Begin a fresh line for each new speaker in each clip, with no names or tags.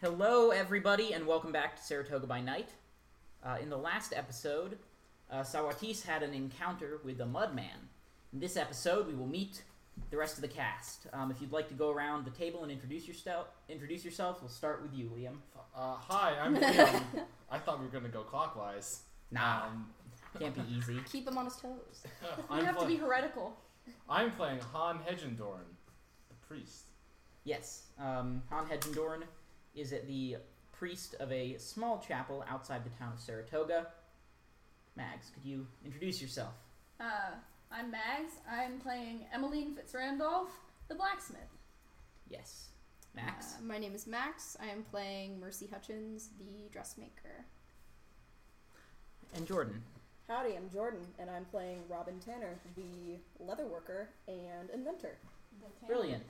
Hello, everybody, and welcome back to Saratoga by Night. Uh, in the last episode, uh, Sawatis had an encounter with the Mudman. In this episode, we will meet the rest of the cast. Um, if you'd like to go around the table and introduce yourself, introduce yourself. We'll start with you, Liam.
Uh, hi, I'm Liam. I thought we were gonna go clockwise.
Nah,
Um,
can't be easy.
Keep him on his toes.
You
I'm,
have to
pla-
be heretical.
I'm playing Han Hegendorn, the priest.
Yes, um, Han Hedgendorn is at the priest of a small chapel outside the town of Saratoga. Mags, could you introduce yourself?
Uh, I'm Mags. I'm playing Emmeline Fitzrandolph, the blacksmith.
Yes, Max.
Uh, my name is Max. I am playing Mercy Hutchins, the dressmaker.
And Jordan.
Howdy, I'm Jordan, and I'm playing Robin Tanner, the leatherworker and inventor.
Brilliant.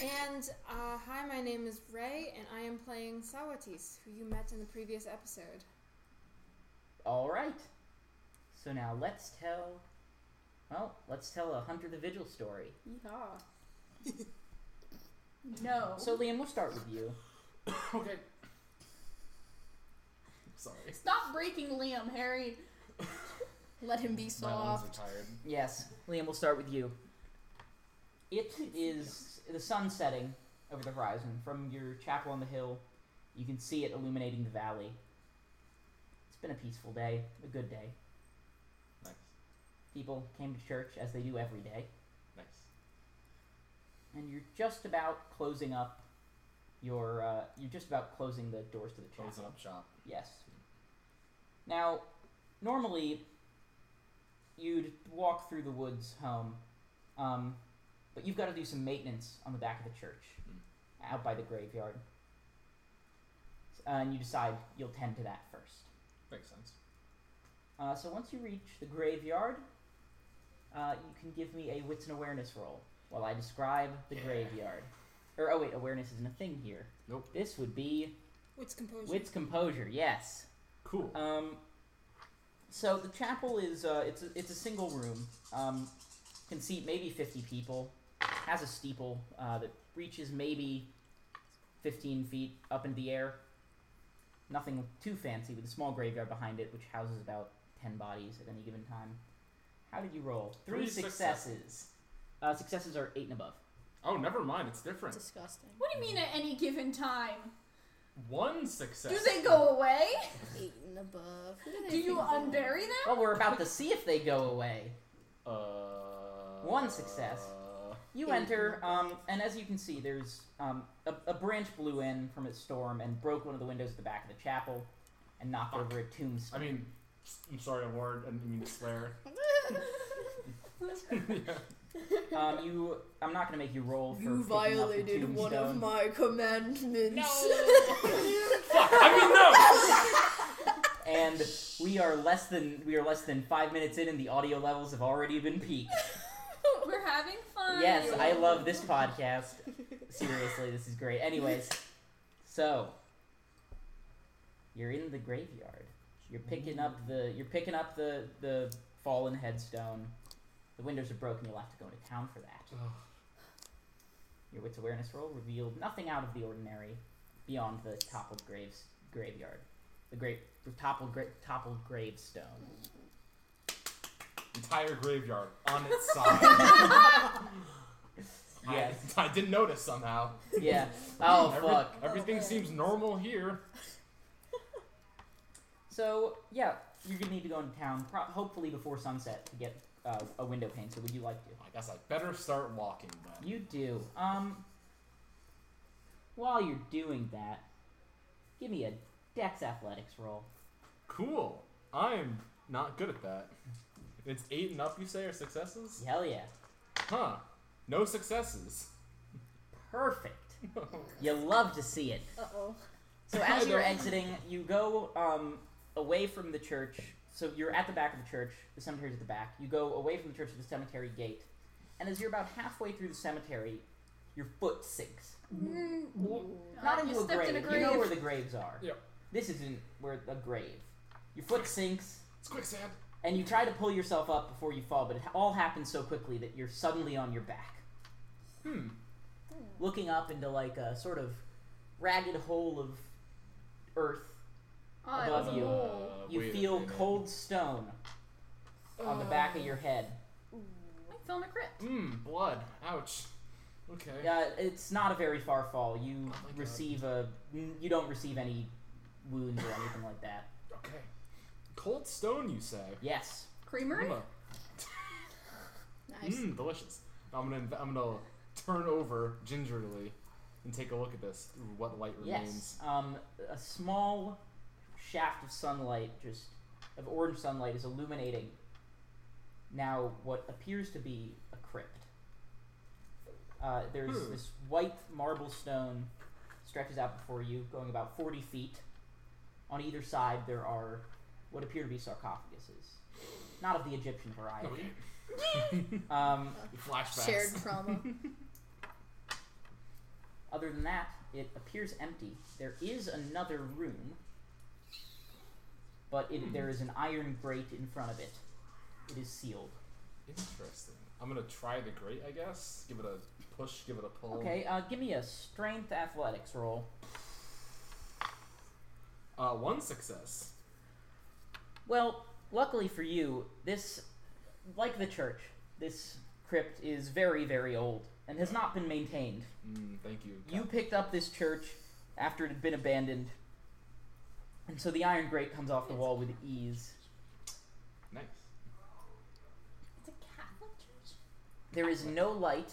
And uh, hi, my name is Ray, and I am playing Sawatis, who you met in the previous episode.
All right. So now let's tell. Well, let's tell a Hunter the Vigil story.
Yeehaw.
No.
So Liam, we'll start with you.
okay. Sorry.
Stop breaking Liam, Harry.
Let him be
My lungs are
soft.
tired.
Yes, Liam, we'll start with you. It is the sun setting over the horizon from your chapel on the hill. You can see it illuminating the valley. It's been a peaceful day, a good day.
Nice,
People came to church as they do every day.
nice.
and you're just about closing up your uh, you're just about closing the doors to the chapel.
Closing up shop.
Yes. Now, normally you'd walk through the woods home, um, but you've got to do some maintenance on the back of the church,
Mm.
out by the graveyard, uh, and you decide you'll tend to that first.
Makes sense.
Uh, so once you reach the graveyard, uh, you can give me a wits and awareness roll while I describe the
Yeah.
graveyard. Or oh wait, awareness isn't a thing here.
Nope.
This would be
Wits composure.
wits composure. Yes.
Cool.
Um, so the chapel is uh, it's a, it's a single room. Um, can seat maybe fifty people. Has a steeple uh, that reaches maybe fifteen feet up into the air. Nothing too fancy, with a small graveyard behind it, which houses about ten bodies at any given time. How did you roll? Three,
Three
successes.
successes.
Uh, successes are eight and above.
oh, never mind. It's different.
Disgusting.
What do you mean at any given time?
One success.
Do they go away?
Eight and above. Who they
Do you
think of?
unbury them?
Well, we're about to see if they go away.
Uh.
One success. You enter, um, and as you can see, there's um, a, a branch blew in from its storm and broke one of the windows at the back of the chapel and knocked over a
I
tombstone.
mean, I'm sorry, I word. I didn't mean to swear. Yeah.
Um, you, I'm not going to make you roll for
You
picking up the
violated one of
tombstone.
my commandments.
Fuck. I mean, no.
And we are less than we are less than five minutes in, and the audio levels have already been peaked.
We're having fun.
Yes, I love this podcast. Seriously, this is great. Anyways, so you're in the graveyard. You're picking up the you're picking up the the fallen headstone. The windows are broken. You'll have to go into town for that.
Ugh.
Your wits awareness roll revealed nothing out of the ordinary beyond the toppled graves graveyard. The great the toppled gra- toppled gravestone.
entire graveyard on its side.
Yes.
I, I didn't notice somehow.
Yeah. Oh
Every-
fuck.
Everything seems normal here.
So yeah, you're gonna need to go into town, pro- hopefully before sunset, to get uh, a window pane. So would you like to?
I guess I better start walking then.
You do. Um, while you're doing that, give me a Dex Athletics roll.
Cool. I'm not good at that. It's eight and up, you say, are successes?
Hell yeah,
Huh. No successes.
perfect. You love to see it.
Uh oh.
So as
I
you're
don't-
exiting, you go um, away from the church. So you're at the back of the church. The cemetery's at the back. You go away from the church to the cemetery gate, and as you're about halfway through the cemetery, your foot sinks. Not
Uh,
into
you
a
stepped
grave.
in a
You
grave.
know where the graves are.
Yep.
This isn't where a grave. Your foot sinks,
It's quicksand.
and you try to pull yourself up before you fall, but it all happens so quickly that you're suddenly on your back,
Hmm.
looking up into like a sort of ragged hole of earth.
Oh, it
Above
was a
you.
mole.
You
Uh, wait a
feel
minute.
cold stone on the back of your head.
I fell in a crypt.
Mmm, blood. Ouch. Okay.
Uh, it's not a very far fall. You
Oh my God.
receive a you don't receive any wounds or anything like that.
Okay. Cold stone, you say?
Yes.
Creamery?
I'm gonna-
Mm,
Nice.
Mmm, delicious. I'm gonna I'm gonna turn over gingerly and take a look at this. Ooh, What light remains?
Yes. Um, a small shaft of sunlight, just of orange sunlight, is illuminating now what appears to be a crypt. Uh, there's
Hmm.
this white marble stone stretches out before you, going about 40 feet. On either side, there are what appear to be sarcophaguses, not of the Egyptian variety.
Okay.
Um,
Flashbacks.
Shared trauma.
Other than that, it appears empty. There is another room, but it, there is an iron grate in front of it. It is sealed.
Interesting. I'm gonna try the grate, I guess. Give it a push. Give it a pull.
Okay, uh, give me a strength athletics roll.
Uh, one success.
Well, luckily for you, this, like the church, this crypt is very, very old and has not been maintained.
Mm, thank you.
You
Cap-
picked up this church after it had been abandoned, and so the iron grate comes off the wall with ease.
nice.
It's a Catholic church?
There is no light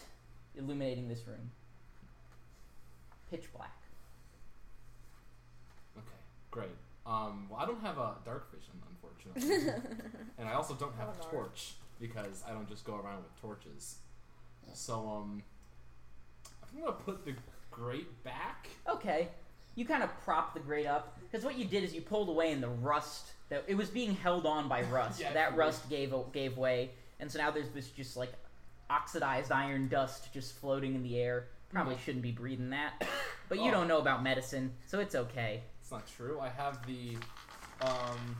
illuminating this room. Pitch black.
Okay. Great. Um, well, I don't have a dark vision, unfortunately, and I also don't have a
Oh, Lord.
torch because I don't just go around with torches. So um, I think I'm gonna put the grate back.
Okay. You kind of prop the grate up because what you did is you pulled away, and the rust that it was being held on by rust.
Yeah,
that
sure.
rust gave o- gave way, and so now there's this just like oxidized iron dust just floating in the air. Probably shouldn't be breathing that, but you
Mm. Oh.
don't know about medicine, so it's okay.
It's not true. I have the, um,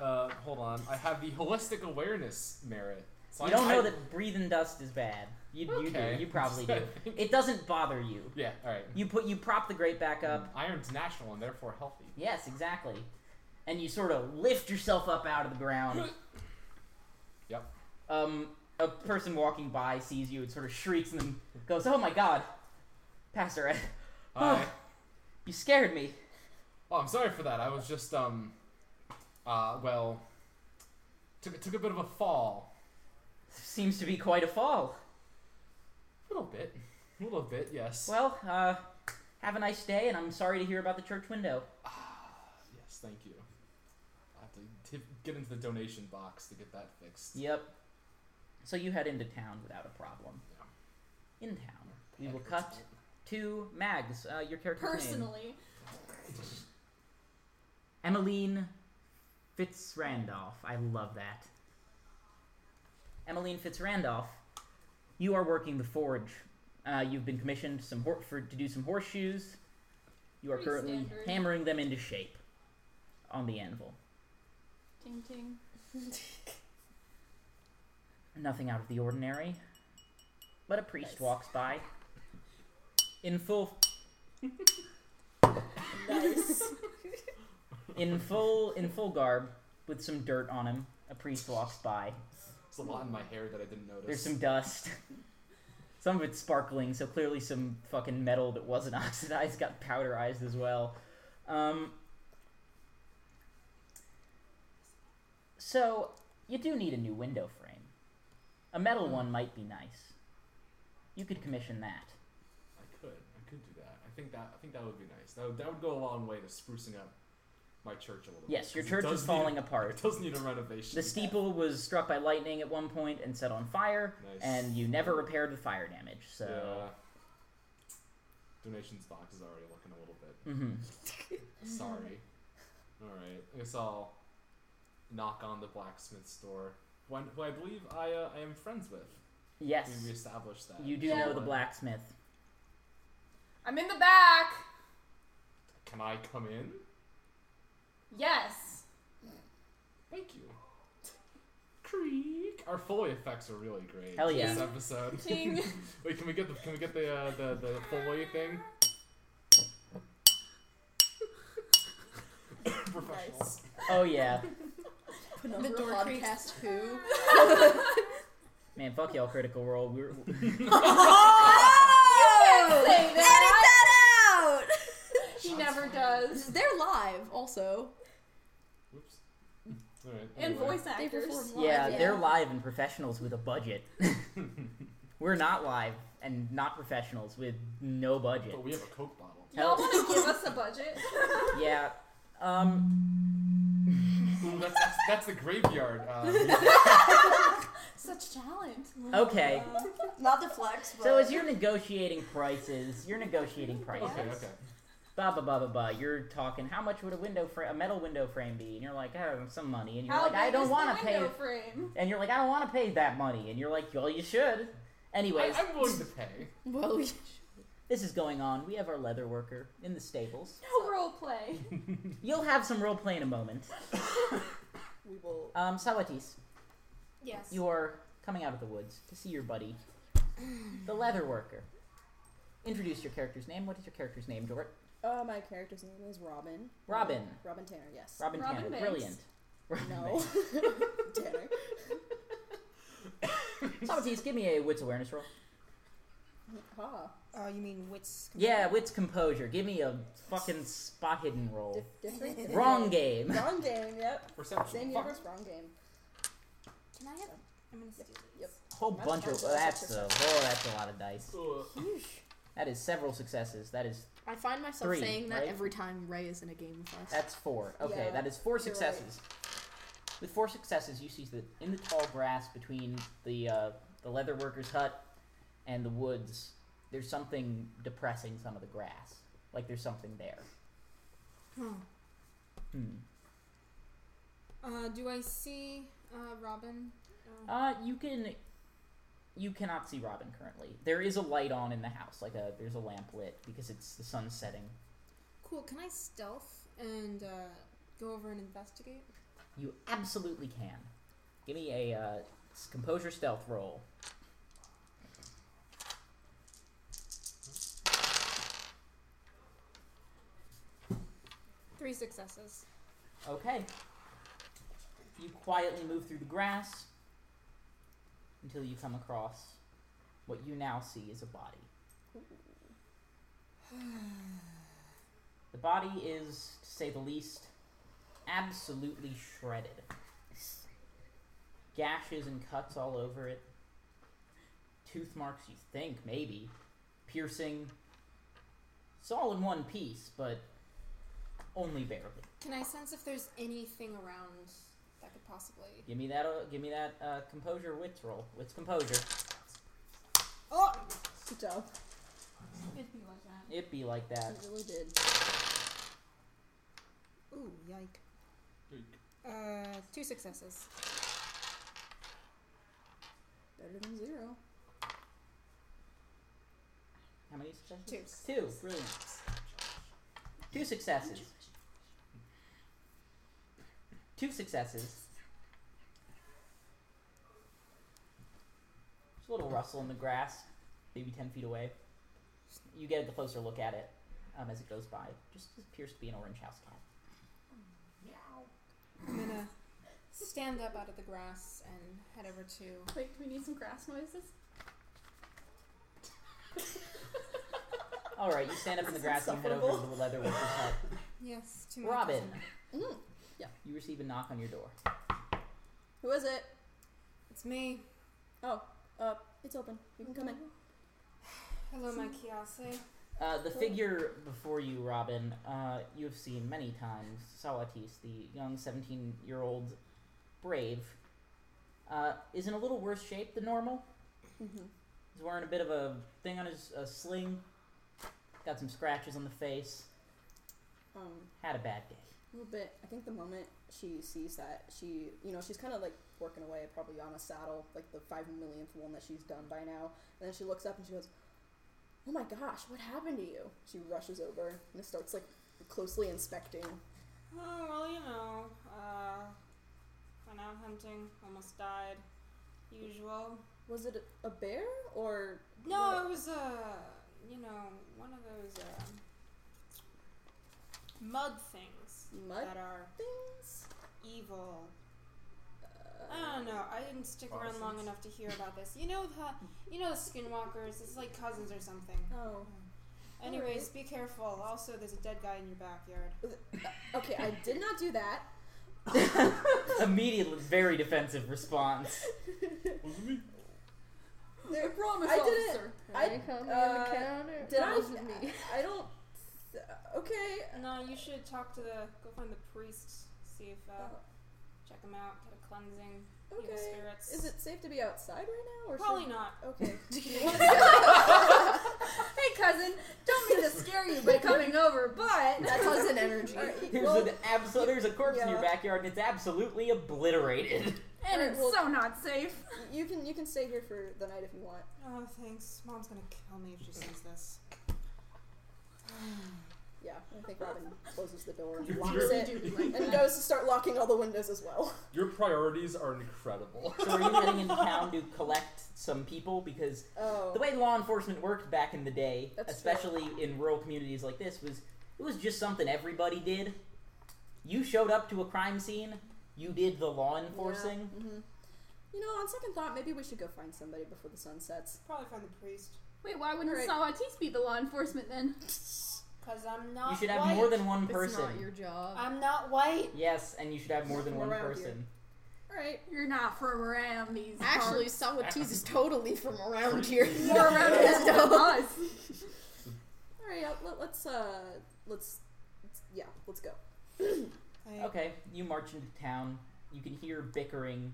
uh, hold on. I have the holistic awareness merit. So
You
I-
don't know
I-
that breathing dust is bad. You, you
Okay.
do. You probably do. It doesn't bother you.
Yeah. All right.
You put you prop the grate back up.
Iron's natural and therefore healthy.
Yes, exactly. And you sort of lift yourself up out of the ground.
Yep.
Um, a person walking by sees you and sort of shrieks and then goes, "Oh my God, Pastor, Ed,
Hi.
you scared me."
Oh, I'm sorry for that. I was just um, uh, well, took took a bit of a fall.
Seems to be quite a fall.
A little bit. A little bit. Yes.
Well, uh, have a nice day, and I'm sorry to hear about the church window.
Yes. Thank you. I have to t- get into the donation box to get that fixed.
Yep. So you head into town without a problem. In town, we will cut to Mags, uh, your character's name,
Personally,
Emmeline Fitzrandolph. I love that. Emmeline Fitzrandolph, you are working the forge. Uh, you've been commissioned some hor- for, to do some horseshoes. You are
Pretty
currently
standard.
hammering them into shape on the anvil.
ting ting.
Nothing out of the ordinary. But a priest
Nice.
walks by in full
Nice.
in full in full garb with some dirt on him. A priest walks by.
There's a lot in my hair that I didn't notice.
There's some dust. Some of it's sparkling, so clearly some fucking metal that wasn't oxidized got powderized as well. Um, so, you do need a new window frame. A metal one might be nice. You could commission that.
I could. I could do that. I think that. I think that would be nice. That would, that would go a long way to sprucing up my church a little.
Yes,
bit,
your
'cause it
church
does
is falling
Need,
apart.
it does need a renovation.
The steeple was struck by lightning at one point and set on fire,
Nice.
and you never repaired the fire damage. So,
Yeah. Donations box is already looking a little bit.
hmm
Sorry. All right. I guess I'll knock on the blacksmith's door. One who I believe I uh, I am friends with.
yes,
We reestablished that.
you do
Yeah.
know the blacksmith.
I'm in the back.
Can I come in?
Yes.
Thank you. Creak. Our foley effects are really great.
Hell yeah.
This episode.
Ting.
Wait, can we get the can we get the uh, the the foley thing? professional.
Oh yeah,
The door podcast who?
man. Fuck y'all, Critical Role. We're
Oh!
say
that
He
Shots
never
fired.
does.
out! They're live, also.
Whoops. All right.
And
anyway.
voice
They
actors.
perform live.
yeah,
yeah.
they're live and professionals with a budget. We're not live and not professionals with no budget.
But we have a Coke bottle.
Y'all want to give us a budget?
Yeah. Um.
Ooh, that's, that's, that's the graveyard. Uh, music.
Such talent.
Okay.
Not the flex, but
So as you're negotiating prices, you're negotiating prices.
okay, okay.
Ba ba ba ba ba. You're talking. How much would a window frame, a metal window frame, be? And you're like, oh, some money. And you're
How
like,
big
I don't
is
want
the
to pay.
window frame?
And you're like, I don't want to pay that money. And you're like, well, you should.
I,
Anyways,
I'm willing to pay.
Well, we-
this is going on. We have our leather worker in the stables.
No role play.
You'll have some role play in a moment.
We will.
Um, Sawatis,
Yes.
you are coming out of the woods to see your buddy, the leather worker. Introduce your character's name. What is your character's name, Dort?
Uh, my character's name is Robin.
Robin.
Robin Tanner. Yes.
Robin,
Robin
Tanner.
Banks.
Brilliant. Robin
No.
Banks.
Tanner.
Sawatis, give me a wits awareness roll.
Ha.
Oh, you mean wits?
Yeah, wits composure. Give me a fucking spot hidden roll.
Dif- different.
Wrong game.
Wrong game. Yep.
Perception.
Same
Fuck.
universe. Wrong game.
Can I have? I'm gonna steal
Yep.
Whole bunch of oh, that's a oh that's a lot of dice.
Ugh.
That is several successes. That is
I find myself
Three,
saying that
right?
every time Ray is in a game with us.
that's four. Okay,
Yeah,
that is four
right.
successes. With four successes, you see that in the tall grass between the uh, the leather worker's hut and the woods, there's something depressing some of the grass. Like there's something there. Hmm.
Uh, do I see uh, Robin? Uh,
Uh, you can. You cannot see Robin currently. There is a light on in the house, like a there's a lamp lit because it's the sun setting.
cool. Can I stealth and uh, go over and investigate?
You absolutely can. Give me a uh, s- composure stealth roll.
Three successes.
Okay. You quietly move through the grass until you come across what you now see is a body. The body is, to say the least, absolutely shredded. Gashes and cuts all over it. Tooth marks, you think, maybe. Piercing. It's all in one piece, but only barely.
Can I sense if there's anything around that could possibly?
Give me that. Uh, give me that uh, composure wits roll. Wits composure.
Oh,
Good job.
It'd be like that.
It be like
You
that.
really did.
ooh, yike!
Eek.
Uh, two successes.
Better than zero.
How many successes?
Two.
Two. Brilliant. Two successes. Two successes. There's a little rustle in the grass, maybe ten feet away. You get a closer look at it um, as it goes by. Just appears to be an orange house cat.
I'm gonna stand up out of the grass and head over to.
Wait, do we need some grass noises?
All right, you stand up in the grass and head over to the leather worker's hut.
Yes, to my
Robin,
cousin.
you receive a knock on your door.
Who is it?
It's me.
Oh, uh, it's open. You can come in. Mm-hmm.
Hello, my Kiyase.
Uh, the figure before you, Robin, uh, you have seen many times. Sawatis, the young 17 year old brave, uh, is in a little worse shape than normal.
Mm-hmm.
He's wearing a bit of a thing on his a sling, got some scratches on the face,
Um,
had a bad day.
A little bit. I think the moment she sees that, she, you know, she's kind of like working away, probably on a saddle, like the five millionth one that she's done by now. And then she looks up and she goes, "Oh my gosh, what happened to you?" She rushes over and starts like closely inspecting.
Oh well, you know, uh, went out hunting, almost died. Usual.
Was it a bear or
No,
What?
Um, it was uh, you know, one of those uh, mud things
Mud
that are
things?
evil. I
Uh,
don't know. I didn't stick around long
Parsons.
enough to hear about this. You know the, you know the skinwalkers. It's like cousins or something.
oh.
Anyways, be careful. Also, there's a dead guy in your backyard.
Okay, I did not do that.
Immediately, very defensive response.
Wasn't me.
There-
Promise,
I didn't-
officer.
I-
Can I come
uh,
in the counter?
did
That
I?
wasn't me.
I don't. Okay.
No, you should talk to the go find the priest. See if uh, check him out. Get a cleansing.
Oh.
Evil
Okay.
spirits.
Is it safe to be outside right now? Or
Probably not.
Should... Okay.
Hey, cousin, don't mean to scare you by coming over, but
That
Cousin energy.
All right,
There's
well,
an abso- There's a corpse in your
yeah.
backyard, and it's absolutely obliterated.
and
Alright,
it's
well-
so not safe.
you can you can stay here for the night if you want.
Oh, thanks. Mom's gonna kill me if she sees this.
Yeah, I think Robin closes the door
You're-
and locks
you're-
it, and goes to start locking all the windows as well.
Your priorities are incredible.
So are you heading into town to collect some people? Because
Oh,
the way law enforcement worked back in the day,
That's
especially in rural communities like this, was it was just something everybody did. You showed up to a crime scene. You did the law enforcing.
hmm You know, on second thought, maybe we should go find somebody before the sun sets.
Probably find the priest.
Wait, why wouldn't
Alright.
Sawatis be the law enforcement then?
Cause I'm not.
You should have
white.
more than one
It's
person.
not your job.
I'm not white.
Yes, and you should have more than one
Around
person.
All right.
You're not from around these
Actually,
parts.
Sawatis is totally from around here.
more around this than us.
All right. uh, Let, let's uh, let's, let's yeah, let's go.
Okay, you march into town. You can hear bickering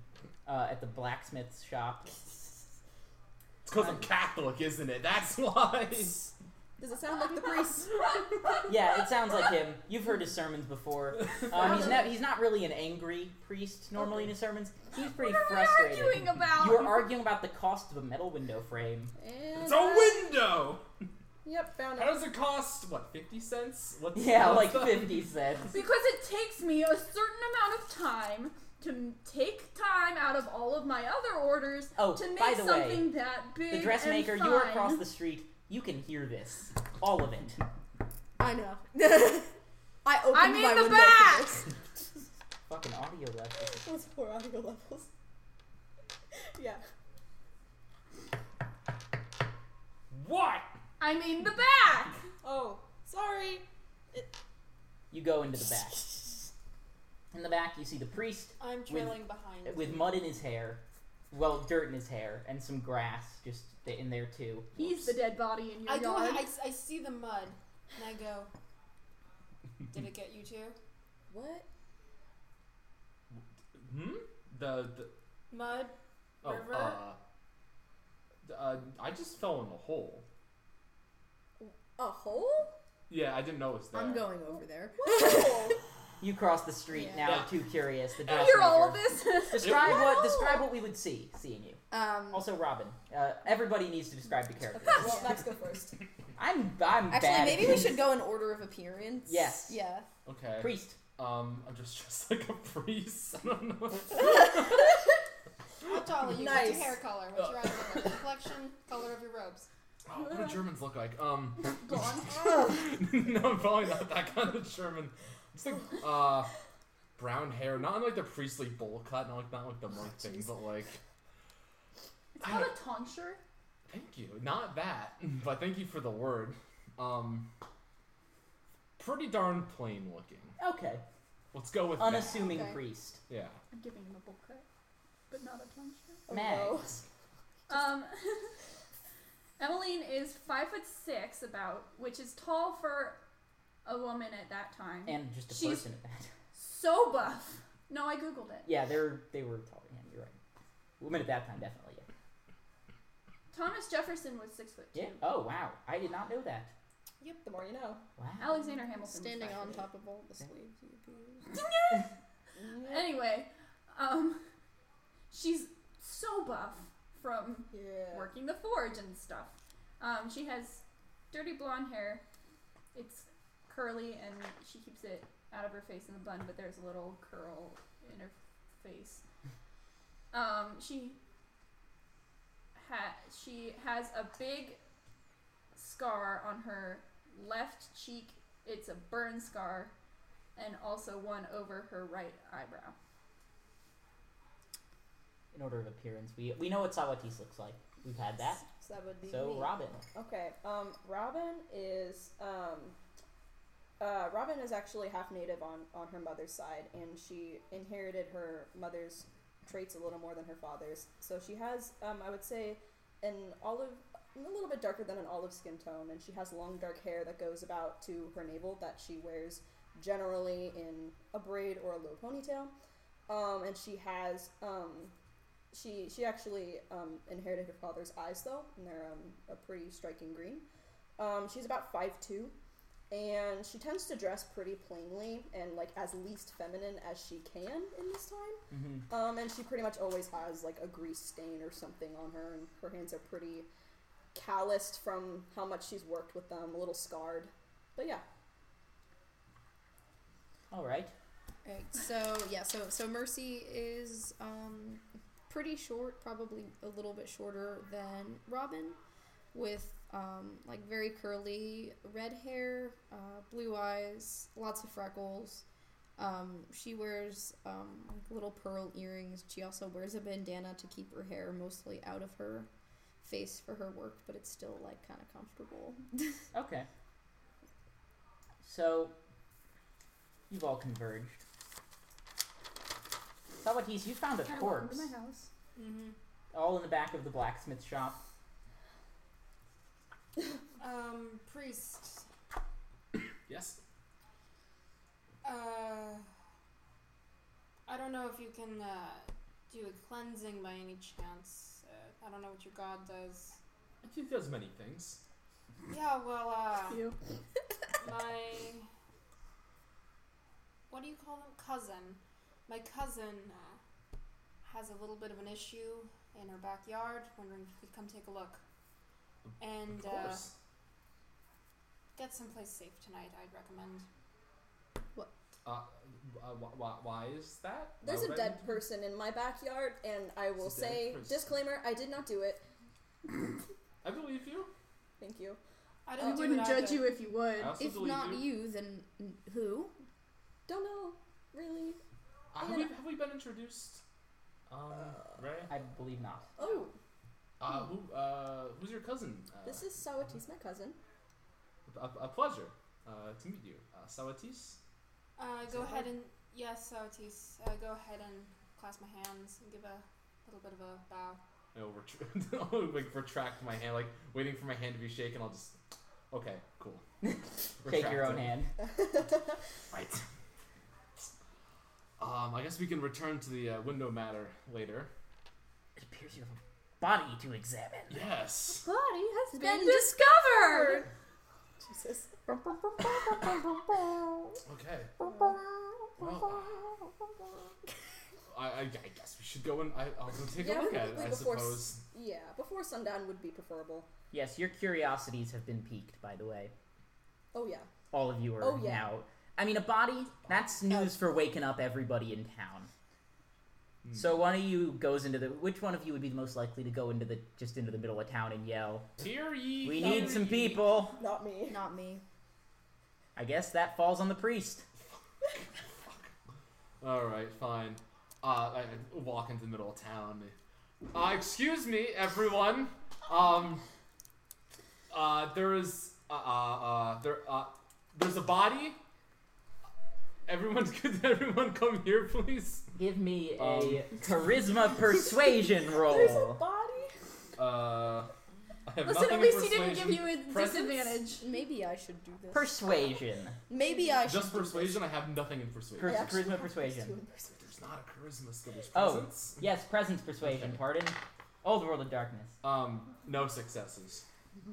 uh, at the blacksmith's shop.
It's because I'm Catholic, isn't it? That's why.
Does it sound like the priest?
Yeah, it sounds like him. You've heard his sermons before. Um, he's, not, he's not really an angry priest normally in his sermons. He's pretty
What are we
frustrated.
arguing about?
You were arguing about the cost of a metal window frame.
And
It's
uh,
a window.
Yep, found
How
it.
does it cost? What, fifty cents? What's
Yeah, like
what's the-
50 cents.
Because it takes me a certain amount of time to m- take time out of all of my other orders
Oh,
to make
by the way,
something that big.
The dressmaker,
and
you are
fine.
across the street. You can hear this. All of it.
I know. I opened
I'm
my
in the
window
back.
for this.
Fucking audio left.
Those poor audio levels. yeah.
What?
I'm in the back.
Oh, sorry.
You go into the back. In the back, you see the priest
I'm trailing behind.
with mud in his hair, well, dirt in his hair, and some grass just in there too.
He's the dead body in your
I go.
yard.
I, I see the mud, and I go. Did it get you too?
What?
Hmm? The, the
Mud.
oh
River?
uh, d- uh, I just fell in a hole.
A hole?
Yeah, I didn't know it was there.
I'm going over there.
You cross the street
Yeah.
now,
Yeah.
too curious. The
I
dressmaker.
hear all of this.
Describe what
Wow.
describe what we would see seeing you.
Um,
Also, Robin. Uh, everybody needs to describe the character.
Well, let's go first.
I'm I'm
actually,
bad.
maybe we should go in order of appearance.
Yes.
Yeah.
Okay.
priest.
Um, I'm just dressed like a priest. I don't know.
How tall are you? What's
Nice.
your hair color? What's your eye color? Complexion, color of your robes.
Oh, what do Germans look like? Um,
Blonde.
no, I'm probably not that kind of German. It's like uh, brown hair, not in, like the priestly bowl cut, not like not like the monk thing, but like.
It's called a tonsure.
Thank you. Not that, but thank you for the word. Um, pretty darn plain looking.
Okay,
Let's go with that.
unassuming
Okay.
priest.
Yeah.
I'm giving him a bowl cut, but not a tonsure.
Oh, no.
Mags.
Um, Emmeline is five foot six, about, which is tall for a woman at that time.
and just a
She's-
person at that.
so buff. No, I googled it.
Yeah, they're they were taller than him. You're right. Women at that time definitely. Yeah.
Thomas Jefferson was six foot two.
yeah. Oh wow, I did not know that.
Yep, the more you know.
Wow.
Alexander Hamilton. was
Standing
five
on
foot
top of all the slaves you abused.
eight. Anyway, um, she's so buff from
Yeah.
working the forge and stuff. Um, she has dirty blonde hair. It's curly, and she keeps it out of her face in a bun, but there's a little curl in her face. Um, she ha- she has a big scar on her left cheek. It's a burn scar and also one over her right eyebrow.
in order of appearance. We we know what Sawatis looks like. We've had that.
So that would be
So
me.
Robin,
Okay. Um, Robin is um, uh, Robin is actually half native on on her mother's side, and she inherited her mother's traits a little more than her father's. So she has, um, I would say, an olive, a little bit darker than an olive skin tone, and she has long dark hair that goes about to her navel that she wears generally in a braid or a low ponytail. Um, and she has um, she she actually um, inherited her father's eyes though, and they're um, a pretty striking green. Um, she's about five two, and she tends to dress pretty plainly and like as least feminine as she can in this time.
mm-hmm.
Um, and she pretty much always has like a grease stain or something on her, and her hands are pretty calloused from how much she's worked with them, a little scarred. But yeah,
all right.
Right. So yeah. So so Mercy is um, pretty short, probably a little bit shorter than Robin, with um, like very curly red hair, uh, blue eyes, lots of freckles. Um, she wears um, like little pearl earrings. She also wears a bandana to keep her hair mostly out of her face for her work, but it's still like kind of comfortable.
Okay. So, you've all converged. Sawatis, you found a
Kinda welcome
corpse.
to my house.
Mm-hmm.
All in the back of the blacksmith shop.
Um, priest.
Yes.
Uh, I don't know if you can uh, do a cleansing by any chance. Uh, I don't know what your god does.
He does many things.
Yeah, well, uh,
You.
my what do you call them? Cousin. My cousin uh, has a little bit of an issue in her backyard. Wondering if you could come take a look and
Of
uh,
course.
get someplace safe tonight. I'd recommend.
Uh, uh, wh- why, why is that? Why
there's a
would I
dead
need to-
person in my backyard, and I will
It's a dead
say
person.
disclaimer: I did not do it.
I believe you.
Thank you.
I
I
don't
I wouldn't judge you if you would.
I also
If
believe
not
you.
you, then who?
Don't know really.
Uh, Have we, have we been introduced? Um,
Uh,
Ray.
I believe not.
Oh,
Uh, who? Uh, who's your cousin? Uh,
this is Sawatis, my cousin.
a, a pleasure uh, to meet you, uh, Sawatis.
Uh,
Is
go
that
ahead
right?
and yes, Otis. Uh, go ahead and clasp my hands and give a little bit of a bow.
I will ret- I'll, like retract my hand, like waiting for my hand to be shaken. I'll just. Okay, cool.
Shake your
Retract
own
it.
hand.
Right. Um, I guess we can return to the uh, window matter later.
It appears you have a body to examine.
Yes.
Body has
Been discovered.
Jesus.
Okay. Well, I, I, I guess we should go and I, I'll go take
Yeah,
a look
we-
at it.
we-
I
before s-
suppose.
Yeah, before sundown would be preferable.
Yes, your curiosities have been piqued, by the way.
Oh yeah.
All of you are
Oh, yeah.
now. I mean, a body, that's news for waking up everybody in town.
Hmm.
So one of you goes into the. Which one of you would be the most likely to go into the just into the middle of town and yell,
Hear ye,
"We
No.
need some people."
Not me.
Not me.
I guess that falls on the priest.
All right, fine. Uh, I I walk into the middle of town. Uh, excuse me, everyone. Um, uh, there is uh, uh, uh there uh, there's a body. Everyone, could everyone come here, please?
Give me a
Um.
charisma persuasion
There's a
roll.
body.
Uh, I have
Listen,
nothing
at
in
least he didn't give
persuasion.
you a
Presents?
disadvantage.
Maybe I should do this.
Persuasion.
Maybe I should.
Just persuasion. I have nothing in persuasion.
Per-
I actually
charisma
have
persuasion.
two in persuasion.
There's not a charisma skill. There's
Oh.
presence.
Yes, presence persuasion.
Okay.
Pardon. Oh, the world of darkness.
Um, no successes,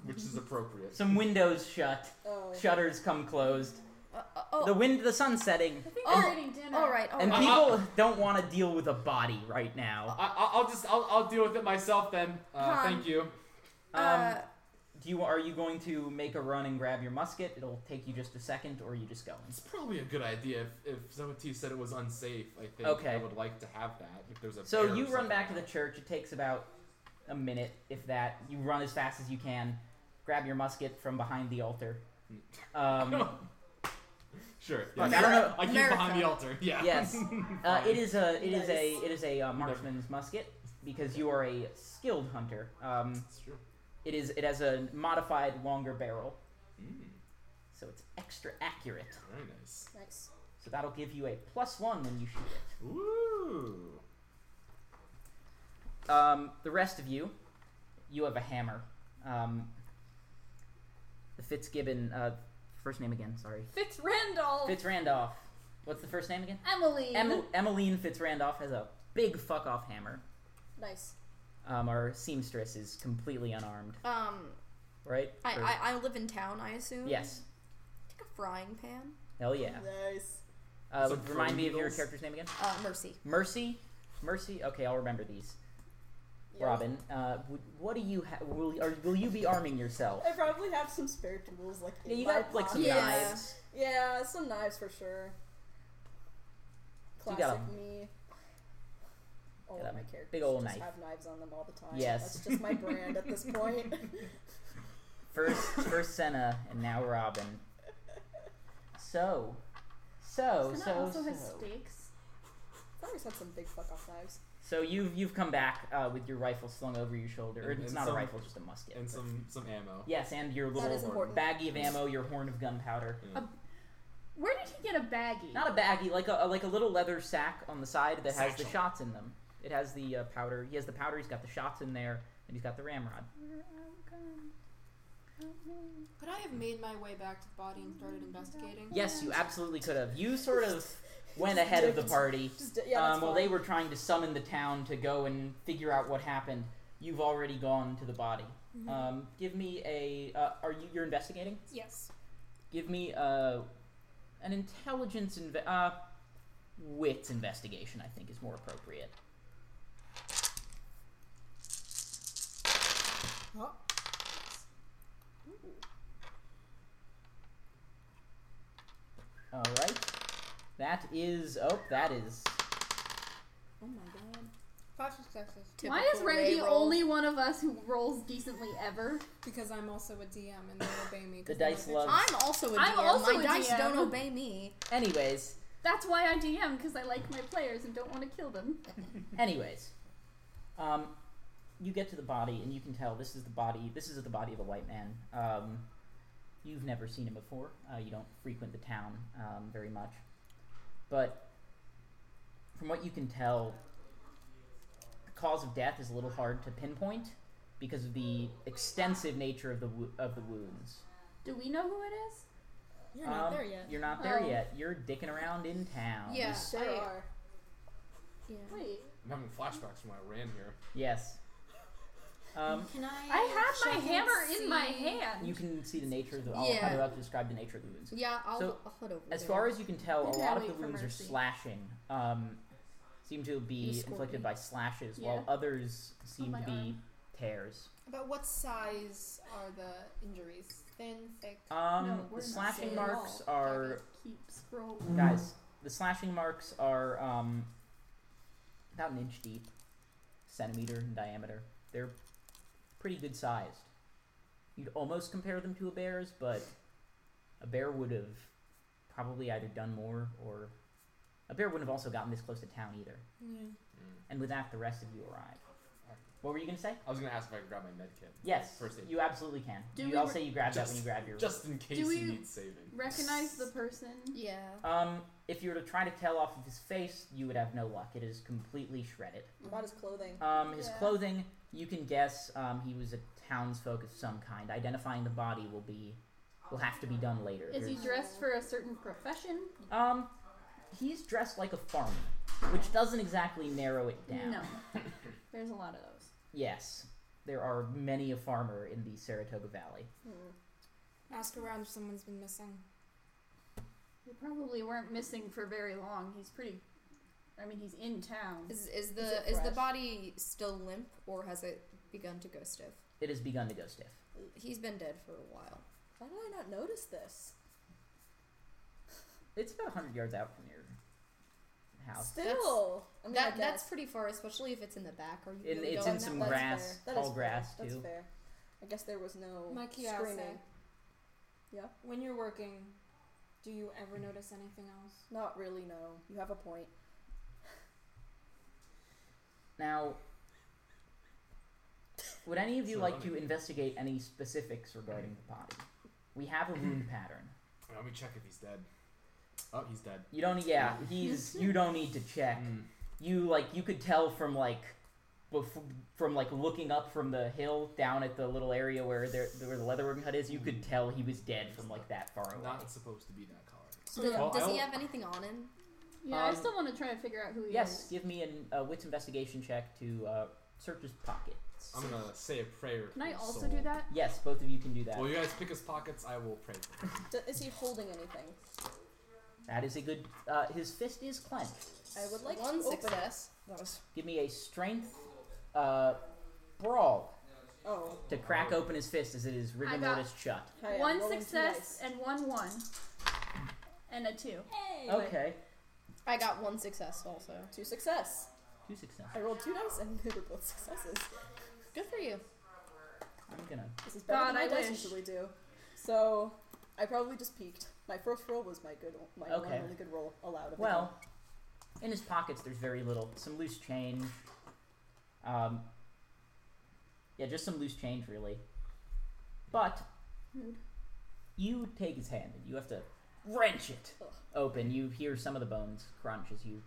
which is appropriate.
Some windows shut.
Oh.
Shutters come closed.
Uh, uh, oh,
The wind, the sun setting,
I think
Oh,
we're eating dinner.
all right. All
and
right.
Uh-huh.
people don't want to deal with a body right
I,
now.
I- I'll just I'll, I'll deal with it myself then. Uh,
Huh.
thank you.
Um,
Uh,
do you are you going to make a run and grab your musket? It'll take you just a second, or are you just going?
It's probably a good idea if, if Zoetis said it was unsafe. I think
Okay.
I would like to have that. If there's a
So
bear
you
or
run back to the
something.
church. It takes about a minute, if that. You run as fast as you Um, can. Grab your musket from behind the altar. Um,
Sure.
Fuck,
yes.
I don't know.
I keep behind the altar. Yeah.
Yes. Uh, it is a it is
Nice.
a it is a uh, marksman's musket because you are a skilled hunter. Um,
That's true.
it is it has a modified longer barrel,
Mm,
so it's extra accurate.
very nice.
Nice.
So that'll give you a plus one when you shoot it.
Ooh.
Um, the rest of you, you have a hammer. Um, the Fitzgibbon, uh, first name again, sorry.
Fitz Randolph.
Fitzrandolph. What's the first name again?
Emily.
Em- Emmeline Fitzrandolph has a big fuck off hammer.
Nice.
Um, our seamstress is completely unarmed,
Um,
right?
I,
Or-
I, I live in town, I assume.
yes.
Take a frying pan.
Hell yeah.
Nice.
Uh,
Some
remind me of your
needles.
character's name again.
Uh, mercy.
Mercy. Mercy. Okay, I'll remember these.
Yeah.
Robin, uh, w- what do you ha- will, are, will you be arming yourself?
I probably have some spare tools, like
Yeah,
in
you
my
got like some
pocket.
Yeah.
knives.
Yeah, some knives for sure.
You got
Classic
a-
me. All
got
of
a
my characters
big ol'
just
knife.
have knives on them all the time.
Yes.
That's just my brand at this point.
First, first Senna, and now Robin. So, so,
Doesn't that
so,
also
so.
have stakes.
I always had some big fuck off knives.
So you've you've come back uh, with your rifle slung over your shoulder. Or
And-
it's
and
not
some-
a rifle, just a musket.
And some some ammo.
Yes, and your
is
little
important.
baggie of ammo, your horn of gunpowder.
Where did he get a baggie?
Not a baggie, like a like a little leather sack on the side that has the
Satchel.
shots in them. It has the uh, powder. He has the powder. He's got the shots in there, and he's got the ramrod.
Could I have made my way back to the body and started investigating?
Yes, you absolutely could have. You sort of went ahead of the party.
Just yeah, that's
um, while
fine.
they were trying to summon the town to go and figure out what happened, you've already gone to the body.
Mm-hmm.
Um, give me a. Uh, are you? You're investigating.
Yes.
Give me uh, an intelligence inve- uh, wits investigation. I think is more appropriate. All right. That is. Oh, that is.
Oh my god.
Five successes.
Why is
Typical
Ray the
Ray roll.
only one of us who rolls decently ever?
Because I'm also a DM and they obey me. 'cause
The
I'm
dice
like,
love-
I'm also a DM.
I'm also
my
a
dice
DM.
don't obey me.
Anyways,
That's why I DM because I like my players and don't want to kill them.
anyways, um, you get to the body and you can tell this is the body. This is the body of a white man. Um, you've never seen him before. Uh, you don't frequent the town um, very much, but from what you can tell, the cause of death is a little hard to pinpoint because of the extensive nature of the wo- of the wounds.
Do we know who it is?
You're not
Um,
there yet.
You're not there
Oh.
yet. You're dicking around in town.
Yeah.
Sure
I-
are.
Yeah.
Wait,
I'm having flashbacks from when I ran here.
Yes. Um,
Can I?
I have my
check and
hammer in my
see-
hand.
you can see the nature of the. I'll,
Yeah.
I'll have to describe the nature of the wounds.
Yeah, I'll,
So,
I'll head over
As
there.
far as you can tell, a
Maybe
lot
I'll
of the
wait for
wounds are
mercy.
slashing. Um, seem to
You
be
scored
inflicted
me.
by slashes, while
Yeah.
others seem
my
to be
arm.
tears.
But what size are the injuries? Thin, thick.
Um,
No, we're
the
not
slashing
seeing
marks
at all.
are
keep scrolling.
guys. The slashing marks are um, about an inch deep, centimeter in diameter. They're pretty good sized. You'd almost compare them to a bear's, but a bear would have probably either done more or a bear wouldn't have also gotten this close to town either. And with that, the rest of you arrive. What were you gonna say?
Hmm. I was gonna ask if I could grab my med kit.
Yes,
First aid.
you absolutely can.
Do
you,
we
I'll
re-
say you grab that when
Just-
you grab your.
Just in case
we-
he needs saving.
Recognize the person.
yeah.
Um, if you were to try to tell off of his face, you would have no luck. It is completely shredded.
What About his clothing.
Um, his
Yeah.
clothing, you can guess um, he was a townsfolk of some kind. Identifying the body will be will have to be done later.
Is he
There's-
dressed for a certain profession?
um, he's dressed like a farmer, which doesn't exactly narrow it down.
No. There's a lot of those.
Yes, there are many a farmer in the Saratoga Valley.
Ask around if someone's been missing.
They probably weren't missing for very long. He's pretty. I mean, he's in town.
Is, is
Is
the
it
is, the
fresh?
body still limp or has it begun to go stiff?
It has begun to go stiff.
He's been dead for a while.
Why did I not notice this?
It's about hundred yards out from your house.
Still. I mean, I
That that's
guess.
pretty far, especially if it's in the back. Are you
And
really
it's
going
in
that
some
way?
That's
grass,
fair. That
tall
is fair.
grass,
That's
too.
fair. I guess there was no
My kiosk.
screaming. Yeah.
When you're working, Do you ever notice anything else?
Not really, no. You have a point.
Now, would any of you
So
like
let me-
to investigate any specifics regarding the body? We have a wound pattern.
Let me check if he's dead. Oh, he's dead.
You don't. Yeah, he's. You don't need to check.
Mm.
You like. You could tell from like, bef- from like looking up from the hill down at the little area where there where the leatherworking hut is. You could tell he was dead from like that far away.
Mm. Not supposed to be that color.
So
Yeah.
does he
Well,
have anything on him?
Yeah, I
Um,
still want to try to figure out who he
Yes,
is.
give me an uh, wits investigation check to uh, search his pockets.
I'm gonna say a prayer.
Can
for
I
his
also
soul.
do that?
Yes, both of you can do that.
Well, you guys pick his pockets. I will pray for him.
D- is he holding anything?
That is a good. Uh, his fist is clenched.
I would like
One
to open it.
success.
That was
Give me a strength uh, brawl
oh.
to crack open his fist as it is rigor
I got-
mortis shut.
Hi, I'm
one
rolling two
success
dice.
and one one, and a two.
Okay,
I got one success also.
Two success.
two success.
I rolled two dice and they were both successes.
Good for you.
I'm gonna.
This is better
God,
than my
I
dice
wish.
usually do. So I probably just peaked. My first roll was my good, my one
Okay.
and only good roll allowed. Of the
Well, in his pockets there's very little. Some loose change. Um, yeah, just some loose change really. But you take his hand and you have to wrench it
Ugh.
open. You hear some of the bones crunch as you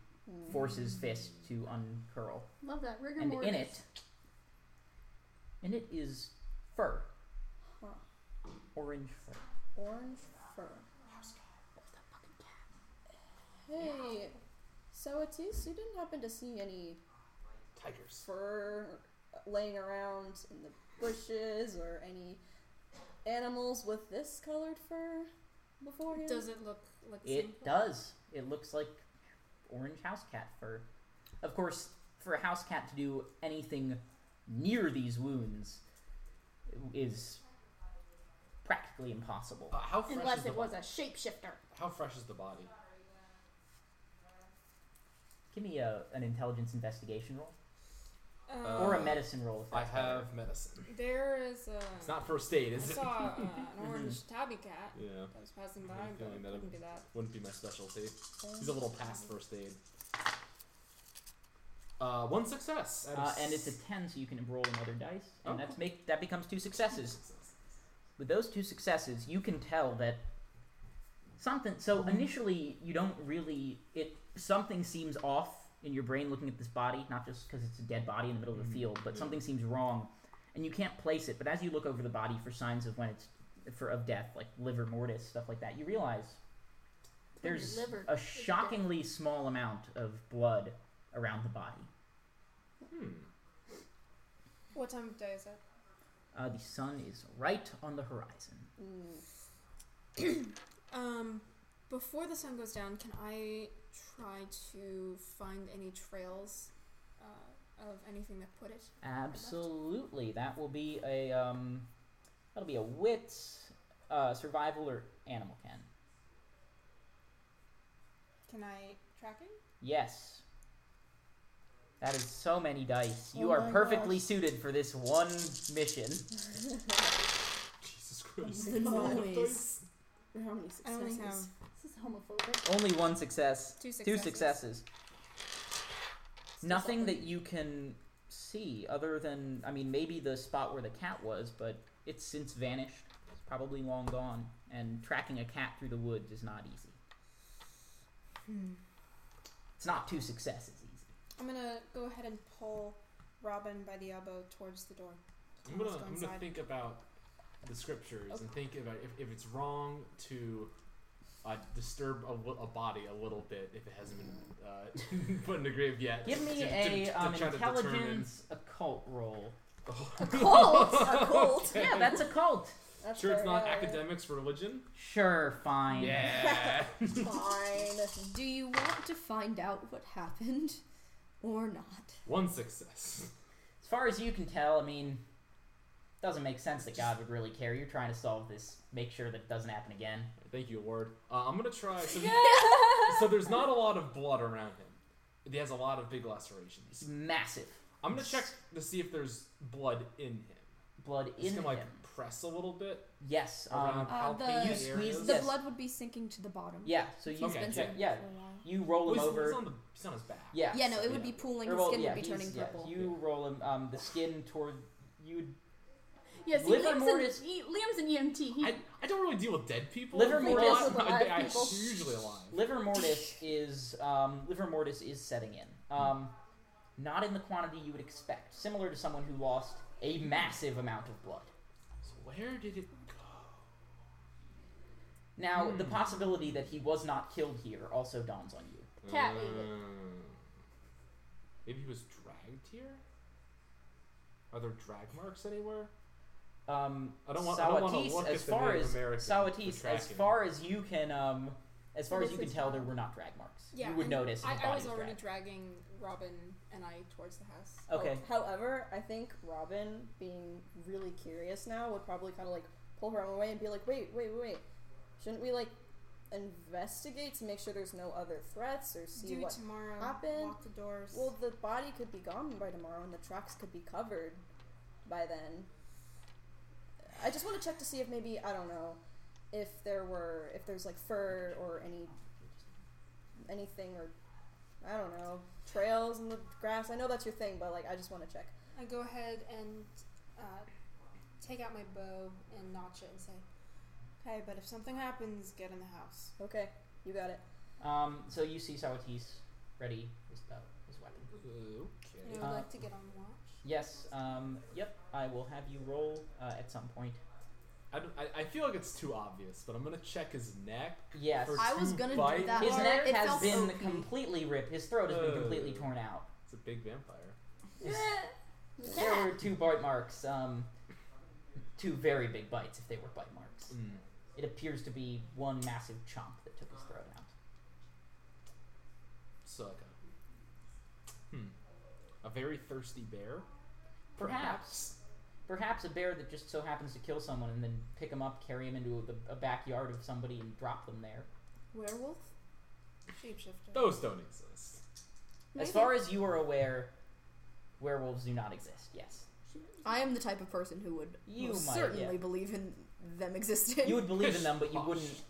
force his fist to uncurl.
Love that rigor
and
mortis.
in it, in it is fur,
Huh.
orange fur.
game. orange fur. Hey, so Atis, you didn't happen to see any
Tigers.
fur laying around in the bushes or any animals with this colored fur before him?
Does it look like
It
some-
does. It looks like orange house cat fur. Of course, for a house cat to do anything near these wounds is practically impossible.
Uh, how fresh
Unless
is the
it was a shapeshifter.
How fresh is the body?
Give me a, an intelligence investigation roll
Uh,
or a medicine roll. If
I
that's better.
have medicine.
There is a.
It's not first aid,
I
is it?
saw uh, an orange tabby cat
Yeah,
that was passing by,
I have a
but I
feeling that
couldn't do
it-
that.
wouldn't be my specialty. He's a little past first aid. Uh, one success. out of
Uh, and it's a
s-
ten, so you can roll another dice, and
Oh,
that's
cool.
make that becomes two successes. With those two successes, you can tell that something. So
Mm-hmm.
initially, you don't really it something seems off in your brain looking at this body, not just because it's a dead body in the middle of
Mhm,
Mm-hmm.
the field, but
yeah.
something seems wrong, and you can't place it. But as you look over the body for signs of when it's for of death, like liver mortis, stuff like that, you realize
your
there's
liver
a
is dead.
shockingly small amount of blood around the body.
Hmm.
What time of day is it?
Uh, the sun is right on the horizon.
Mm.
Um, before the sun goes down, can I try to find any trails uh, of anything that put it?
Absolutely. That will be a um, that'll be a wits, uh, survival or animal can.
Can I track it?
Yes. That is so many dice. You
Oh
are
my
perfectly
gosh.
suited for this one mission.
Jesus Christ.
Noise.
How many
I only
successes?
have
This is homophobic.
Only one success.
two successes.
Two successes.
Still
Nothing
something.
that you can see other than I mean maybe the spot where the cat was, but it's since vanished. It's probably long gone, and tracking a cat through the woods is not easy.
Hmm.
It's not two successes easy.
I'm gonna go ahead and pull Robin by the elbow towards the door.
I'm gonna,
Let's go
I'm gonna
inside.
think about the scriptures and think about if, if it's wrong to uh, disturb a, wi- a body a little bit if it hasn't been uh, put in the grave yet.
Give me
to- to-
a
to
um,
try to determine- Oh.
intelligence occult roll.
A cult! a cult!
Yeah, that's a cult.
That's
Sure, it's
fair,
not
yeah, yeah.
academics, religion.
Sure, fine.
Yeah.
Fine.
Do you want to find out what happened or not?
One success.
As far as you can tell, I mean, doesn't make sense that God would really care. You're trying to solve this, make sure that it doesn't happen again.
Thank you, Ward. Uh, I'm gonna try. So, so there's not a lot of blood around him. He has a lot of big
It's
lacerations.
massive.
I'm gonna check to see if there's blood in him.
blood
It's
in
gonna like
him.
press a little bit
Yes.
around
Uh,
Um,
how
the-
big
You
the area
squeeze
is.
The
Yes.
blood would be sinking to the bottom.
yeah. So
He's
you
Okay,
been
yeah.
sinking
Yeah.
for a while.
you roll
Well,
him
he's,
over.
He's on, the, he's on his back.
yeah.
Yeah, no,
so,
it would
yeah.
be pooling.
Or
His
roll-
skin
yeah,
would be
he's-
turning
yeah,
purple.
You roll him. Um, the skin toward you. would
Yes, see,
Liver
Liam's,
mortis-
an, he, Liam's an EMT. He,
I, I don't really deal with dead people.
Liver
a
mortis
lot.
with
I,
alive
I,
people.
usually alive.
Liver mortis is um, liver mortis is setting in. Um, not in the quantity you would expect. Similar to someone who lost a massive amount of blood.
So where did it go?
Now, the
Hmm.
possibility that he was not killed here also dawns on you.
Cat ate it.
Um, Maybe he was dragged here. Are there drag marks anywhere?
Um,
I don't want- I don't wanna
Sawatis,
look
as
at the
far
Native
as
American
Sawatis,
for
as
tracking.
far as you can, um, as far
But
as you
this
can
is-
tell, there were not drag marks.
Yeah,
you would
and
notice.
I,
his
I
body
was already
dragged.
dragging Robin and I towards the house.
okay.
Oh, However, I think Robin, being really curious now, would probably kind of like pull her own away and be like, wait, wait, wait, wait. Shouldn't we like investigate to make sure there's no other threats or see
Do
what?
tomorrow.
happened.
Lock the doors.
well, the body could be gone by tomorrow and the tracks could be covered by then. I just want to check to see if maybe, I don't know, if there were, if there's like fur or any, anything or, I don't know, trails in the grass. I know that's your thing, but like, I just want to check.
I go ahead and uh, take out my bow and notch it and say, "Okay, but if something happens, get in the house."
Okay, you got it.
Um, so you see Sawatis ready his bow, his weapon.
And I
Okay.
would
Uh,
like to get on watch.
Yes. Um, yep. I will have you roll uh, at some point.
I, don't- I, I feel like it's too obvious, but I'm gonna check his neck.
Yes.
for
I was
two
gonna do
bites.
that.
His
Or
neck
it
has
felt
been
OP.
completely ripped. His throat has been
Uh.
completely torn out.
It's a big vampire.
There were two bite marks. Um, two very big bites, if they were bite marks.
Mm.
It appears to be one massive chomp that took his throat out.
Sucker. Hmm. A very thirsty bear.
Perhaps. Perhaps a bear that just so happens to kill someone and then pick him up, carry him into the, a backyard of somebody, and drop them there.
Werewolf?
Shapeshifter.
Those don't exist.
As far as you are aware, werewolves do not exist. Yes,
I am the type of person who would
You
most
might,
certainly
yeah.
believe in them existing.
you would believe in them, but you
Hush.
wouldn't.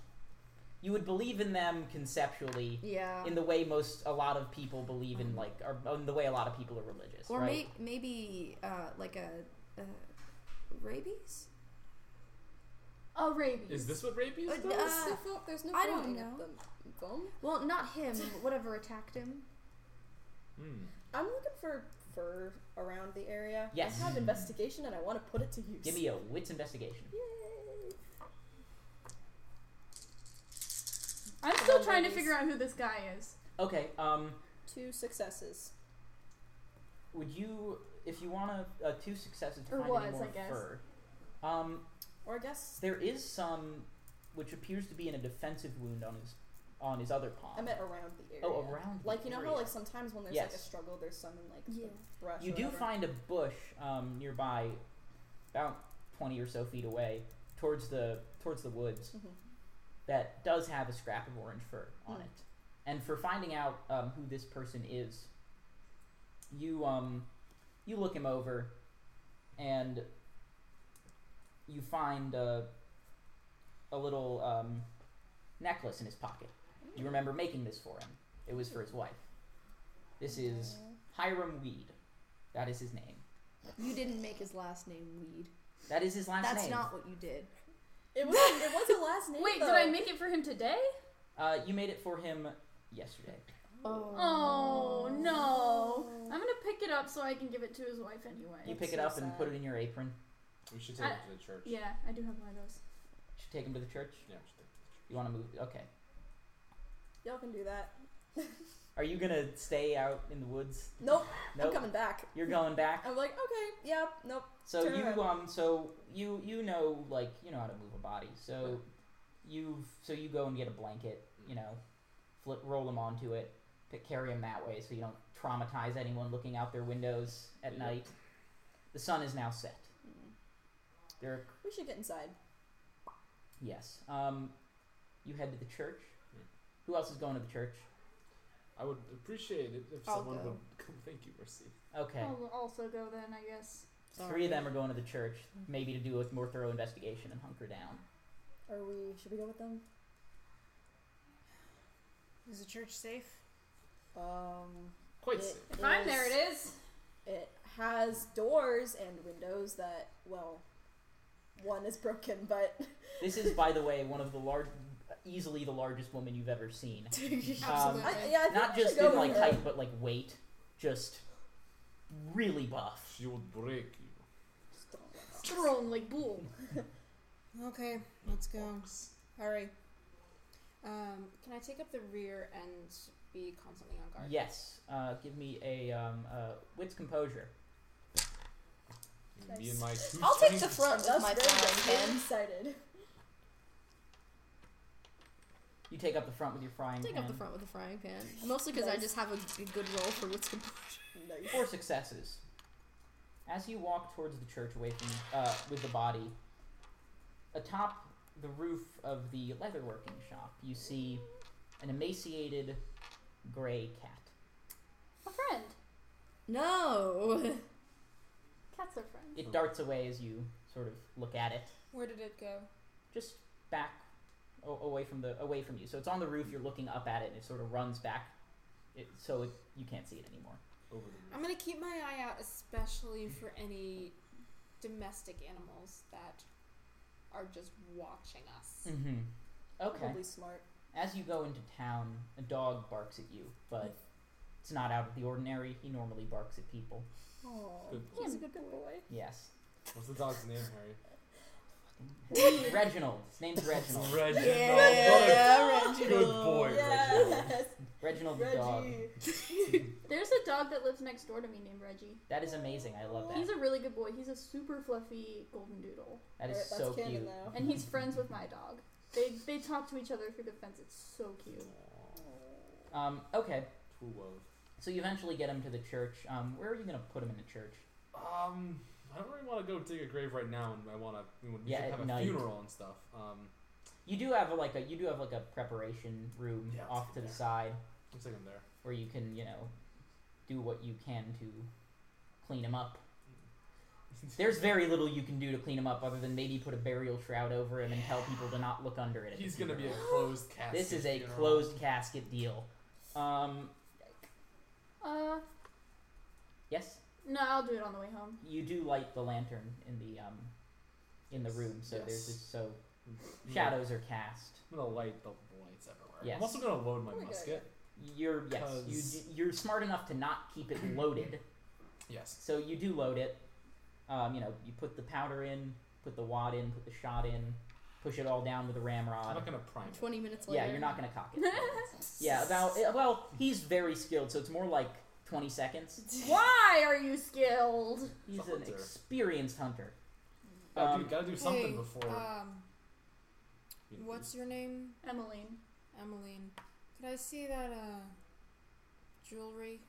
You would believe in them conceptually,
yeah.
in the way most a lot of people believe in, like, or in the way a lot of people are religious,
or
right?
may- maybe uh, like a uh, rabies?
oh, rabies.
Is this what rabies?
Uh,
is?
no.
There's no foam- there's no
I don't
foam in
know.
the foam?
Well, not him. Whatever attacked him.
Hmm.
I'm looking for fur around the area.
Yes.
I have investigation and I want to put it to use.
Give me a wits investigation.
Yay.
I'm still
Oh,
trying to
rabies.
figure out who this guy is.
Okay. Um,
Two successes.
would you, if you want to, uh, two successes to
Or
find
was,
any more
I guess.
fur? Um,
Or I guess
There is some, which appears to be in a defensive wound on his on his other palm.
I meant around the area.
oh, around. the
Like you know
area.
how like sometimes when there's like a
Yes.
struggle, there's some in like
Yeah.
the brush.
you
or
do
whatever.
find a bush um, nearby, about twenty or so feet away, towards the towards the woods,
Mhm.
that does have a scrap of orange fur on
Hmm.
it. And for finding out um, who this person is, you um, you look him over, and you find uh, a little um, necklace in his pocket. You remember making this for him. It was for his wife. This is Hiram Weed. That is his name.
You didn't make his last name Weed.
That is his last
That's
name.
not what you did.
It was it was a last name.
Wait,
though.
did I make it for him today?
Uh, you made it for him yesterday.
Oh, no. I'm gonna pick it up so I can give it to his wife anyway.
You pick
That's
it
so
up and
sad.
put it in your apron.
We should
I-
to the church.
Yeah, I do have one of those.
Should take him to the church.
Yeah, we should take
You want to move? Okay.
Y'all can do that.
Are you gonna stay out in the woods?
Nope,
Nope.
I'm coming Oh, back.
You're going back.
I'm like, okay, yep, nope.
So
turn
you
around.
um so you you know like you know how to move a body. So you've so you go and get a blanket. You know, flip roll him onto it. Pick, carry him that way so you don't traumatize anyone looking out their windows at
Yep.
night. The sun is now set. There are
We should get inside.
Yes. Um, you head to the church.
Hmm.
Who else is going to the church?
I would appreciate it if
I'll
someone
go.
Oh,
would come. Thank you, Mercy.
Okay.
I'll also go then, I guess.
Sorry.
Three of them are going to the church, maybe to do a more thorough investigation and hunker down.
Are we? Should we go with them?
Is the church safe?
Um,
Quite
it
safe.
If I'm there,
is-
it is.
It has doors and windows that, well, one is broken, but
This is, by the way, one of the large, easily the largest woman you've ever seen.
Absolutely.
I, yeah, I think
Not
we should
just
go
in
with
like
her.
height, but like weight. Just really buff.
She would break you.
Just don't let us.
Strong like bull.
Okay, let's go. Hurry. Um, can I take up the rear and be constantly on guard?
Yes. Uh, give me a um, uh, wits composure.
Me and my two
I'll take the
strengths.
front with
That's
my
random.
frying
I'm
pan.
excited.
You take up the front with your frying
Take
pan.
up the front with a frying pan. Mostly because I
Nice.
just have a, a good roll for what's composure.
Nice.
Four successes. As you walk towards the church, away from uh, with the body, atop the roof of the leatherworking shop, you see an emaciated gray cat.
A friend.
No.
Cats are friends.
It darts away as you sort of look at it,
Where did it go?
just back o- away from the away from you. So it's on the roof. You're looking up at it, and it sort of runs back. It, so it, you can't see it anymore.
Over the
I'm gonna keep my eye out, especially for any domestic animals that are just watching us.
Mm-hmm. Okay.
Probably smart.
As you go into town, a dog barks at you, but it's not out of the ordinary. He normally barks at people.
Oh,
Good
he's a good boy.
Yes.
What's the dog's name, Harry?
Reginald. His name's Reginald.
Reginald. What a good boy, Reginald.
Oh, Yes,
Reginald the dog.
Reggie.
There's a dog that lives next door to me named Reggie.
That is amazing. I love that.
He's a really good boy. He's a super fluffy golden doodle,
that is
Alright, that's
so
canon
cute.
now.
and he's friends with my dog. They they talk to each other through the fence. It's so cute.
Um, okay.
Too well.
So you eventually get him to the church. Um, where are you going to put him in the church?
Um, I don't really want to go dig a grave right now, and I want to. We
Yeah,
should
at
have a
night.
funeral and stuff. Um,
You do have a, like a you do have like a preparation room
Yeah,
off to the
yeah.
side
looks like I'm there.
where you can, you know, do what you can to clean him up. There's very little you can do to clean him up other than maybe put a burial shroud over him and tell people to not look under it. At the
He's gonna be a
funeral.
closed casket.
This is a
funeral.
closed casket deal. Um,
Uh,
yes,
no, I'll do it on the way home.
you do light the lantern in the um, in the room, so there's
Yes.
just so
Yeah.
shadows are cast.
I'm gonna light the lights everywhere.
Yes.
I'm also gonna load my
Oh my God,
musket.
You're yes, you
Because-
d- you're smart enough to not keep it loaded,
Yes.
so you do load it. Um, you know, you put the powder in, put the wad in, put the shot in, push it all down with a
I'm not
ramrod.
gonna prime it.
Twenty minutes later.
Yeah, you're not gonna cock it. yeah, about eh, well, he's very skilled, so it's more like twenty seconds.
Why are you skilled?
He's an
Hunter.
experienced hunter.
Gotta, do,
Um,
gotta do something
Hey,
before.
Um, what's your name?
Emmeline.
Emmeline. Could I see that uh, jewelry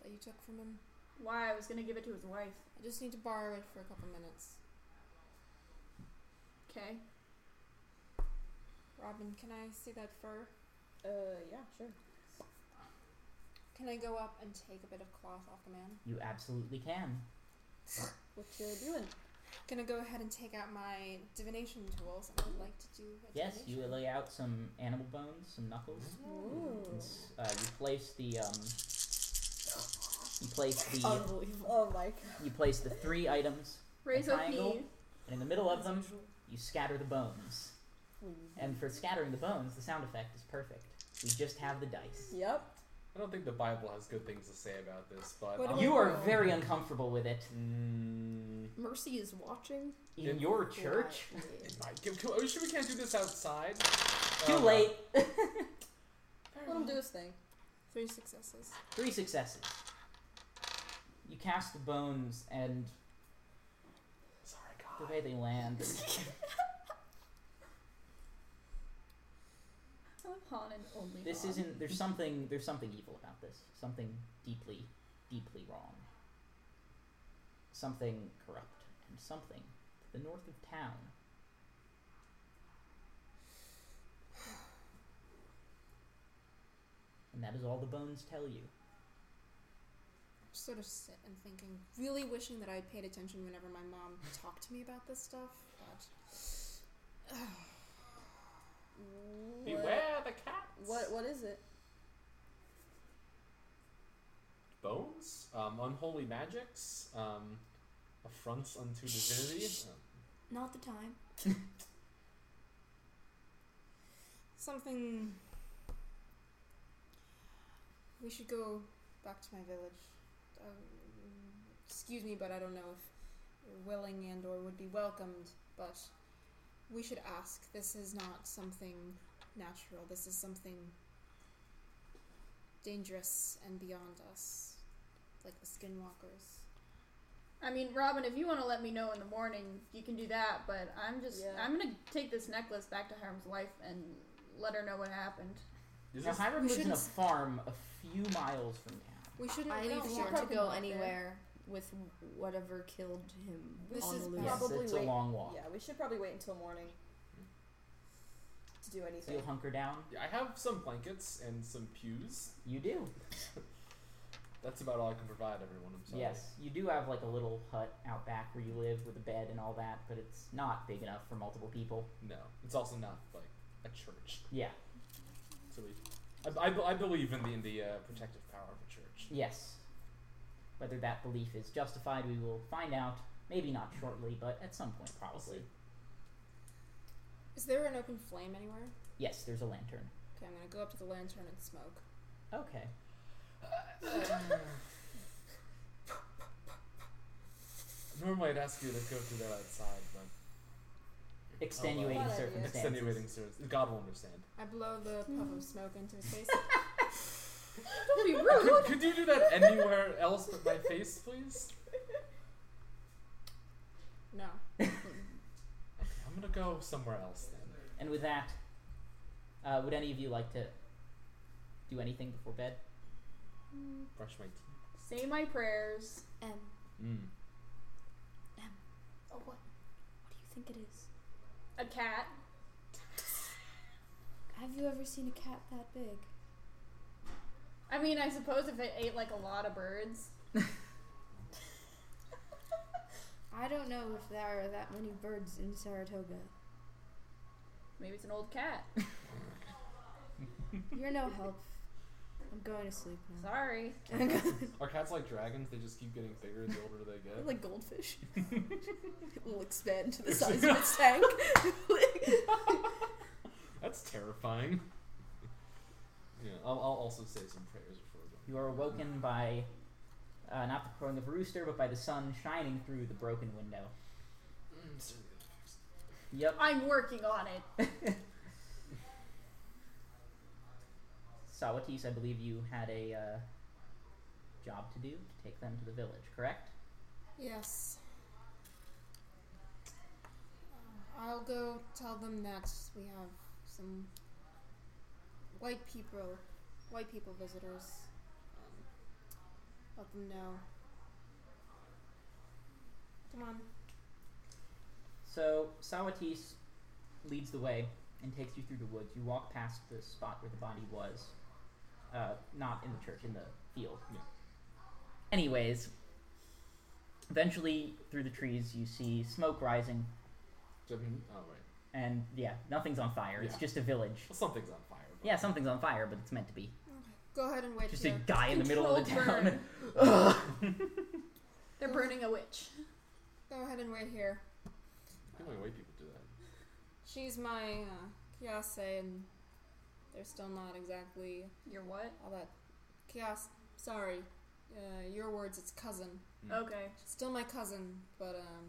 that you took from him?
Why I was gonna give it to his wife.
I just need to borrow it for a couple minutes.
Okay.
Robin, can I see that fur?
Uh, yeah, sure.
Can I go up and take a bit of cloth off the man?
You absolutely can.
What you doing?
Gonna go ahead and take out my divination tools, and I'd like to do. A
Yes, you
divination.
lay out some animal bones, some knuckles.
Ooh.
and s- Uh, you place the um, you place the
Unbelievable.
Oh my god.
you place the three items,
Raise
A
OP.
triangle? and in the middle of them, you scatter the bones. And for scattering the bones, the sound effect is perfect. We just have the dice.
Yep.
I don't think the Bible has good things to say about this, but
What
I'm-
about-
You are very uncomfortable with it
Mm,
Mercy is watching.
in your church.
it might give- Are you sure we can't do this outside?
Too
Um,
late.
Let him do his thing.
Three successes.
Three successes. You cast the bones, and
Sorry,
the
God.
way they land
I love Han and only
This
Han.
isn't. There's something. There's something evil about this. Something deeply, deeply wrong. Something corrupt and something to the north of town. And that is all the bones tell you.
just sort of sit and thinking, really wishing that I had paid attention whenever my mom talked to me about this stuff. But
Beware the cats.
What what is it?
Bones? Um, unholy magics? Um, affronts unto divinity? Um,
Not the time.
something. We should go back to my village. Um, excuse me, but I don't know if you're willing and or would be welcomed. But we should ask. This is not something natural. This is something dangerous and beyond us, like the skinwalkers.
I mean, Robin, if you want to let me know in the morning, you can do that. But I'm just,
Yeah.
I'm gonna take this necklace back to Hiram's wife and let her know what happened.
is
Now,
this-
Hiram
we
lives in a
shouldn't-
farm a few miles from town.
We shouldn't.
I
we
don't
don't
want
want
to go
there.
anywhere with whatever killed him
This
on
is
the loose.
Yes,
Probably
it's a
wait-
long walk.
Yeah, we should probably wait until morning to
So
do
you'll
anything.
hunker down.
I have some blankets and some pews.
You do.
That's about all I can provide everyone. I'm sorry.
Yes, you do have like a little hut out back where you live with a bed and all that, but it's not big enough for multiple people.
No, it's also not like a church.
Yeah.
So we, I, I, be- I believe in the in the uh, protective power of a church.
Yes. Whether that belief is justified, we will find out. Maybe not shortly, but at some point, probably.
Is there an open flame anywhere?
Yes, there's a lantern.
Okay, I'm gonna go up to the lantern and smoke.
Okay.
Normally, I'd ask you to go do that outside, but
Extenuating
What idea?
circumstances.
extenuating service. God will understand.
I blow the puff
Mm.
of smoke into his face.
Don't be rude.
Could, could you do that anywhere else but my face, please?
No.
Okay, I'm gonna go somewhere else then.
And with that, uh, would any of you like to do anything before bed?
Brush my teeth.
Say my prayers.
M.
Mm.
Oh, what? What do you think it is?
A cat.
Have you ever seen a cat that big?
I mean, I suppose if it ate like a lot of birds.
I don't know if there are that many birds in Saratoga.
Maybe it's an old cat.
You're no help. I'm going to sleep now.
Sorry.
Are cats like dragons? They just keep getting bigger the older they get.
Like goldfish. it will expand to the size of its tank.
That's terrifying. yeah, I'll, I'll also say some prayers before we go.
You are awoken by uh, not the crowing of a rooster, but by the sun shining through the broken window.
Mm, so the other person.
Yep.
I'm working on it.
Sawatis, I believe you had a uh, job to do to take them to the village, correct?
Yes. Uh, I'll go tell them that we have some white people, white people visitors. Um, let them know. Come on.
So Sawatis leads the way and takes you through the woods. You walk past the spot where the body was, uh, not in the church, in the field.
Yeah.
Anyways, eventually through the trees you see smoke rising,
Do you have any- Oh right.
and yeah, nothing's on fire. It's
Yeah.
just a village.
Well, something's on fire. But
Yeah, something's on fire, but it's meant to be.
Go ahead and wait
Just a
here.
guy in the middle of the
Controlled
town.
They're burning a witch.
Go ahead and wait here.
I think only white people do that.
She's my uh, kiase, and they're still not exactly
You're what?
all that. Kias, sorry, uh, your words, it's cousin.
Mm.
Okay.
She's still my cousin, but um,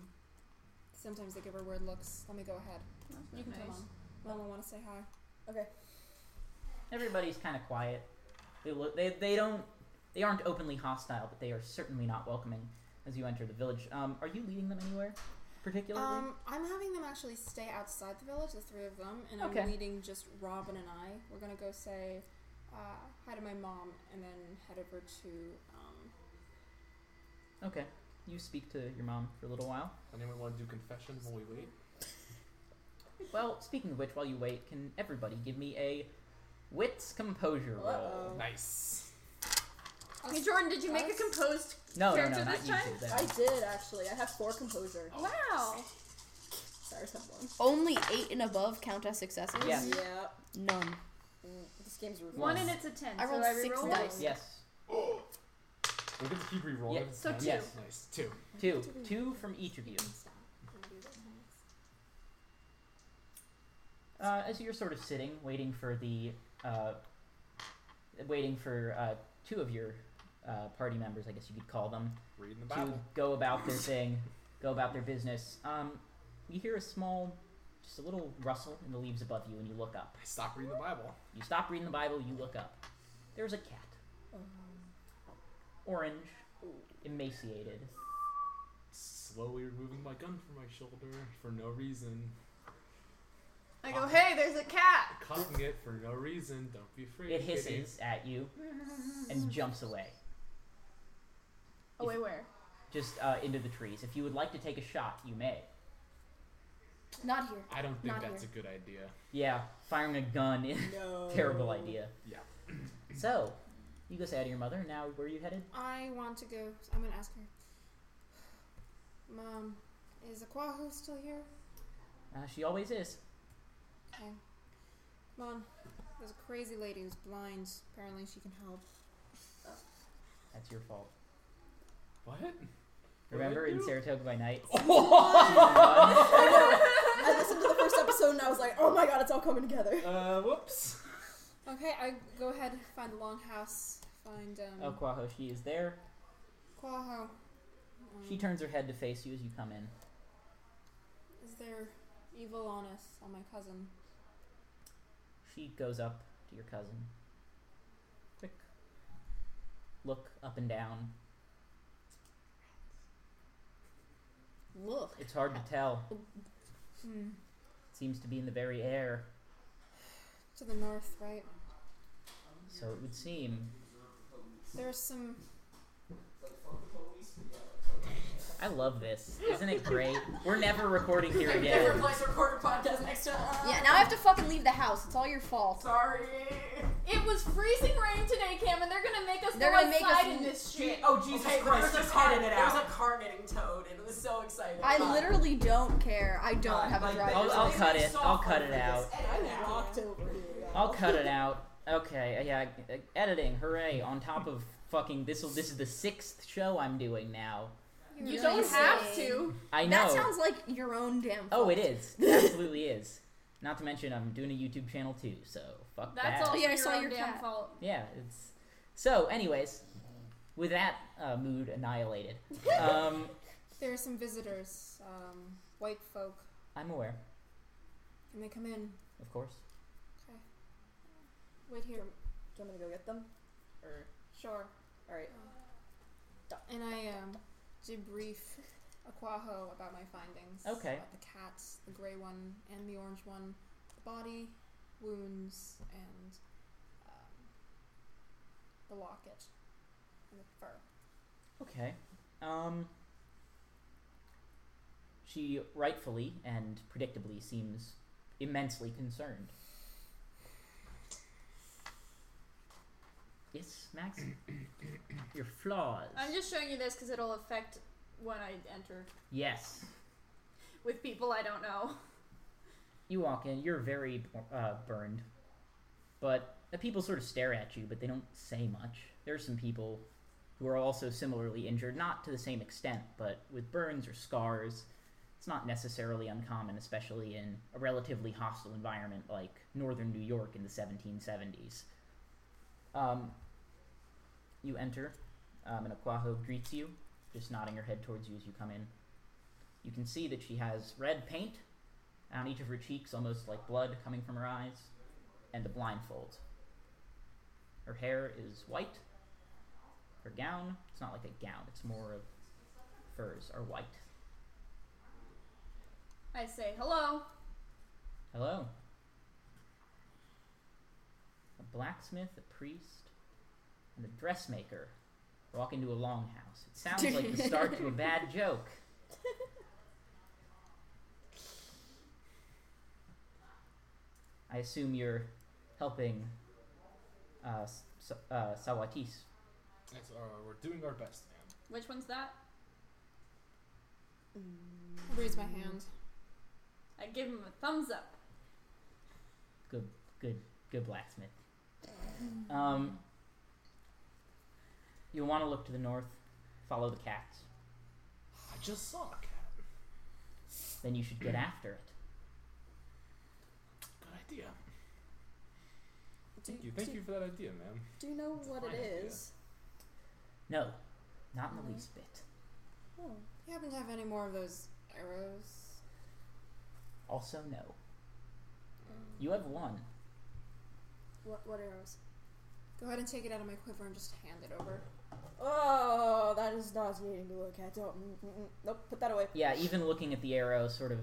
sometimes they give her weird looks. Let me go ahead.
That's
You can
nice.
come on. Mama, want to say hi?
okay.
Everybody's kind of quiet. They look. They, they don't. They aren't openly hostile, but they are certainly not welcoming as you enter the village. Um, are you leading them anywhere, particularly?
Um, I'm having them actually stay outside the village, the three of them, and
Okay.
I'm leading just Robin and I. We're gonna go say uh, hi to my mom, and then head over to um,
okay. You speak to your mom for a little while.
Anyone want to do confession while we wait?
Well, speaking of which, while you wait, can Oh. everybody give me a wits composure roll?
Uh-oh.
Nice.
Hey, Jordan, did you make a composed?
No, no,
Character
no, not
this
you.
time?
Zilda.
I did actually. I have four composure.
Wow.
Cyrus have one.
Only eight and above count as successes.
Yeah.
Yeah.
None.
Mm, this game's rude.
One
One.
and it's a ten.
I rolled
so I
six
re-roll one?
dice.
Yes.
We're gonna keep re-rolling.
Yeah,
if it's
so
ten.
two.
Yes.
Nice. Two.
Two. Two from each of you. Uh, as you're sort of sitting, waiting for the, uh, waiting for uh, two of your uh, party members, I guess you could call them,
Reading the
to
Bible.
go about their thing, go about their business. Um, you hear a small, just a little rustle in the leaves above you, and you look up.
I stopped reading the Bible.
You stop reading the Bible, you look up. There's a cat.
Um.
Orange, emaciated.
Slowly removing my gun from my shoulder for no reason.
I go, hey, there's a cat.
Cutting it for no reason. Don't be afraid.
It
kitties.
hisses at you
Mm.
and jumps away,
Oh wait, where?
just uh, into the trees. If you would like to take a shot, you may.
Not here.
I don't think
Not
that's a good idea.
Yeah, firing a gun is
No.
a terrible idea.
Oh. Yeah.
So, you go say hi to your mother. Now, where are you headed?
I want to go. I'm gonna ask her. Mom, is Aquahu still here?
Uh, she always is.
Okay. Come on. There's a crazy lady who's blind. Apparently, she can help.
That's your fault.
What? What did I
Remember in
do?
Saratoga by Night?
I listened to the first episode and I was like, oh my god, it's all coming together.
Uh, whoops.
Okay, I go ahead find the longhouse. Find um.
Oh, Quaho, she is there.
Quaho.
She turns her head to face you as you come in.
Is there evil on us, on my cousin?
She goes up to your cousin. Quick look up and down.
Look.
It's hard to tell.
Hmm.
seems to be in the very air.
To the north, right?
So it would seem.
There's some.
I love this. Isn't it great? We're never recording here
Never
again.
place record podcast next to
Yeah, now I have to fucking leave the house. It's all your fault.
Sorry.
It was freezing rain today, Cam, and they're gonna make us
They're
go
gonna make us
outside in
n-
this shit.
Oh Jesus
Okay,
Christ!
there's a
just
car-
edited
there's
a car getting towed, and it was so exciting.
I literally don't care. I don't
God,
have a
like,
driver.
I'll, I'll cut it. I'll cut it out.
I walked over here.
I'll cut it out. Okay, uh, yeah, uh, editing, hooray! On top of fucking this, will this is the sixth show I'm doing now.
You
You're
don't
really
have
silly.
to.
I know.
That sounds like your own damn fault.
oh, it is. It absolutely is. Not to mention, I'm doing a YouTube channel too, so fuck
That's
that.
all
Oh, Yeah, I
your
saw
own
your
damn
cat.
fault.
Yeah, it's so. Anyways, with that uh, mood annihilated, um,
There are some visitors. Um, white folk.
I'm aware,
Can they come in?
of course.
Wait here.
Do you want me to go get them? Or
Sure.
all right.
And I um, debrief Aquaho about my findings.
Okay.
About the cats, the gray one and the orange one, the body, wounds, and um, the locket and the fur.
Okay. Um. She rightfully and predictably seems immensely concerned. Yes, Max. Your flaws.
I'm just showing you this because it'll affect when I enter
Yes.
with people I don't know.
You walk in. You're very uh, burned, but the people sort of stare at you, but they don't say much. There are some people who are also similarly injured, not to the same extent, but with burns or scars. It's not necessarily uncommon, especially in a relatively hostile environment like northern New York in the 1770s. Um, you enter, um, and Aquaho greets you, just nodding her head towards you as you come in. You can see that she has red paint on each of her cheeks, almost like blood coming from her eyes, and a blindfold. Her hair is white. Her gown, it's not like a gown, it's more of furs, are white.
I say hello.
Hello. A blacksmith, a priest, and a dressmaker walk into a longhouse. It sounds like the start to a bad joke. I assume you're helping uh, S- uh, Sawatis.
It's, uh, we're doing our best, man.
Which one's that?
I'll raise my hand.
I give him a thumbs up.
Good blacksmith. Um, you'll want to look to the north, follow the cats.
I just saw a cat.
Then you should get after it.
Good idea.
Do,
Thank you. Thank
do,
you for that idea, man.
Do you know what
fine
it
idea.
is?
No, not in the
Mhm.
least
Mm-hmm.
bit.
Oh,
You happen to have any more of those arrows?
Also, no.
Mm.
You have one.
what what arrows?
Go ahead and take it out of my quiver and just hand it over.
Oh, that is nauseating to look at. Don't. mm, mm, mm. Nope. Put that away.
Yeah, even looking at the arrow sort of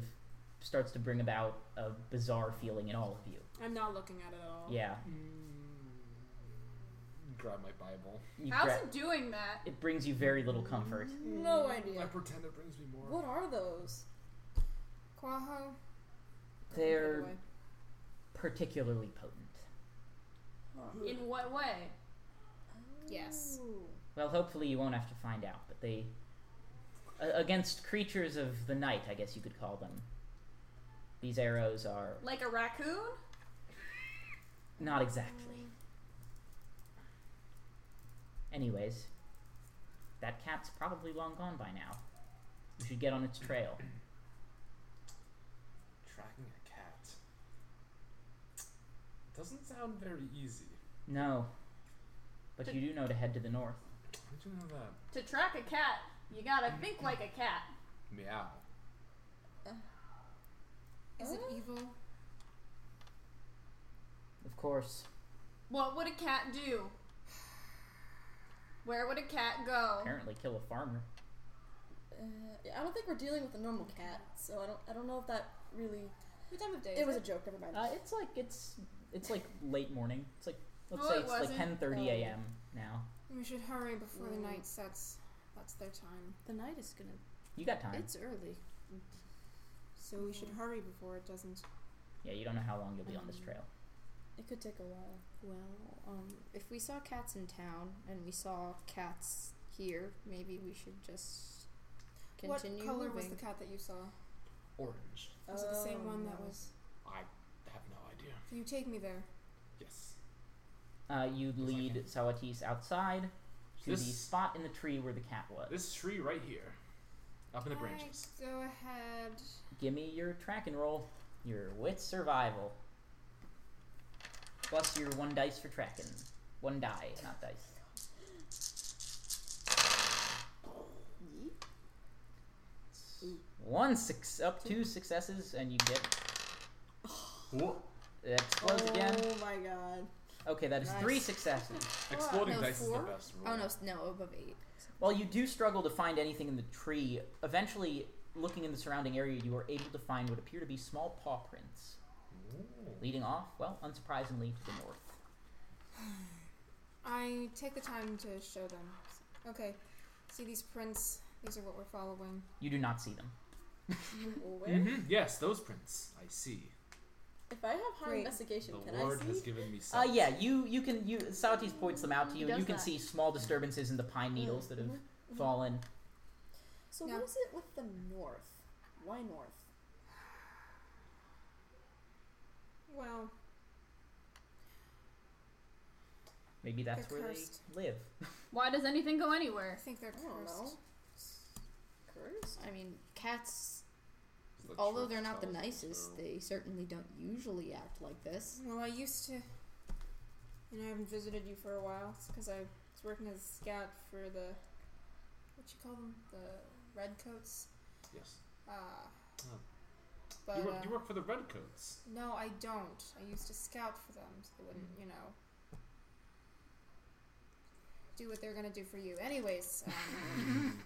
starts to bring about a bizarre feeling in all of you.
I'm not looking at it at
Oh.
all.
Yeah.
Mm, Grab my Bible.
You
How's
gra-
it Mm-hmm. doing, Matt?
it brings you very little comfort.
No
I
idea.
pretend it brings me more.
What are those?
Quaho?
They're particularly potent.
In what way?
Yes.
Ooh.
Well, hopefully you won't have to find out, but they. a against creatures of the night, I guess you could call them. These arrows are
Like a raccoon?
Not exactly. Anyways, that cat's probably long gone by now. You should get on its trail.
Tracking a cat. Doesn't sound very easy.
No. But you do know to head to the north.
How'd you know that?
To track a cat, you gotta think like a cat.
Meow.
Is it evil?
Of course.
What would a cat do? Where would a cat go?
Apparently kill a farmer.
Uh, I don't think we're dealing with a normal cat, so I don't. I don't know if that really.
What time of day?
It was a joke. Never mind.
Uh, it's like it's it's like late morning. It's like let's
No,
say
it
it's like
wasn't.
ten thirty
Oh.
AM now.
We should hurry before the
Mm.
night sets. That's their time.
The night is gonna.
You got time.
It's early.
So we
Mm-hmm.
should hurry before it doesn't.
Yeah, you don't know how long you'll be on this trail.
It could take a while.
Well, um, if we saw cats in town and we saw cats here, maybe we should just continue
what color was
moving.
the cat that you saw?
Orange.
Was it the same
Oh,
one that
no.
was?
I have no idea.
Can you take me there?
Yes.
Uh, you lead
Okay.
Sawatis outside to the
This
spot in the tree where the cat was.
this tree right here, up in the
Alright,
branches.
Go ahead.
Give me your track and roll, your wit survival, plus your one dice for tracking. One die, not dice. One six up two successes, and you get
Whoa.
that explodes again.
Oh my god.
Okay, that is three
Nice.
successes.
Exploding
no,
dice
four?
is the best rule.
Oh no, s- no, above eight.
While you do struggle to find anything in the tree, eventually, looking in the surrounding area, you are able to find what appear to be small paw prints,
Ooh.
leading off, well, unsurprisingly, to the north.
I take the time to show them. Okay. See these prints? These are what we're following.
You do not see them.
Well, where?
Mhm, Yes, those prints. I see.
If I have high
Wait.
investigation,
The
can
Lord
I see?
has given me
Uh,
sight.
yeah, you you can you Saotis points them out to
He
you, and
does
you can
that.
see small disturbances in the
Mm-hmm,
pine needles that have fallen.
So
No.
what is it with the north? Why north?
Well,
Maybe that's
They're
where
cursed.
they live.
Why does anything go
I
anywhere?
think they're
I don't
cursed.
know. Cursed?
I mean, cats.
The
although
church
they're not the
tells me
nicest,
so.
they certainly don't usually act like this.
Well, I used to. You know, I haven't visited you for a while. It's because I was working as a scout for the. What you call them? The redcoats?
Yes.
Uh,
Oh.
But.
you, work,
uh,
you work for the Redcoats.
No, I don't. I used to scout for them so they wouldn't,
Mm.
you know. Do what they're gonna do for you. Anyways, um,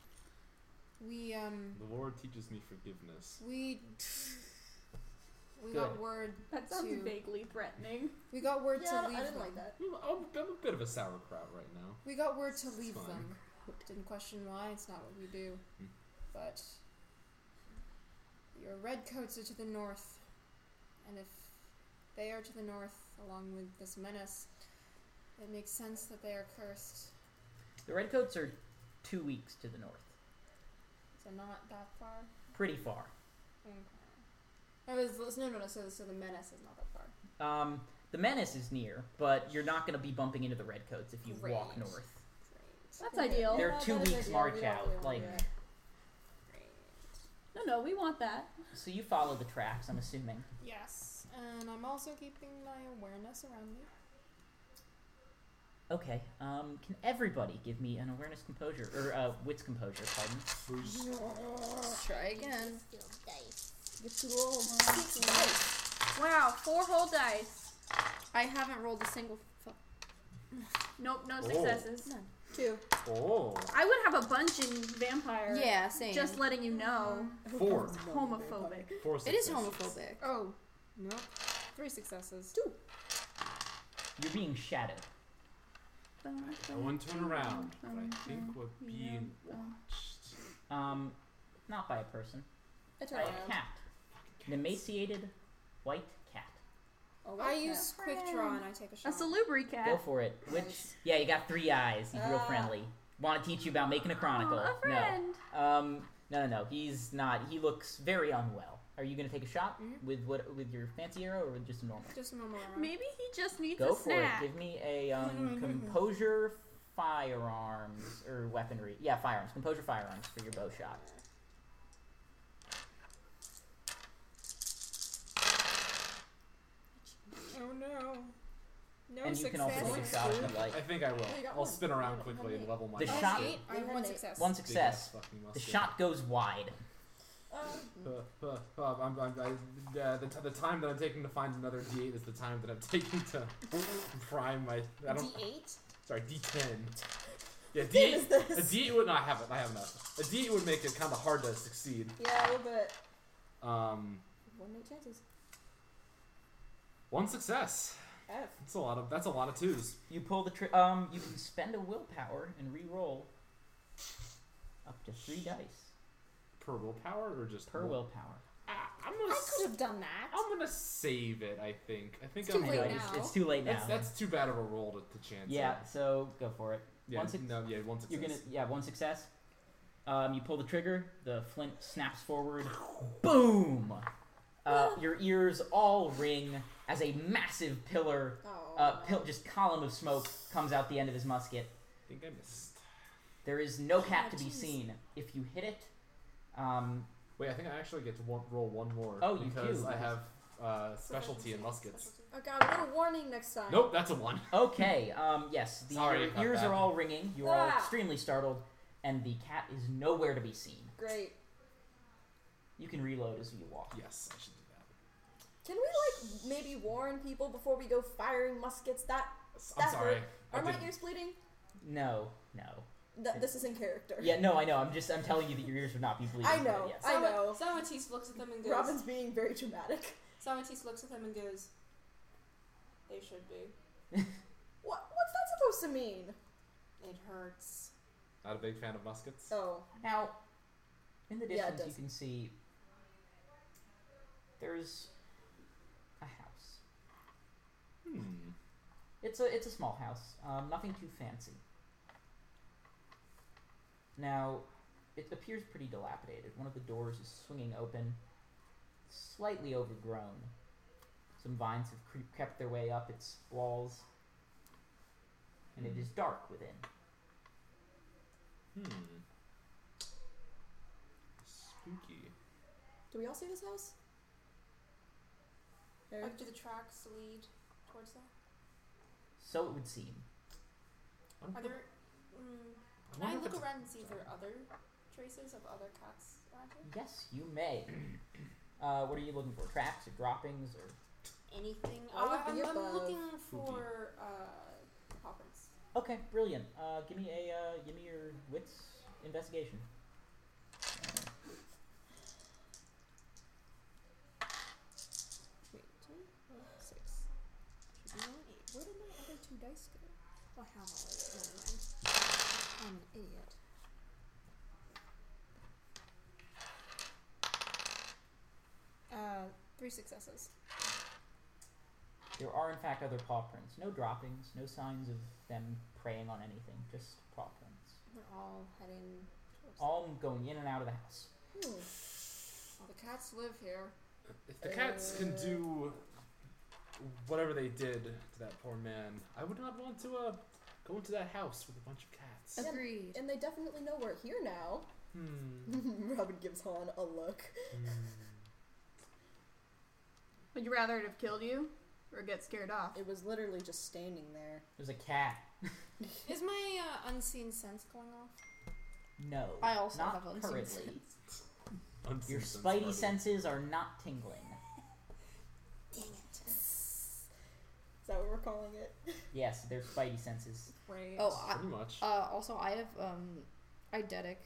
we, um.
The Lord teaches me forgiveness.
We. We got
Good.
word.
That sounds
Two.
vaguely threatening.
We got word
Yeah, I
to
don't-
leave
I didn't
them.
like that.
I'm, I'm I'm a bit of a sauerkraut right now.
We got word to leave
fine.
them. Didn't question why, it's not what we do.
Hmm.
But your redcoats are to the north, and if they are to the north along with this menace, It makes sense that they are cursed.
The redcoats are two weeks to the north,
So not that far.
pretty far.
Okay. I was no no no. So so the menace is not that far.
Um, the menace is near, but you're not going to be bumping into the redcoats if you walk
Great. Oh,
north.
That's ideal.
They're
Yeah,
two
that is
weeks
ideal.
march
We don't
out,
really
like-
wanna do
No, no, we want that.
So you follow the tracks, I'm assuming.
it. Yes, and I'm also keeping my awareness around me.
Okay. Um, can everybody give me an awareness composure or uh, wits composure? Pardon.
Let's try again.
Wow, four whole dice.
I haven't rolled a single. Fu-
Nope, no
Oh.
successes.
Two.
Oh,
I would have a bunch in vampire.
yeah, same.
Just letting you know,
four.
it's homophobic.
Four
it is
successes.
homophobic.
Oh no, three successes.
You're being shadowed.
I want to turn around, but I think we're being watched.
Um, not by a person.
I turn
By
around.
a cat. An emaciated white cat.
Oh,
I
yeah.
use quick draw and I take a
A
shot.
salubri
Go
cat.
for it. Which? Yeah, you got three eyes. He's real
Ah.
friendly. Want to teach you about making a chronicle?
Aw, Oh, a friend.
No. Um, no, no, no. He's not. He looks very unwell. Are you gonna take a shot
Mm-hmm.
Mhm.
with what with your fancy arrow or with just a normal?
Just a normal round.
Maybe he just needs
Go
a
for it.
snack.
Give me a um, composure firearms or weaponry. Yeah, firearms. Composure firearms for your bow shot.
Oh no. No
and you
success.
can also take a shot if you like.
I think I will.
you got
I'll
one.
spin around
How
quickly
many?
and level my
The
gun.
shot-
Big
Oh, Eight. I have one success.
One
ass
success.
fucking
The
mustard.
shot goes wide.
Uh, uh, uh, I'm, I'm, I, uh, the, t- the time that I'm taking to find another D8 is the time that I'm taking to prime my. I don't.
D8.
Sorry, D10. Yeah,
game is
D8.
this?
A D8 would not have it. I have enough. A D8 would make it kind of hard to succeed.
Yeah, a little bit.
Um,
One eight chances.
one success.
F.
That's a lot of. That's a lot of twos.
You pull the tri- um. You can spend a willpower and re-roll up to three dice
Per willpower or just
per
one?
willpower.
Ah, I'm gonna.
I
s-
could have done that.
I'm gonna save it. I think. I think
It's
I'm
too
I
late
know,
gonna-
it's,
now.
it's too late now.
That's, that's too bad of a roll to, to chance.
yeah.
it.
So go for it.
Yeah.
One suc-
no. Yeah. One success.
You're gonna yeah one success. Um, you pull the trigger. The flint snaps forward. Boom! Uh, your ears all ring as a massive pillar,
Oh.
uh, pil- just column of smoke comes out the end of his musket.
I think I missed.
There is no cap
Oh,
to be
jeez.
seen. If you hit it, um,
Wait, I think I actually get to one, roll one more.
Oh, you
because
do.
I have uh, specialty in muskets.
oh god, a little warning next time.
Nope, that's a one.
okay, um, yes, the
Sorry
your
about
ears
that.
are all ringing. You are all
Ah.
extremely startled, and the cat is nowhere to be seen.
Great.
You can reload as you walk.
Yes, I should do that.
Can we like maybe warn people before we go firing muskets? That
S- I'm
That
sorry.
hurt.
I
are my
didn't-
ears bleeding?
No, no.
That this is in character.
Yeah, no, I know. I'm just I'm telling you that your ears would not be bleeding.
I
but
know.
yes.
I know.
Salmatis looks at them and goes.
Robin's being very dramatic.
Salmatis looks at them and goes. They should be.
What? What's that supposed to mean?
It hurts.
Not a big fan of muskets.
Oh,
Now, in the
Yeah, it
distance, you
does.
can see there's a house.
Hmm.
It's a it's a small house, um, nothing too fancy. Now, it appears pretty dilapidated. One of the doors is swinging open, slightly overgrown. Some vines have creep- kept their way up its walls, and it is dark within.
Hmm. Spooky.
do we all see this house? Eric?
Up to the tracks lead towards that.
So it would seem.
I wonder-
Are there? Mm,
I
can
wonder
I
if
look
it's-
around and see if there are other traces of other cats around here?
Yes, you may. Uh, what are you looking for? Tracks or droppings or
Anything?
All
Uh,
of the
I'm, I'm
above.
looking for uh, paw prints.
Okay, brilliant. Uh, give me a uh, give me your wits investigation.
Wait, two, four, six. Should be one, eight. Where did my other two dice go? Oh, how all of it. Never mind. I'm an idiot. Uh, three successes.
There are, in fact, other paw prints. No droppings, no signs of them preying on anything, just paw prints.
They're all heading towards.
All going in and out of the house.
Hmm.
Well, the cats live here.
If the cats can do whatever they did to that poor man, I would not want to uh, go into that house with a bunch of cats.
Yeah.
Agreed.
And they definitely know we're here now.
Hmm.
Robin gives Han a look.
Would you rather it have killed you or get scared off?
It was literally just standing there.
There's a cat.
Is my uh, unseen sense going off?
No.
I also
not
have unseen
currently.
sense.
Unseen
Your
sense
spidey
already.
senses are not tingling.
Is that what we're calling it?
Yes, they're spidey senses.
Right.
Oh, I,
Pretty much.
Uh, also, I have um, eidetic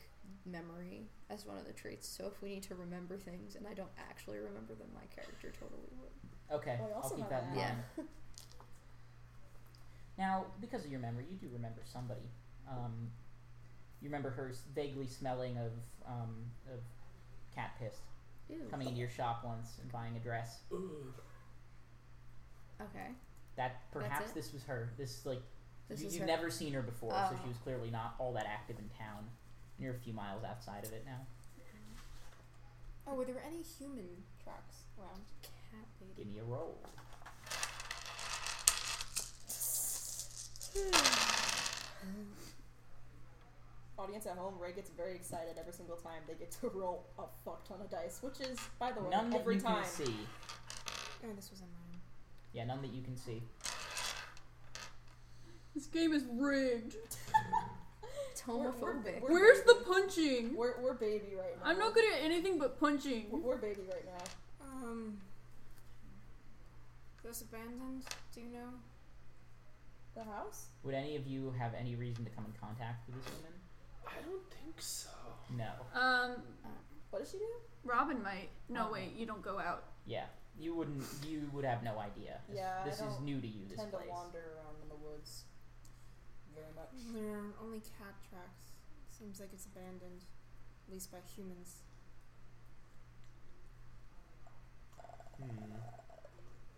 memory as one of the traits. So if we need to remember things and I don't actually remember them, my character totally would.
Okay,
Oh, I
I'll
also
keep
have
that in mind.
that.
now, because of your memory, you do remember somebody. Um, you remember her s- vaguely smelling of um, of cat piss coming into your shop once and buying a dress.
Okay.
That perhaps
it?
this was her. This like
This
you,
is
you've
her.
never seen her before, so
Oh.
she was clearly not all that active in town. And you're a few miles outside of it now.
oh, were there any human tracks around?
Cat lady.
Give me a roll.
Audience at home, Ray gets very excited every single time they get to roll a fuck ton of dice, which is, by the way,
None that
every
you
time.
can see.
Oh, this was in mine.
Yeah, none that you can see.
This game is rigged.
It's
We're- we're-
homophobic.
we're
Where's the
baby.
punching?
We're, we're baby right now.
I'm not good at anything but
We're,
punching.
we're baby right now.
Um. This abandoned? Do you know?
The house?
Would any of you have any reason to come in contact with this woman?
I don't think so.
No.
Um,
What does she do?
Robin might. No, wait, you don't go out.
Yeah. You wouldn't. You would have no idea. This,
Yeah, I
this is
don't
new to you. This
Tend
place.
to wander around in the woods very much.
There are only cat tracks. Seems like it's abandoned, at least by humans.
Hmm.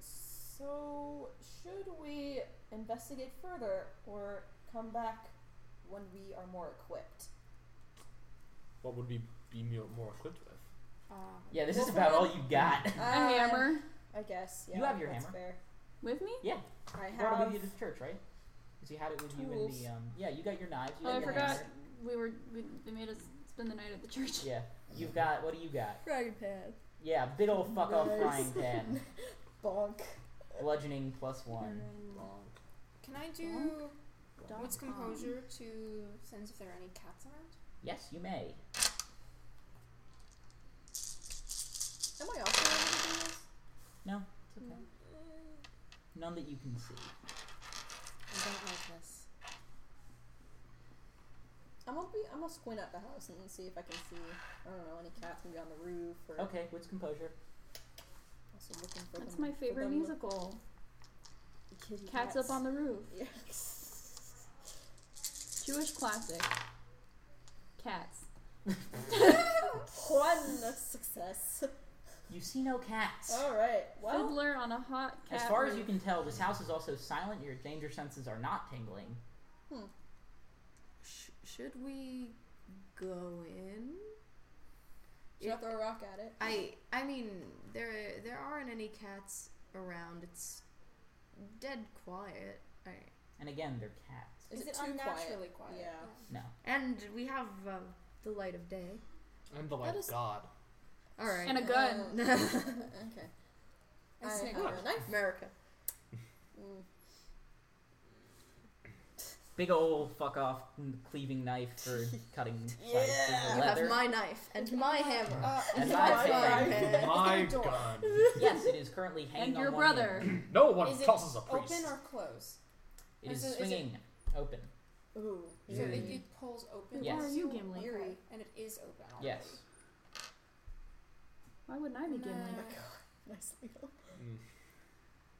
So, should we investigate further or come back when we are more equipped?
What would we be mo- more equipped with?
Uh,
Yeah, this is
Well,
about
for
all you got.
Uh,
A hammer
I guess. Yeah,
You have your
that's
hammer.
Fair.
with me?
I
Brought it
have.
with you to church, right? Because you had it with you in
Tools.
the. Um, yeah, you got your knives. You
Oh,
got
I
your
forgot.
hammer.
We were. We, they made us spend the night at the church.
Yeah, you've got. What do you got?
Dragon pad.
Yeah, big old fuck off
Nice.
frying pan.
Bonk.
Bludgeoning plus one.
can I do what's composure to sense if there are any cats around?
Yes, you may.
Am I also able to do this?
No, it's okay.
Mm-hmm.
None that you can see.
I don't like this.
I'm gonna be. I'm gonna squint at the house and see if I can see. I don't know any cats maybe on the roof or.
Okay, what's composure?
Also looking for
That's
them-
my
for
favorite
them
musical.
little kitty
Cats up on the roof.
Yeah.
Jewish classic. Cats.
One success.
You see no cats.
All right. Well,
Fiddler on a hot cat.
As far as you
roof.
can tell, this house is also silent. Your danger senses are not tingling.
Sh- should we go in?
should I throw a rock at it?
I I mean there there aren't any cats around. It's dead quiet. I,
And again, they're cats.
Is it too
unnaturally quiet?
Yeah.
No.
and we have uh, the light of day.
I'm the like
is-
god.
All right.
And a gun.
Uh, okay.
I
I
say
have a knife.
America.
Mm.
Big old fuck off cleaving knife for cutting slices
Yeah.
of
You have
leather.
my knife and my hammer.
Uh,
And
my
my
frying
frying
pan.
My
Door.
god.
yes, it is currently hanging.
And your
on one
brother.
hand.
No one
Is it
tosses a priest.
open or close?
It is,
Is it- is it-
swinging open.
Ooh.
So
Mm.
it, it pulls open.
Yes.
Where are you, Gimli?
Eerie, and it is open. Already.
Yes.
Why wouldn't I be Gimli?
Uh,
No.
Nicely done.
Mm.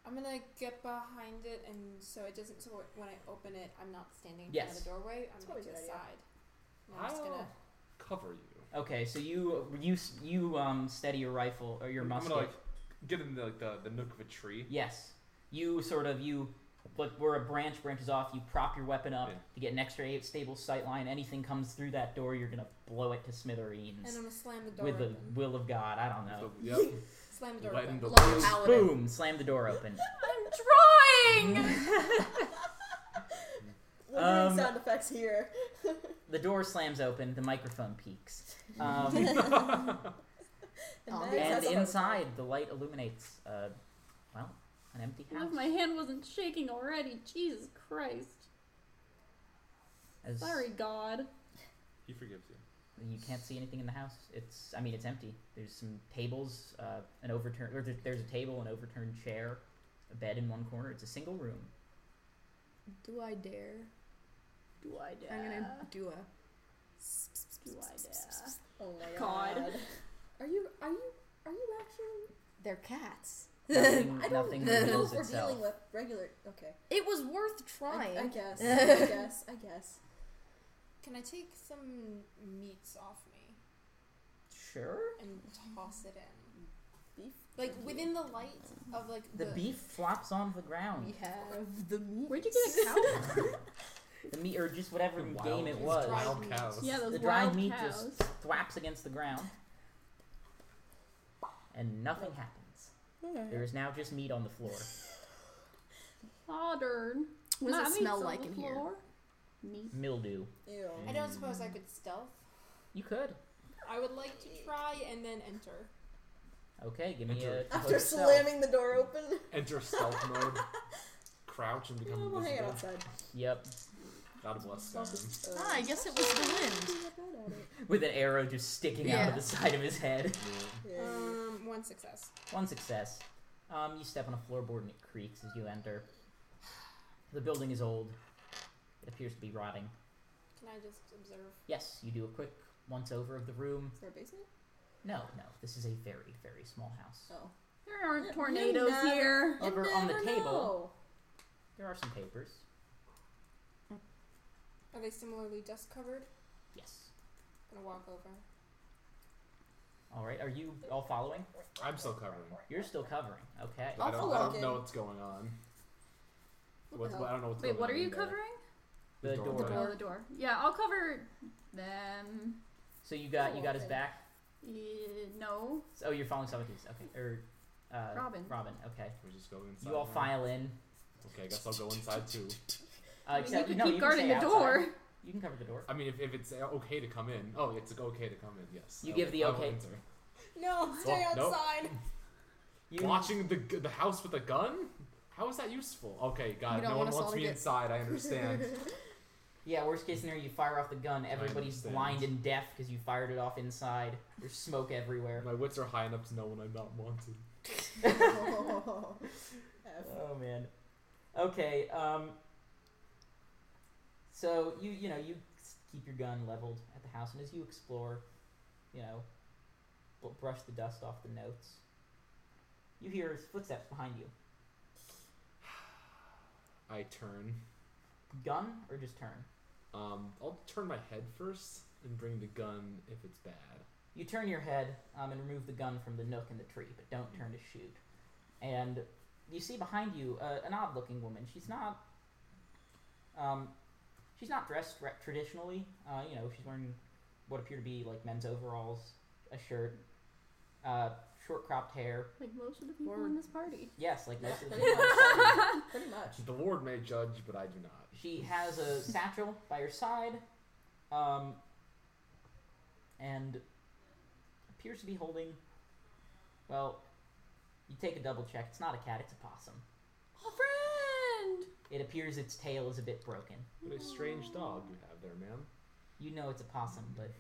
I'm gonna get behind it, and so it doesn't. So when I open it, I'm not standing in front
Yes.
of the doorway. I'm
probably
like to
a
the
good idea.
side. And I'm
I'll
just gonna.
cover you.
Okay, so you you s- you um steady your rifle or your
I'm
musket.
gonna like get in the, like the, the nook of a tree.
Yes. you sort of you but where a branch branches off, you prop your weapon up
Yeah.
to get an extra a- stable sight line. Anything comes through that door, you're gonna blow it to smithereens
And I'm gonna slam the door
with the
open.
will of God. I don't know.
So, yep.
Slam the door
Letting
open.
the
Like a
wolves-
paladin.
Boom! Slam the door open.
I'm drawing.
We're doing
Um,
sound effects here.
the door slams open. The microphone peaks. Um,
And,
Oh,
Max
man.
and
has a-
inside, the light illuminates, uh, well, an empty
I
house.
love my hand wasn't shaking already. Jesus Christ.
As
Sorry, God.
He forgives you.
You can't see anything in the house. It's, I mean, it's empty. There's some tables, uh, an overturned, or there- there's a table, an overturned chair, a bed in one corner. It's a single room.
Do I dare?
Do I
I'm gonna do a.
Do I dare?
Oh my
God.
god. Are you are you are you actually?
They're cats.
Nothing,
I don't
nothing
know
reveals
if we're
itself.
dealing with regular. Okay.
It was worth trying.
I, I guess. I guess. I guess.
Can I take some meats off me
Sure.
and toss it in?
Beef.
Like within the light of like
The
the
beef flops on the ground.
we have the meat.
Where'd you get a cow?
The meat, or just whatever
Wild-
game it
just
was,
dried
Wild
meat.
cows.
yeah, those
the
wild
dried meat
cows.
just thwaps against the ground, and nothing happens. There is now just meat on the floor.
Oh, darn.
What does
Nah,
it
meat's
smell
on
like
the
in here?
floor. Meat.
Mildew.
Ew.
I don't suppose I could stealth.
You could.
I would like to try and then enter.
Okay, give me a.
Enter.
After
close stealth.
slamming the door open.
Enter stealth mode. Crouch and become
Yeah,
Oh,
we'll hang out
invisible.
outside.
Yep.
God bless them.
Stealth is, uh,
Ah, I guess it was the wind.
not bad at it.
With an arrow just sticking out of
Yeah.
the side of his head.
Yeah.
Yeah.
Um, one success.
One success. Um, you step on a floorboard and it creaks as you enter. The building is old. It appears to be rotting.
Can I just observe?
Yes, you do a quick once over of the room.
Is there a basement?
No, no, this is a very, very small house.
Oh.
There
You
aren't tornadoes
never-
here.
You
Over on the
never
table.
know.
There are some papers.
Are they similarly dust covered?
Yes.
I'm gonna walk over.
All right, are you all following?
I'm still covering.
You're still covering. Okay.
I don't, I don't
Awful
know
looking.
what's going on.
What
What's,
the hell?
I don't know what's
Wait,
going
what
on
are you
in there.
covering?
The door.
The door. The door. Yeah, I'll cover them.
So you got you got his back.
Uh, no.
Oh, you're following Socrates. Okay. Or uh,
Robin.
Robin. Okay.
We just go inside.
You all
now?
file in.
Okay, I guess I'll go inside too.
Uh,
I mean, you
except
could
no,
keep
you can
guarding
stay
the
outside.
door.
You can cover the door.
I mean, if, if it's uh, okay to come in. Oh, it's okay to come in. Yes.
You
I
give
will-
the
I will
okay.
enter.
No, stay
Well, nope.
outside.
You
Watching the g- the house with a gun. How is that useful? Okay,
You
God,
don't
no
want
one
us all
wants
to
me
get-
inside. I understand.
Yeah, worst case scenario, you fire off the gun. Everybody's
understand.
blind and deaf because you fired it off inside. There's smoke everywhere.
My wits are high enough to know when I'm not wanted.
Oh. F.
Oh man. Okay. Um. So you you know you s- keep your gun leveled at the house, and as you explore, you know, bl- brush the dust off the notes. You hear footsteps behind you.
I turn.
Gun or just turn?
Um, I'll turn my head first and bring the gun if it's bad.
You turn your head um, and remove the gun from the nook in the tree, but don't turn to shoot. And you see behind you uh, an odd-looking woman. She's not. Um, she's not dressed re- traditionally. Uh, you know, she's wearing what appear to be like men's overalls, a shirt, uh, short cropped hair.
Like most of the people
Or-
in this party.
Yes, like most of the
Yeah.
people. on the side.
Pretty much.
The Lord may judge, but I do not.
She has a satchel by her side, um, and appears to be holding. Well, you take a double check. It's not a cat. It's a possum.
Oh, friend!
It appears its tail is a bit broken.
What a strange dog you have there, ma'am.
You know it's a possum, but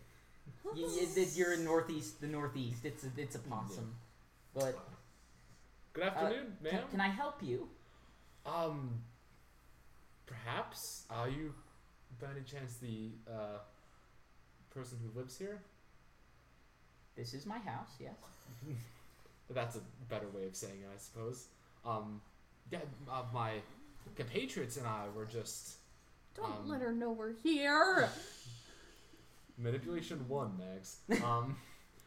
you, are in northeast. The northeast. It's a, it's a possum. But uh,
Good afternoon,
can,
ma'am.
can I help you?
Um, perhaps are you, by any chance, the uh, person who lives here?
This is my house. Yes.
That's a better way of saying it, I suppose. Um, yeah, uh, my compatriots and I were just
Don't
Um,
let her know we're here.
manipulation one, Max. Um,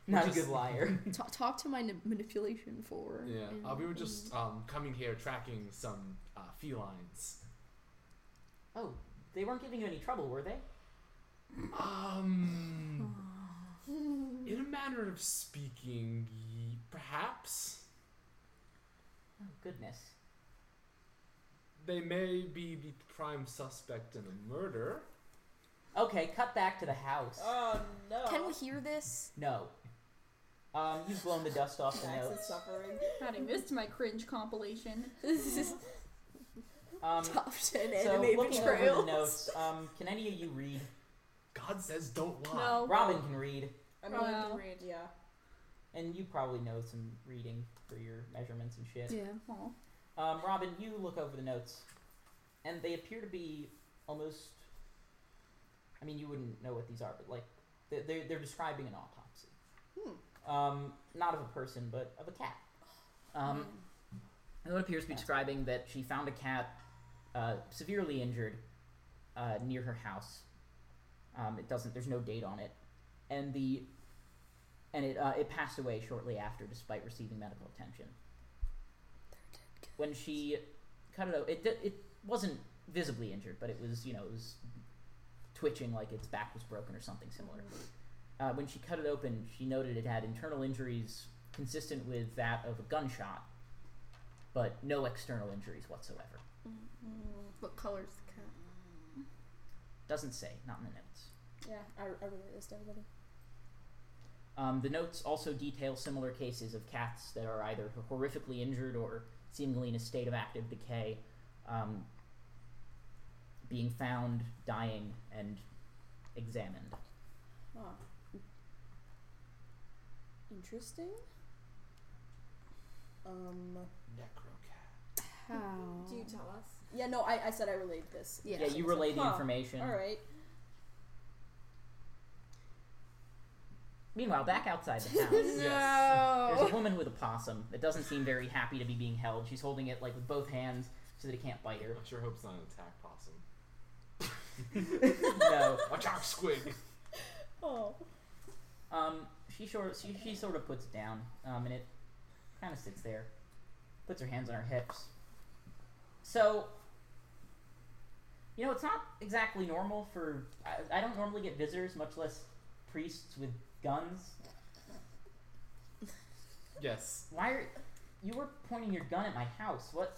Not a
Just-
good liar.
Ta talk to my n- manipulation for.
Yeah, uh, we were just um, coming here tracking some uh, felines.
Oh, they weren't giving you any trouble, were they?
Um, in a manner of speaking, ye- perhaps
Oh, goodness.
they may be the prime suspect in a murder.
Okay, cut back to the house.
Oh no.
Can we hear this?
No. Um, you've blown the dust off the
Max is
notes.
suffering.
God, I missed my cringe compilation.
This is
Um,
top ten
so
anime
looking over the
betrayal.
notes, um, can any of you read?
God says don't lie.
Oh.
No.
Robin can read,
I mean,
Probably can
read. Yeah.
and you probably know some reading for your measurements and shit.
Yeah.
Aw.
Um, Robin, you look over the notes, and they appear to be almost. I mean, you wouldn't know what these are, but like, they're, they're, they're describing an autopsy. Um, not of a person, but of a cat. Um, and It appears to be describing that she found a cat uh, severely injured uh, near her house. Um, it doesn't. There's no date on it, and the and it uh, it passed away shortly after, despite receiving medical attention when she cut it out, it di- it wasn't visibly injured, but it was you know it was twitching like its back was broken or something similar. Uh, when she cut it open, she noted it had internal injuries consistent with that of a gunshot, but no external injuries whatsoever.
What color's the cat?
Doesn't say, not in the notes.
Yeah. I, I relate this to everybody.
Um, the notes also detail similar cases of cats that are either horrifically injured or seemingly in a state of active decay, um, being found, dying, and examined.
Huh. Interesting. Um.
Necrocat.
How?
Do you tell us?
Yeah. No. I, I said I relayed this.
Yeah, you relay the information.
All right.
Meanwhile, back outside the house,
Oh.
there's a woman with a possum that doesn't seem very happy to be being held. She's holding it like with both hands so that it can't bite her.
I sure hope it's not an attack possum.
no.
Attack squig.
Oh.
Um, she sort she, she sort of puts it down, um, and it kind of sits there, puts her hands on her hips. So, you know, it's not exactly normal for I, I don't normally get visitors, much less priests with guns.
yes.
Why are you were pointing your gun at my house? What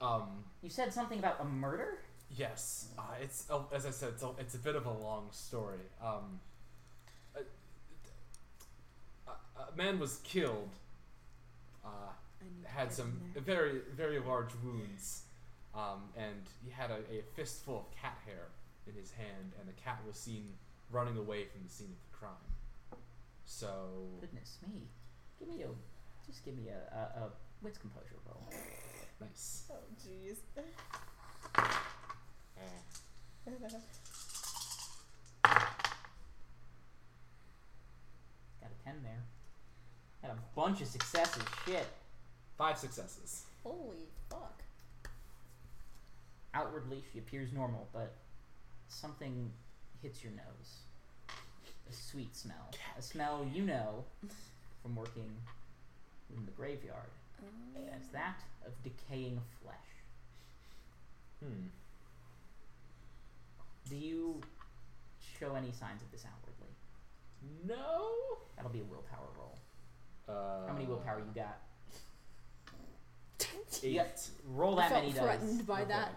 Um.
you said something about a murder?
Yes. Uh, it's uh, as I said. It's a, it's a bit of a long story. Um. A, a- a man was killed. Uh, had some very very large wounds, um, and he had a, a fistful of cat hair in his hand, and the cat was seen running away from the scene of the crime. So
Goodness me! Give me a just give me a a, a wits composure roll.
nice.
Oh. Jeez.
Got a ten there. Got a bunch of successes. Shit.
Five successes.
Holy fuck.
outwardly she appears normal, but something hits your nose. A sweet smell. A smell you know from working in the graveyard
Oh.
as that of decaying flesh.
Hmm.
Do you show any signs of this outwardly?
No.
That'll be a willpower roll.
Uh,
How many willpower you got?
Uh, Eight.
You got roll that
I felt
many dice.
threatened by
Okay.
that.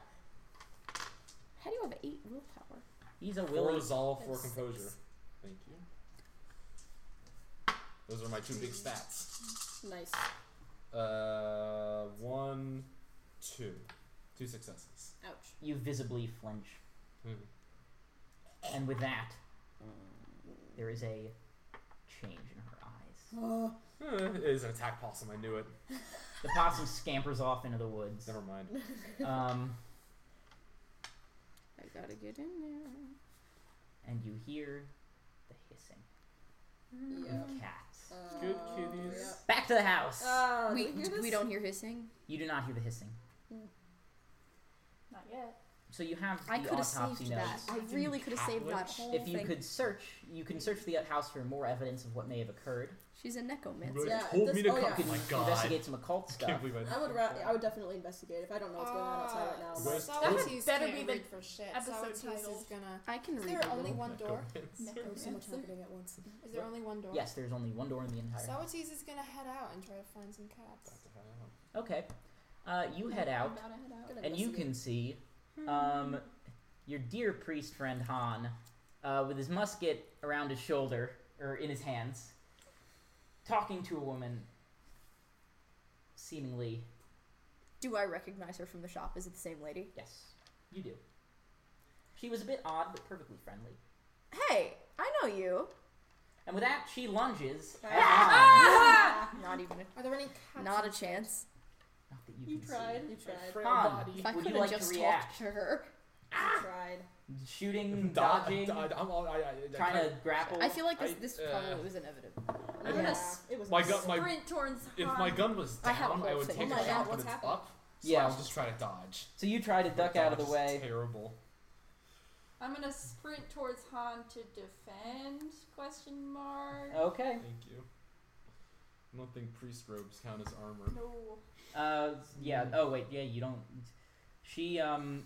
How do you have eight willpower?
He's a
Four
willing.
resolve, four
That's-
composure. Thank you. Those are my two big stats.
Nice.
Uh, one, two, two successes.
Ouch.
You visibly flinch, Hmm. and with that, there is a change in her eyes.
Oh.
Eh, it is an attack possum. I knew it.
The possum scampers off into the woods.
Never mind.
Um,
I gotta get in there.
and you hear the hissing
Yeah.
of cats.
Good
Uh,
kitties.
yeah.
Back to the house.
Uh,
Oh,
we,
did you hear
we
this?
don't hear hissing.
you do not hear the hissing.
Not yet.
so you have the
I could have
autopsy
saved that.
notes.
I really could have saved that
Catwitch?
whole
If you
thing.
could search, you can search the house for more evidence of what may have occurred.
She's a
You
necromancer.
Yeah,
told
this-
me to
oh,
come.
yeah.
You
Oh
could
my god!
investigate some occult
I can't
stuff.
believe I.
I would ra- I would definitely investigate if I don't know what's going on outside right now.
Where's-
but-
That had
Sawatis
better
can't
be the
read for shit.
episode
Sawatis
title.
Is, gonna,
I can
is
read
there
a
only
little.
one door?
Oh, so much
Necromancer.
happening at once.
Is there only one door?
Yes, there's only one door in the entire. house.
Sawatis is gonna head out and try to find some cats.
Okay, uh, you head out.
Gotta head out.
Gonna
and you
investigate.
can see um, your dear priest friend Han uh, with his musket around his shoulder or in his hands, talking to a woman. Seemingly,
Do I recognize her from the shop? Is it the same lady?
yes, you do. She was a bit odd, but perfectly friendly.
Hey, I know you.
And with that, she lunges. at Han.
Not even.
Are there any cats?
A, not a chance.
Not that you,
You
can
tried. You
Sorry,
tried.
frail
Fun.
body.
If I
Would you
could have
like to
just
react?
talked to her,
You tried.
see. Shooting, Mm, dodging,
I'm all, I, I, I,
trying
kinda-
to grapple.
I feel like this,
I-
this
uh,
probably was inevitable.
I'm
Yeah,
gonna
s-
It was
My
nice.
gut, my
Sprint towards
If
Han.
my gun was
I have a
down, I,
whole
would
thing.
take
Oh
a
my
shot,
God,
but
what's
it's
happening?
up. So
Yeah.
I'll just try to dodge.
so you try to duck
Dodge
out of the
is
way.
Terrible.
I'm gonna sprint towards Han to defend? Question mark.
Okay.
Thank you. I don't think priest robes count as armor.
No.
Uh, yeah. Oh wait. Yeah, you don't. She um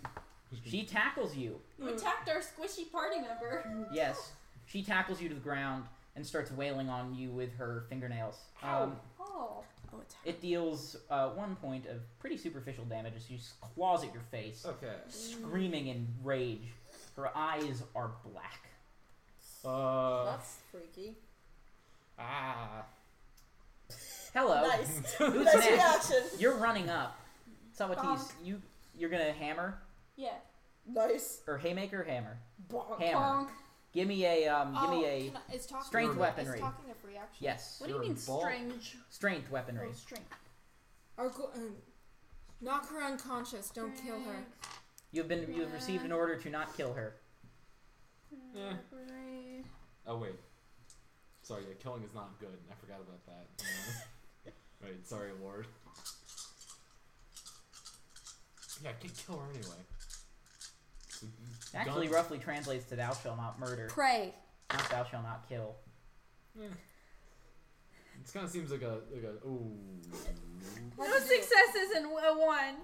she tackles you.
You attacked our squishy party member.
Yes, she tackles you to the ground and starts wailing on you with her fingernails. Um,
Oh.
Oh, it's her.
it deals uh, one point of pretty superficial damage as she s- claws at your face,
Okay.
screaming in rage. Her eyes are black.
Uh.
That's freaky.
Ah.
Hello.
Nice.
Who's
Nice
next?
reaction.
You're running up. Sawatis,
Bonk.
you you're gonna hammer
Yeah.
Nice.
or haymaker hammer.
Bonk.
Hammer.
Bonk.
Give me a um. Give
Oh,
me a
can I, is talking
strength
is
weaponry.
talking of reaction?
yes.
What do you
You're
mean
a ball.
strange?
Strength weaponry.
Oh, strange.
Or go, um, knock her unconscious. Don't kill her.
You've been you've received an order to not kill her.
Yeah. Oh wait. Sorry, yeah, killing is not good. I forgot about that. right. Sorry, Lord. Yeah, I can kill her anyway. So,
Actually,
guns-
roughly translates to "Thou shall not murder,"
Pray.
not "Thou shall not kill."
This kind of seems like a like a ooh.
No successes and a one.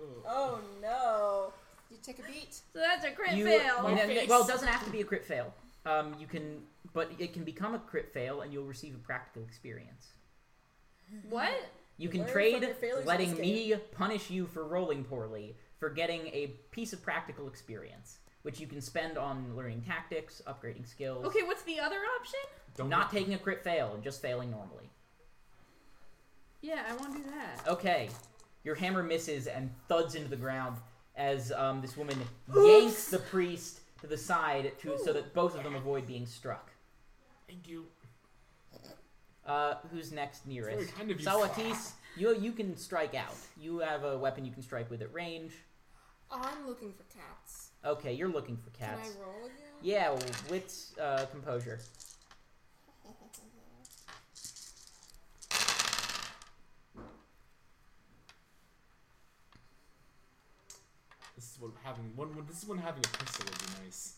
Ugh.
Oh no.
You take a beat.
So that's a crit
You-
fail.
no, no,
face.
well, it doesn't have to be a crit fail. Um, you can, but it can become a crit fail, and you'll receive a practical experience.
What?
You can
Learn from your
trade
failures in
letting
this
me punish you for rolling poorly for getting a piece of practical experience, which you can spend on learning tactics, upgrading skills,
Okay, what's the other option?
Don't
not taking a crit fail, and just failing normally.
Yeah, I want to do that.
Okay, your hammer misses and thuds into the ground as um, this woman yanks the priest to the side to, so that both of them avoid being struck.
Thank you.
Uh, who's next
Very
nearest?
kind of you.
Sawatis, you you can strike out. You have a weapon you can strike with at range.
I'm looking for cats.
Okay, you're looking for cats.
Can I roll again?
Yeah, well, wits, uh, composure.
This is what having one. one- This is when having a pistol would be nice.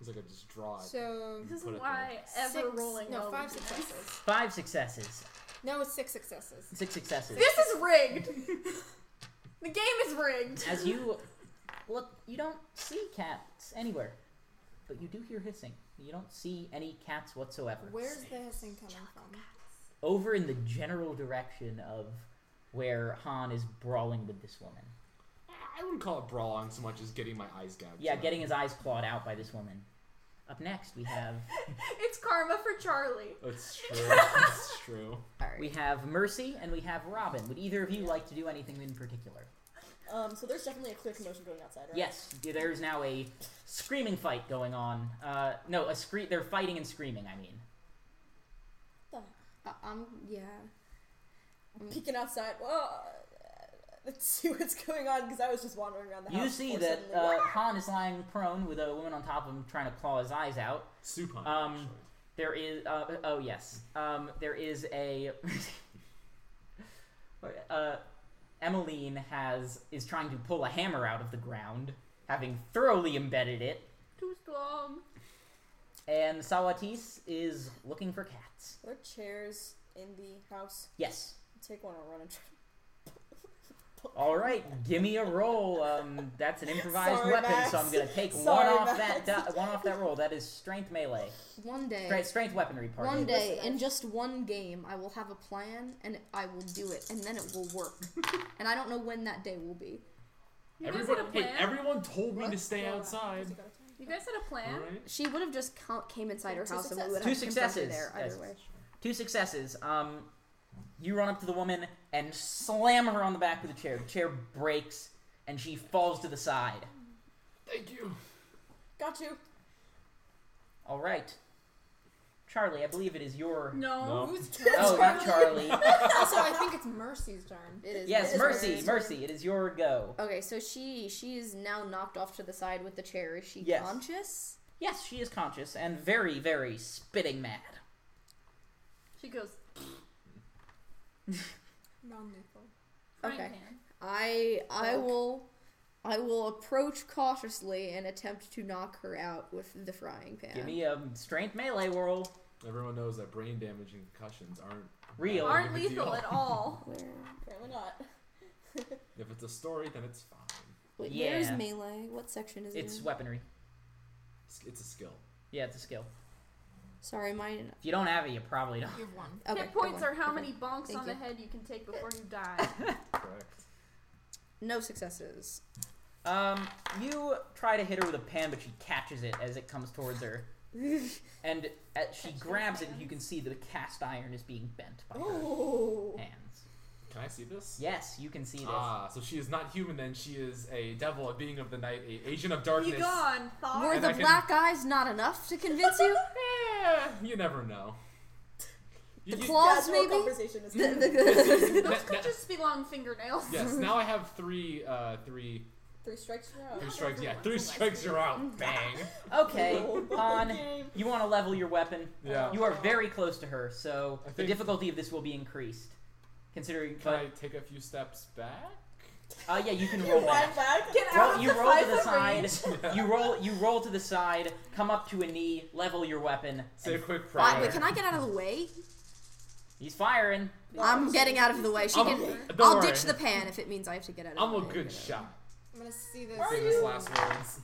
It's like I just draw it.
So
This is
Put it
why ever
six,
rolling.
No,
well
five
would be nice.
successes.
Five successes.
No, it's six successes.
Six successes.
This is rigged. the game is rigged.
As you look, you don't see cats anywhere, but you do hear hissing. You don't see any cats whatsoever.
Where's the hissing coming from?
Over in the general direction of where Han is brawling with this woman.
I wouldn't call it brawling so much as getting my eyes gouged.
Yeah,
out.
getting his eyes clawed out by this woman. Up next, we have
It's karma for Charlie.
That's true. That's true.
we have Mercy and we have Robin. Would either of you like to do anything in particular?
Um, so there's definitely a clear commotion going outside, right?
Yes, there is now a screaming fight going on. Uh, no, a scree- They're fighting and screaming. I mean,
Uh, um, yeah.
Peeking outside. Well, uh, let's see what's going on because I was just wandering around the house.
you see
before
that
suddenly-
uh, Han is lying prone with a woman on top of him trying to claw his eyes out.
Supine.
Um,
actually.
There is. Uh, oh yes. Um, there is a. uh, Emmeline has is trying to pull a hammer out of the ground having thoroughly embedded it.
Too strong.
And Sawatis is looking for cats.
Are there chairs in the house?
Yes.
Take one and run and try.
All right, give me a roll. Um, that's an improvised
Sorry,
weapon,
Max.
so I'm gonna take one
Sorry,
off that
Max.
di- one off that roll. That is strength melee,
One day.
Stra- strength weaponry. Pardon.
One day,
Listen,
in
I-
just one game, I will have a plan and I will do it, and then it will work. and I don't know when that day will be.
You guys
Everyone,
had a
hey,
plan.
everyone told me to
Let's
stay
go out.
outside.
you guys had a plan.
Alright?
She would have just co- came inside her
Two
house, and we would
Two
have confronted
successes.
there either
Yes.
way.
Two successes. Um, you run up to the woman and slam her on the back with the chair. The chair breaks and she falls to the side.
Thank you.
Got you.
All right, Charlie, I believe it is your.
No.
Who's
Oh, not Charlie.
also, I think it's Mercy's turn.
It is
Yes,
it is
Mercy,
Mercy's turn.
Mercy, it is your go.
Okay, so she she is now knocked off to the side with the chair. Is she
Yes.
conscious?
Yes, she is conscious and very, very spitting mad.
She goes
Non-lethal.
frying
Okay.
pan.
I I
Poke.
will I will approach cautiously and attempt to knock her out with the frying pan.
Give me a strength melee roll.
Everyone knows that brain damage and concussions aren't
Real.
that
Aren't
big of a
lethal
deal.
at all.
Where,
Apparently not.
If it's a story, then it's fine.
wait, Where's
Yeah.
melee? What section is
It's
it? in?
weaponry.
It's, it's a skill.
Yeah, it's a skill.
Sorry, mine.
If you don't have it, you probably don't.
You've won.
Okay,
Hit points
I
are
won.
how
Okay.
many bonks
Thank
on
you.
the head you can take before you die.
Correct.
No successes.
Um, you try to hit her with a pan, but she catches it as it comes towards her, and as she grabs it, you can see that the cast iron is being bent by her
Oh.
hands.
Can I see this?
Yes, you can see this.
Ah, so she is not human then. She is a devil, a being of the night, a agent of darkness.
Be gone, Thor.
Were
and
the
I can-
black eyes not enough to convince you?
Eh, you never know. You-
The
you-
claws,
Casual
maybe.
conversation is
The-
Yes,
the-
Those
that-
could
that-
just be long fingernails.
yes, now I have three, uh, three,
Three strikes you're out.
Oh,
three strikes. Yeah, three strikes, you're out. Bang.
Okay,
Roll the
on.
game.
You want to level your weapon.
Yeah.
You are very close to her, so
I
the
think-
difficulty of this will be increased. Considering,
Can I
but
take a few steps back?
uh, yeah, you can
You
roll
lie
back.
back. Get
Roll,
out.
you roll to the
five
side. You roll. You roll to the side. Come up to a knee. Level your weapon.
Say a
and
quick
Why-
prayer.
wait, can I get out of the way?
he's firing.
I'm getting out of the way. She
I'm a-
can.
don't
I'll
worry.
ditch the pan if it means I have to get out of.
I'm
the
a
way to
good
get out.
shot.
I'm gonna see this.
Are
Famous
you?
last words.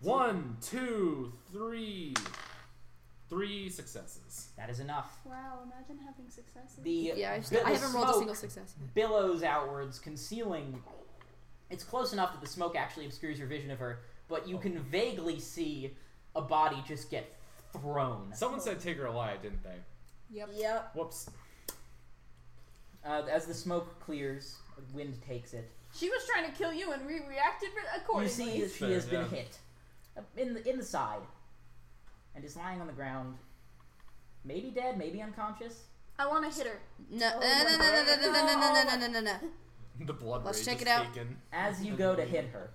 One, two, three. Three successes.
That is enough.
Wow, imagine having successes.
The
Yeah, I,
bi-
still, I
the
haven't rolled a
smoke
single success. yet.
Billows outwards, concealing. It's close enough that the smoke actually obscures your vision of her, but you can vaguely see a body just get thrown.
Someone said take her alive, didn't they?
Yep.
Yep.
Whoops.
Uh, as the smoke clears, wind takes it.
She was trying to kill you, and we reacted re-
You
accordingly.
see that she
Fair,
has been
yeah.
hit uh, in the in the side, and is lying on the ground, maybe dead, maybe unconscious.
I want to hit her.
No, no, no, no, no, no, no, no, no, no, no, no, no.
The blood
Let's
rage
check
is
it out.
taken.
As you go to hit her,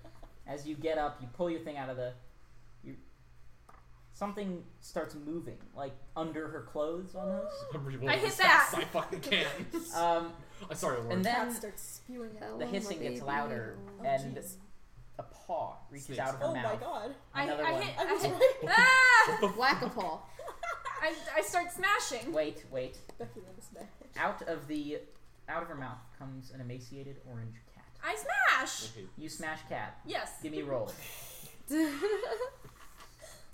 as you get up, you pull your thing out of the. You, something starts moving, like under her clothes almost.
I'm re-rolling
I hit
as fast
that.
as I fucking can.
Um,
I'm sorry, Lauren.
and
Cat
then
starts spewing out.
the hissing gets louder,
Oh,
and
jeez.
a paw reaches
Snakes.
out of her
Oh my
mouth.
god.
I,
Another
I
one.
hit.
I
I,
was
hit
right.
ah!
Whack a paw.
I, I start smashing.
Wait, wait.
Becky Lynch.
Out of the out of her mouth comes an emaciated orange cat.
I
I
smash.
hate
You smash cat.
Yes.
Give me a roll.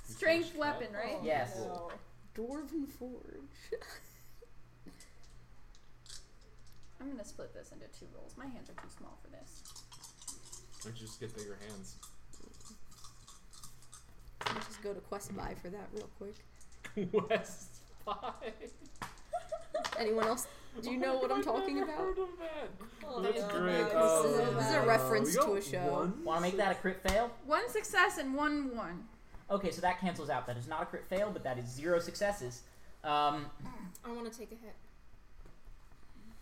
Strange weapon, right?
Oh,
Yes.
no.
Dwarven Forge.
I'm gonna split this into two rolls. My hands are too small for this.
Or just get bigger hands.
Let's just go to Quest Buy for that real quick.
West Five.
Anyone else? Do you know what I'm talking
Never
about?
heard of that.
Oh,
That's
no,
great.
no,
Oh,
This is- this is a
wow.
reference
We
to
got
a show.
one?
Want to make that a crit fail?
One success and one one.
Okay, so that cancels out. That is not a crit fail, but that is zero successes. Um,
I want to take a hit.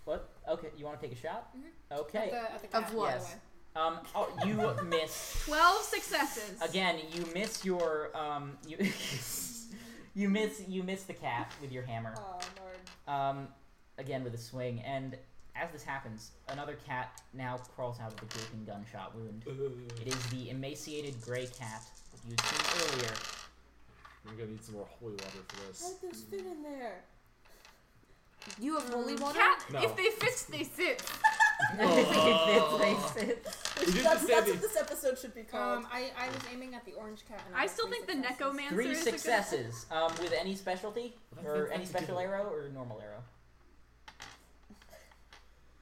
what? Okay, you want to take a shot?
Mhm.
Mm-hmm.
At
Okay.
the, at the cat,
what?
by the
Yes.
way.
Um, oh, you miss
Twelve successes.
again. You miss your um, you, you miss you miss the cat with your hammer.
Oh, Lord.
Um, again with a swing, and As this happens, another cat now crawls out of the gaping gunshot wound. It is the emaciated gray cat that you'd seen earlier.
I'm gonna need some more holy water for
How
this.
did those fit in there?
You have
Mm.
holy water?
Cat,
No.
if they fits, they sit.
Oh. You didn't
That's,
say
that's
the-
what this episode should be called.
Um, I, I was aiming at the orange cat. And
I
got
still
three
think the
successes.
Necomancer
Three
is a good-
successes um, with any specialty,
But I
or
think I
any
could
special
do it.
arrow, or normal arrow.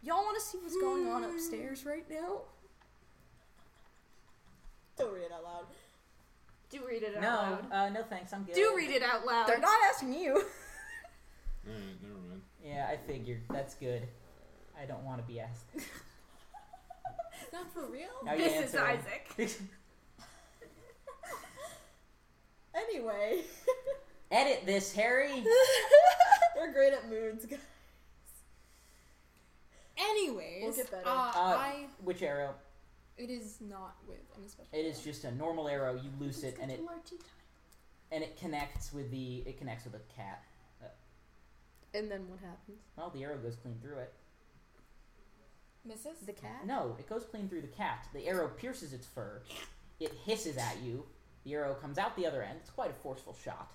Y'all want to see what's going on upstairs right now?
Don't read it out loud.
Do read it out
No,
loud.
uh, no thanks, I'm good.
Do read it out loud.
They're not asking you.
Alright, never mind.
Yeah, I figured. That's good. I don't want to be asked.
Not for real.
Now you
this is
answer.
Isaac.
Anyway,
Edit this, Harry.
they're great at moods, guys.
Anyways,
We'll get better.
Uh, I
Which arrow?
it is not with any special.
It is just a normal arrow. You loose it, and it
Large
and it connects with the it connects with a cat.
And then what happens?
Well, the arrow goes clean through it.
Mrs.
The cat?
No, it goes clean through the cat. The arrow pierces its fur. It hisses at you. The arrow comes out the other end. It's quite a forceful shot.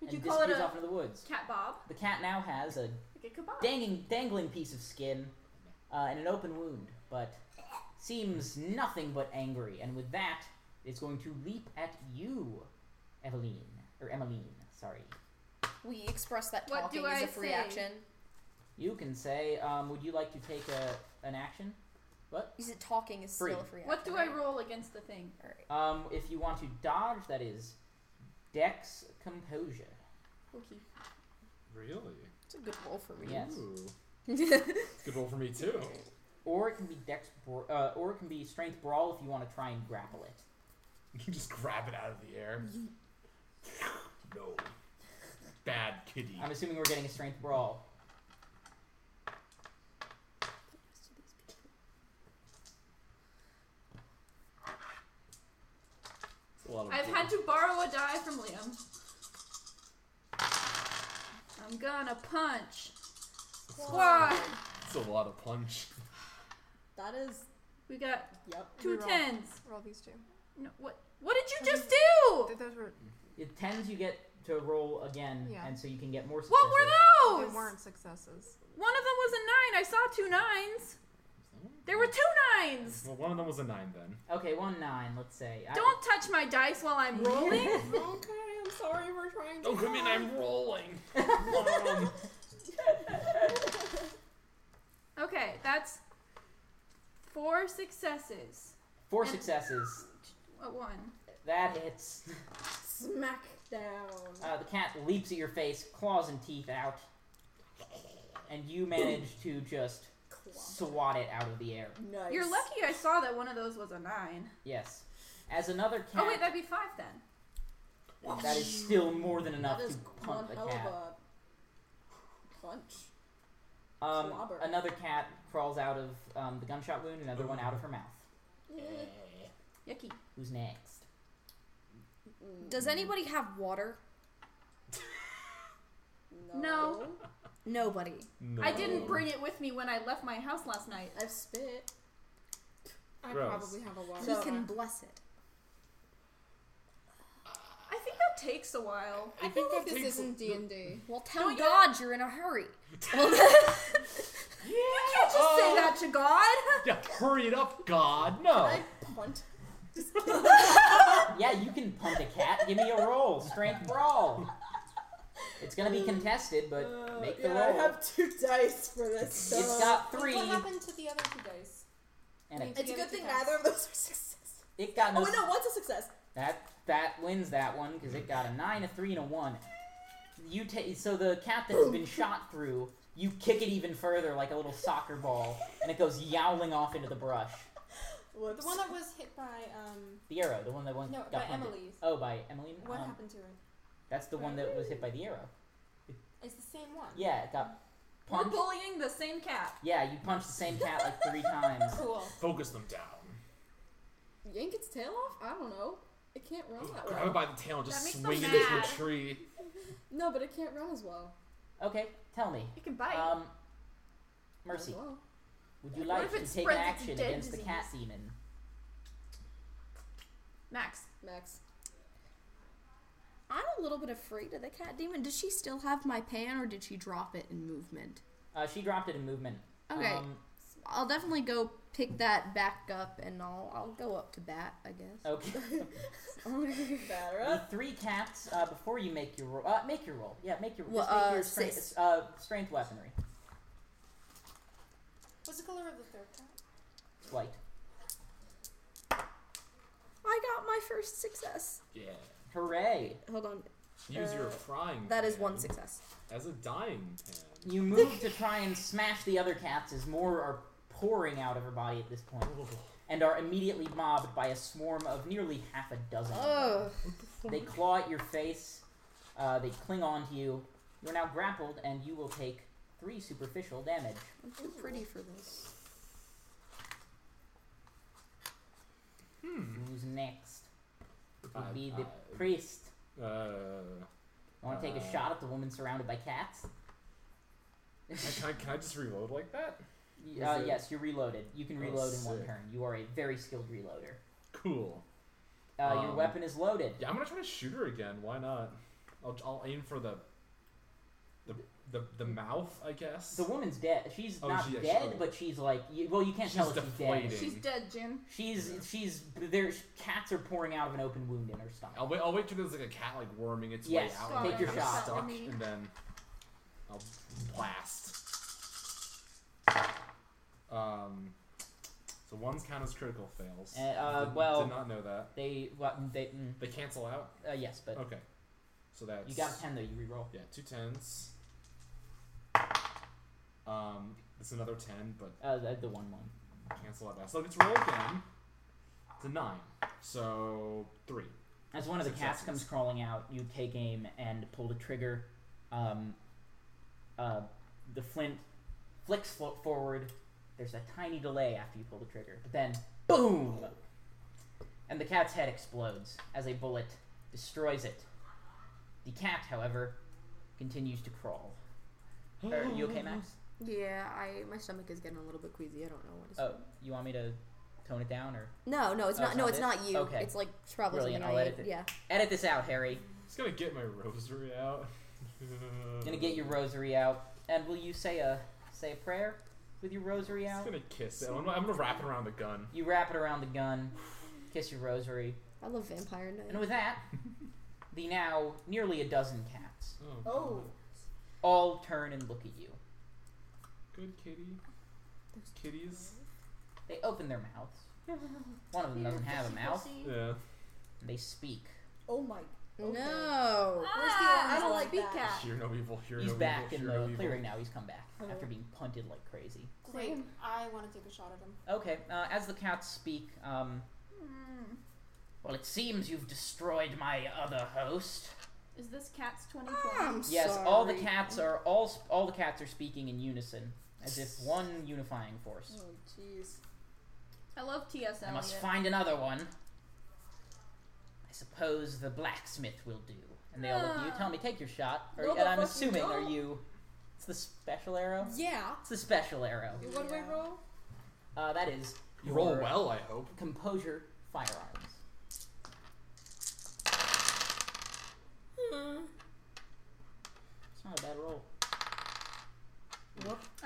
Would
and
you call it
disappears
a
off into the woods.
cat bob?
The cat now has a
Like a kebab.
dangling, dangling piece of skin uh, and an open wound, but seems nothing but angry. And with that, it's going to leap at you, Eveline. Or Emmeline, sorry.
We express that
What
talking
do
as
I
a free
say?
action.
You can say, um, would you like to take a, an action?
Is it talking is
Free.
still a free action?
What do I
right?
roll against the thing?
Alright.
Um, if you want to dodge, that is Dex Composure.
Okay.
Really?
It's a good roll for me.
Yes.
Ooh. Good roll for me too.
Or it can be Dex, bra- uh, or it can be Strength Brawl if you want to try and grapple it.
You can just grab it out of the air. No. Bad kitty.
I'm assuming we're getting a Strength Brawl.
It's a lot of
I've had to borrow a die from Liam. I'm gonna punch. Squad.
It's a lot of punch.
That is,
We got
yep.
two
Reroll.
tens.
Roll these two.
No, what? What did you just do?
Th- Those were
It tends you get to roll again,
Yeah.
and so you can get more.
What
successes.
were
they
those?
weren't successes.
One of them was a nine. I saw two nines. There were two nines.
Well, one of them was a nine then.
Okay, one nine. Let's say. I-
Don't touch my dice while I'm rolling.
okay, I'm sorry. We're trying to.
Don't come in, I'm rolling. Mom.
Okay, that's four successes.
four
and-
successes.
A one.
That hits.
Smack down.
Uh, the cat leaps at your face, claws and teeth out, and you manage to just swat it out of the air.
Nice.
You're lucky I saw that one of those was a nine.
Yes. As another cat,
Oh wait, that'd be five then.
that is still more than enough
That is
to punt the
one hell
cat.
of a punch.
Um,
Slobber.
another cat crawls out of um, the gunshot wound, another one out of her mouth.
Yucky.
Who's next?
Does anybody have water?
No.
Nobody.
No.
I didn't bring it with me when I left my house last night.
I've spit.
I
Gross.
probably have a water.
So-
You can bless it.
I think that takes a while.
I feel like this
takes-
isn't D and D.
Well, tell
Don't you-
God you... are in a hurry.
Yeah.
Just say that to God.
Oh, Yeah, hurry it up, God.
Oh.
No.
I punt.
Yeah, you can punt a cat. Give me a roll. Strength brawl. It's gonna be contested, but
Uh,
make the
yeah, I
roll.
have two dice for this. So.
It's got three,
What happened to the other two dice?
and it,
It's a
The
good
other two
thing
dice.
neither of those are successes.
it got
Oh
no.
wait, no, one's a success.
That that wins that one because it got a nine, a three, and a one. You take so the cat that has been shot through. You kick it even further, like a little soccer ball, and it goes yowling off into the brush.
Whoops.
The one that was hit by um
The arrow, the one that one
no
got
by
punted.
Emily's.
Oh, by Emily.
What
Um,
happened to her?
That's the one that was hit by the arrow.
It's the same one.
Yeah, it got
We're
punched.
bullying the same cat.
Yeah, you punched the same cat like three times.
Cool.
Focus them down.
yank its tail off? I don't know. It can't run that
Grab
well.
it by the tail and
That
just
makes
swing it
them
into a
mad.
tree.
No, but it can't run as well.
Okay, tell me.
Uh, It can bite.
Um, Mercy,
Well,
would you
What
like
if it
to take an
spreads as a
action
dead
against the cat
disease?
demon?
Max.
Max.
I'm a little bit afraid of the cat demon. Does she still have my pan, or did she drop it in movement?
Uh, she dropped it in movement.
Okay.
Um,
I'll definitely go pick that back up, and I'll I'll go up to bat. I guess.
okay.
Batter
The
up.
three cats uh, before you make your roll. Uh, make your roll. Yeah, make your roll.
Well,
just make
uh,
your strength,
six.
uh, strength weaponry.
What's the color of the third cat?
It's white.
I got my first success.
Yeah.
Hooray!
Hold on,
Use your
Uh,
frying.
that is
pan
one success.
As a dying pan.
You move to try and smash the other cats as more are pouring out of her body at this point, and are immediately mobbed by a swarm of nearly half a dozen. of them.
Oh,
They claw at your face. Uh, they cling on to you. You're now grappled, and you will take three superficial damage.
I'm too pretty for this.
Hmm.
Who's next?
I-
Would be the
I-
priest.
Uh,
You want to take a
Uh,
shot at the woman surrounded by cats?
can, I, can I just reload like that?
Y-
Is
Uh,
it-
yes, you're reloaded. You can
Oh,
reload in one
sick.
turn. You are a very skilled reloader.
Cool.
Uh, your
Um,
weapon is loaded.
Yeah, I'm gonna try to shoot her again. Why not? I'll, I'll aim for the, the the the mouth, I guess.
The woman's dead. She's
Oh,
not
she- yeah, she-
dead,
oh.
but she's like, you, well, you can't
She's
tell if she's dead.
deflated.
She's
Ding.
dead, Jim.
She's
Yeah.
she's there. Cats are pouring out of an open wound in her stomach.
I'll wait. I'll wait till there's like a cat like worming its
Yes,
way out.
God,
and
take your
kinda
shot.
Stuck,
Me.
and then I'll blast. Um, so one's count as critical fails.
Uh, uh,
Did-
well-
did not know that.
They what they mm,
They cancel out.
uh, yes, but
Okay, so that's
you got a ten though. You reroll.
yeah two tens. Um, it's another ten, but
Uh, the, the one one.
cancel out that. So let's roll again. It's a nine. So three.
As one of the cats
Successes.
comes crawling out, you take aim and pull the trigger. Um, uh, the flint flicks fo- forward. There's a tiny delay after you pull the trigger, but then boom, and the cat's head explodes as a bullet destroys it. The cat, however, continues to crawl. Are you okay, Max?
Yeah, I my stomach is getting a little bit queasy. I don't know what it's.
Oh, you want me to tone it down or
No, no, it's
Oh,
not.
it's
no,
not
it's
it?
not you.
Okay.
It's like it's probably
Brilliant,
something I
I'll
ate.
edit it.
Yeah.
edit this out, Harry?
Just gonna get my rosary out.
Gonna get your rosary out, and will you say a say a prayer with your rosary
Just
out?
gonna kiss it. I'm gonna, I'm gonna wrap it around the gun.
You wrap it around the gun, kiss your rosary,
I love Vampire Night.
and with that, the now nearly a dozen cats
Oh.
all turn and look at you.
good kitty. Kitties.
They open their mouths. One of them doesn't have a mouth.
Yeah.
and They speak.
Oh my. Okay.
Ah,
No.
I don't like
big
that.
cat.
Hear no evil. Hear
He's
no
back
evil.
in
hear no
the
evil.
clearing now. He's come back
Oh.
after being punted like crazy.
Great. I want to take a shot at him.
Okay, uh, as the cats speak, um,
Mm.
well, it seems you've destroyed my other host.
Is this cat's 2020?
I'm
Yes, all the
sorry.
cats are all sp- all the cats are speaking in unison, as if one unifying force.
Oh jeez.
I love T.S.
I must
Eliot.
find another one. I suppose the blacksmith will do. And they all look at you.
Ah.
Tell me, take your shot. Or,
No,
and
the
I'm
fuck you
assuming, are
don't.
you? It's the special arrow.
Yeah.
It's the special arrow.
What do I
Yeah.
roll?
Uh, that is
You roll
your
well, I hope.
Composure firearms.
Mm-hmm.
It's not a bad roll.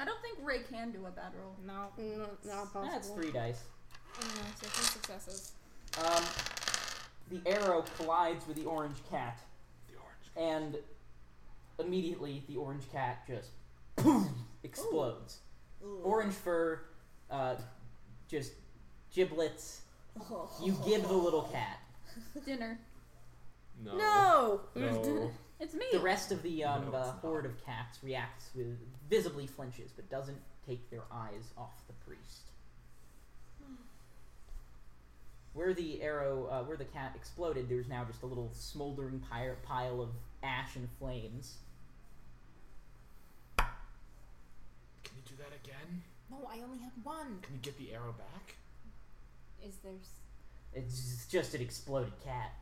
I don't think Ray can do a bad roll.
No.
No, not possible.
That's three dice.
Mm, so three successes.
Um, the arrow collides with the orange cat.
The orange.
and immediately the orange cat just poof explodes.
Ooh.
Orange fur, uh, just giblets.
Oh.
You give the little cat.
Dinner.
No.
No.
No.
It's me.
The rest of the um,
No,
the
it's not.
horde of cats reacts with visibly flinches, but doesn't take their eyes off the priest. Where the arrow, uh, where the cat exploded, there's now just a little smoldering pyre, pile of ash and flames.
Can you do that again?
No, I only had one.
Can you get the arrow back?
Is there? s-
It's just an exploded cat.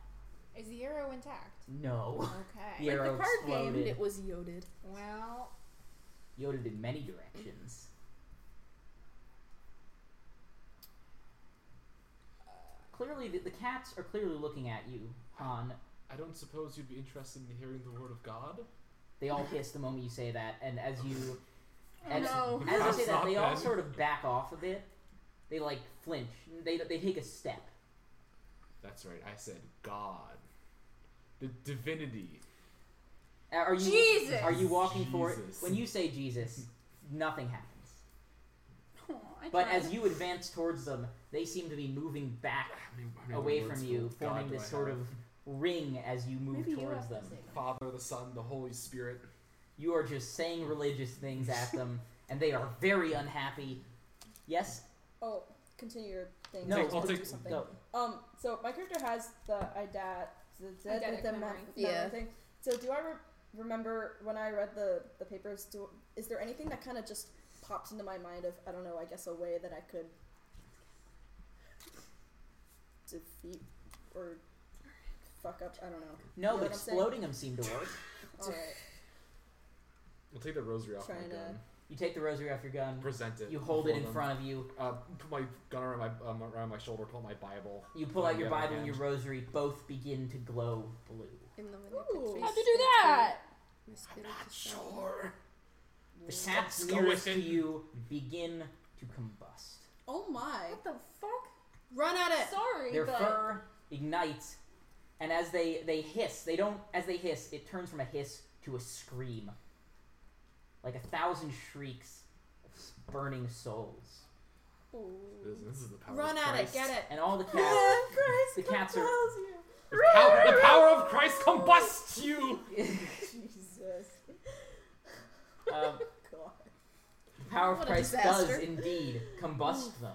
Is the arrow intact?
No.
Okay.
The arrow
the card game,
exploded.
was yoded.
Well,
Yoded in many directions. Uh, Clearly, the, the cats are clearly looking at you, Han.
I don't suppose you'd be interested in hearing the word of God?
They all hiss the moment you say that, and as you, as,
no.
as I say
That's not
that, they all
bad.
sort of back off a bit. They like flinch. They they take a step.
That's right, I said God. The divinity.
Uh, Are you
Jesus!
are you walking for it?
Jesus.
When you say Jesus, nothing happens.
Aw, I
But
tried.
as you advance towards them, they seem to be moving back
How many- how many
away
words
from
for
you,
God
forming
do I
this sort
have?
of ring as you move
Maybe you
towards
have to
them.
say that.
Father, the Son, the Holy Spirit.
You are just saying religious things at them, and they are very unhappy. Yes,
Oh, continue your thing.
No,
I
Take-
was
I'll
gonna
take-
do something.
go.
Um, so my character has the idat, the, the,
Eidetic
the
memory.
Yeah.
thing. So do I re- remember when I read the the papers? Do is there anything that kind of just pops into my mind of I don't know? I guess a way that I could defeat or fuck up. I don't know.
No,
You know
but
what I'm saying?
exploding them seem to work.
All right.
I'll take the rosary off my
Trying to-
gun.
You take the rosary off your gun.
Present it.
You hold it
before
in
them.
front of you.
Uh, put my gun around my um, around my shoulder. Pull out my Bible.
You pull
Or
out your
the other
Bible and your
hand.
rosary. Both begin to glow blue.
In the
Ooh.
How'd you do that?
I'm not sure.
The cats
go
nearest
with
to
it.
you begin to combust.
Oh my.
What the fuck?
Run at it!
Sorry,
Their
but
fur ignites, and as they they hiss, they don't. As they hiss, it turns from a hiss to a scream, like a thousand shrieks of s- burning souls.
This, this is the power.
Run
of
at it!
Christ.
Get it!
And all the
Yeah,
cats,
Christ
the cats are-
compels you.
The power, the power of Christ combusts you.
Jesus.
um,
God.
the power of
What a
Christ does
disaster.
indeed combust them.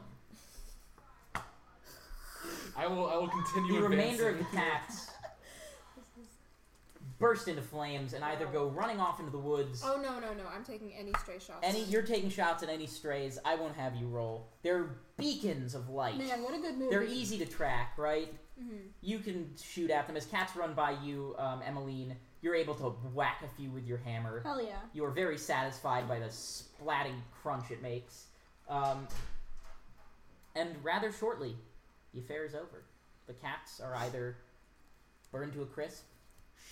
I will. I will continue.
The remainder of the
advancing.
cats burst into flames and either go running off into the woods.
Oh no no no! I'm taking any stray shots.
Any you're taking shots at any strays. I won't have you roll. They're beacons of light.
Man, what a good movie.
They're easy to track, right?
Mhm.
You can shoot at them as cats run by you, um, Emmeline. You're able to whack a few with your hammer.
hell yeah.
You are very satisfied by the splatting crunch it makes. Um, and rather shortly, the affair is over. The cats are either burned to a crisp,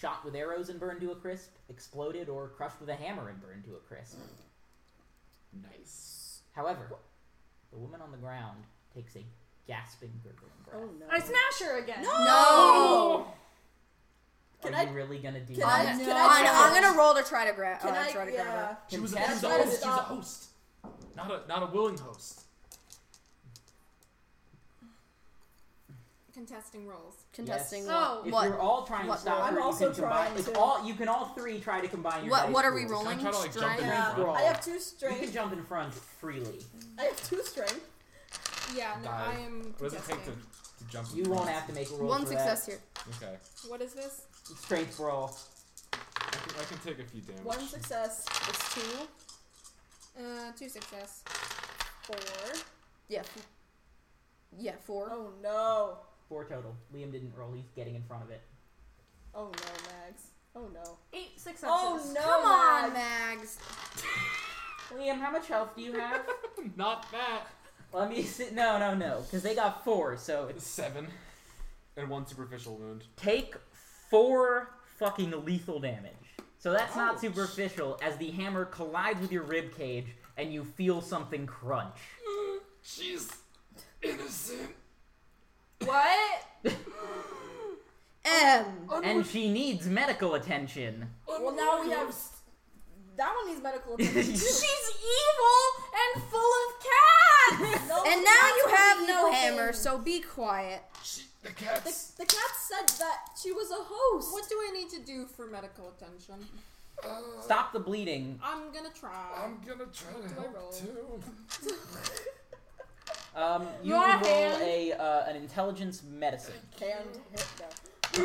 shot with arrows and burned to a crisp, exploded, or crushed with a hammer and burned to a crisp.
Nice.
However, the woman on the ground takes a gasping, gurgling breath.
Oh no.
I smash her again. No.
Oh!
No!
Can
are
I-
you really gonna do
can
that?
I-
Fine,
can I
I'm
challenge-
gonna roll to try to grab.
Can
oh,
I?
try to grab
Yeah.
her.
She was, a, she
Contest-
was a
Let it
host. She was a
stop.
host. Not a not a willing host.
Contesting rolls.
Contesting.
Yes.
what?
Oh.
If
what?
you're all trying
What
to stop
roll?
her,
I'm
you
also
can combine.
trying
it's
to-
all you can all three try to combine your.
What?
dice
What are we
rolls.
rolling?
Can I try to, like, jump in
Strength?
Yeah.
Brawl.
I have two
You can
strength.
jump in front freely.
I have two strength.
Yeah, no,
Guys,
I am.
What does it take to,
Contesting.
to jump? in
You won't
front?
have to make a roll.
One
for
success here.
Okay.
What is this?
That. Strength brawl.
I can, I can take a few damage.
One success. It's two,
Uh, two success.
four.
Yeah. f- Yeah, four.
Oh no.
Four total. Liam didn't roll. He's getting in front of it.
Oh no, Mags. Oh no.
Eight successes.
Oh no.
Come on,
Mags.
Mags.
Liam, how much health do you have?
Not that.
Let me see. No, no, no. Because they got four, so it's
Seven. And one superficial wound.
take four fucking lethal damage. So that's not
Ouch.
superficial as the hammer collides with your rib cage and you feel something crunch.
She's innocent.
What?
M.
Oh,
And she needs medical attention.
Well now we have. That one needs medical attention
She's
too.
evil and full of cats.
No,
And now
that's
you
what
have
the
no
evil
hammer,
thing-
so be quiet.
She, the
The,
cats.
the cat said that she was a host.
What do I need to do for medical attention?
uh,
Stop the bleeding.
I'm gonna try.
I'm gonna try
Do
to
I roll?
help too.
Um, you
Your
would roll
hand.
a uh, an intelligence medicine.
Hand hit no.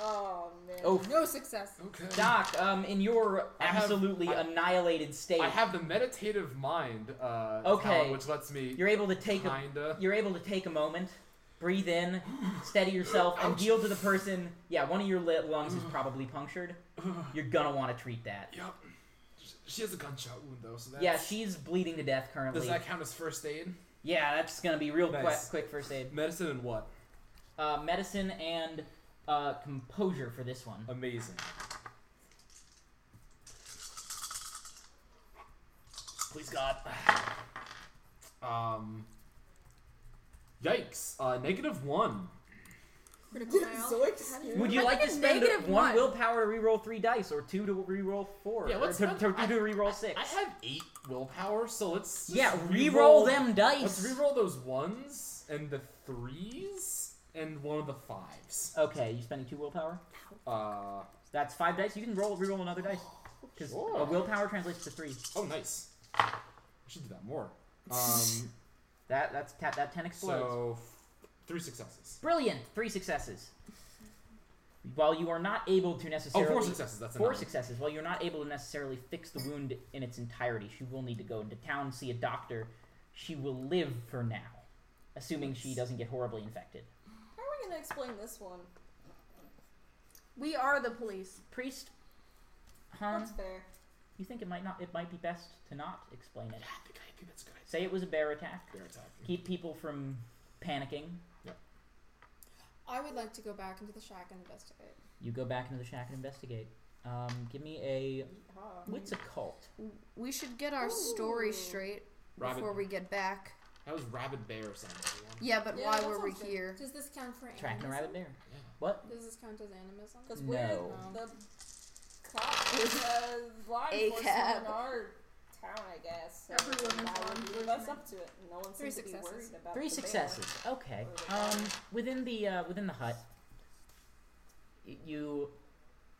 Oh man.
Oh,
No success.
okay.
Doc. Um, in your
I have-
absolutely
I-
annihilated state,
I have the meditative mind. Uh,
Okay.
talent, which lets me
you're able to take a
kinda.
you're able to take a moment, breathe in, steady yourself, and
Ouch. Mm.
deal to the person. Yeah, one of your lit lungs is probably punctured. You're gonna want to treat that.
Yep. Sh- She has a gunshot wound though, so that's.
Yeah, she's bleeding to death currently.
Does that count as first aid?
Yeah, that's gonna be real
Nice.
quick, quick first aid.
Medicine and what?
uh, medicine and uh, composure for this one.
Amazing.
Please God.
Um, yikes. Uh, negative one.
Critical fail.
Zoinks.
Would you
I
like
think
to
a
spend
negative
one,
one.
willpower to reroll three dice, or two to reroll four,
Yeah,
or
let's
to,
not-
to, to,
I-
to reroll six?
I have eight willpower, so let's just
yeah,
re-roll
reroll them dice.
Let's reroll those ones and the threes and one of the fives.
Okay, you spending two willpower?
Uh,
That's five dice. You can roll reroll another dice because
Sure.
willpower translates to three.
oh, nice. I should do that more. Um,
That that's ta- that ten explodes.
so three successes.
Brilliant. Three successes. While you are not able to
Oh,
necessarily
four successes. That's a
Four
nine.
successes. While you're not able to necessarily fix the wound in its entirety, she will need to go into town, see a doctor. She will live for now, assuming she doesn't get horribly infected.
How are we gonna explain this one?
We are the police.
Priest, Han,
That's fair.
you think it might not? It might be best to not explain it.
Yeah, I think, I think that's a good.
Say it was a bear attack.
idea. Bear attack.
Keep people from panicking.
I would like to go back into the shack and investigate.
You go back into the shack and investigate. Um, give me a
Yeehaw.
wits occult.
We should get our story
Ooh.
straight
Rabbit.
before we get back.
That was rabid bear or something. everyone.
Yeah, but
Yeah,
why
that
were we
sounds good.
here?
Does this count for
Tracking a
animism?
rabbit bear.
Yeah.
What?
Does this count as animism?
Because we're
No.
the cop is uh, law
A
enforcement
cab.
in our town, I guess. So
Everyone is
why
law
would we Live us up to it. No one
Three
seems to be
successes.
worried about
Three
the bear.
successes. Okay. Um, within the uh, within the hut, y- you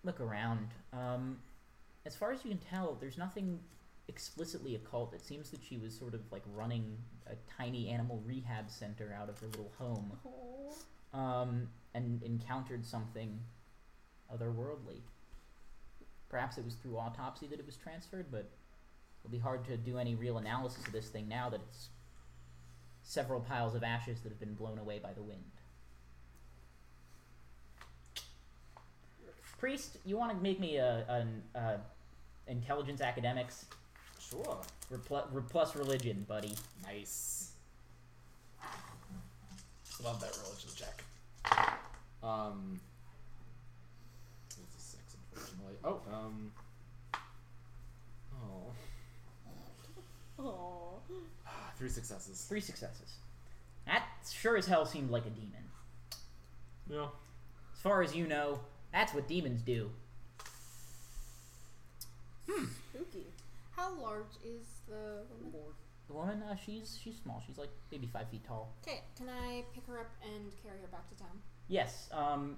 look around. Um, as far as you can tell, there's nothing explicitly occult. It seems that she was sort of like running a tiny animal rehab center out of her little home,
Oh.
um, and encountered something otherworldly. Perhaps it was through autopsy that it was transferred, but it'll be hard to do any real analysis of this thing now that it's several piles of ashes that have been blown away by the wind. Priest, you want to make me a, an uh intelligence academics
Sure.
re- pl- re- plus religion, buddy.
Nice. Love that religion check. Um. It's a six, unfortunately. Oh, um. Oh.
Aw.
Three successes.
Three successes. That sure as hell seemed like a demon.
Yeah.
As far as you know, that's what demons do.
Spooky.
How large is the woman?
Lord.
The woman, uh, she's she's small. She's like maybe five feet tall.
Okay, can I pick her up and carry her back to town?
Yes. Um,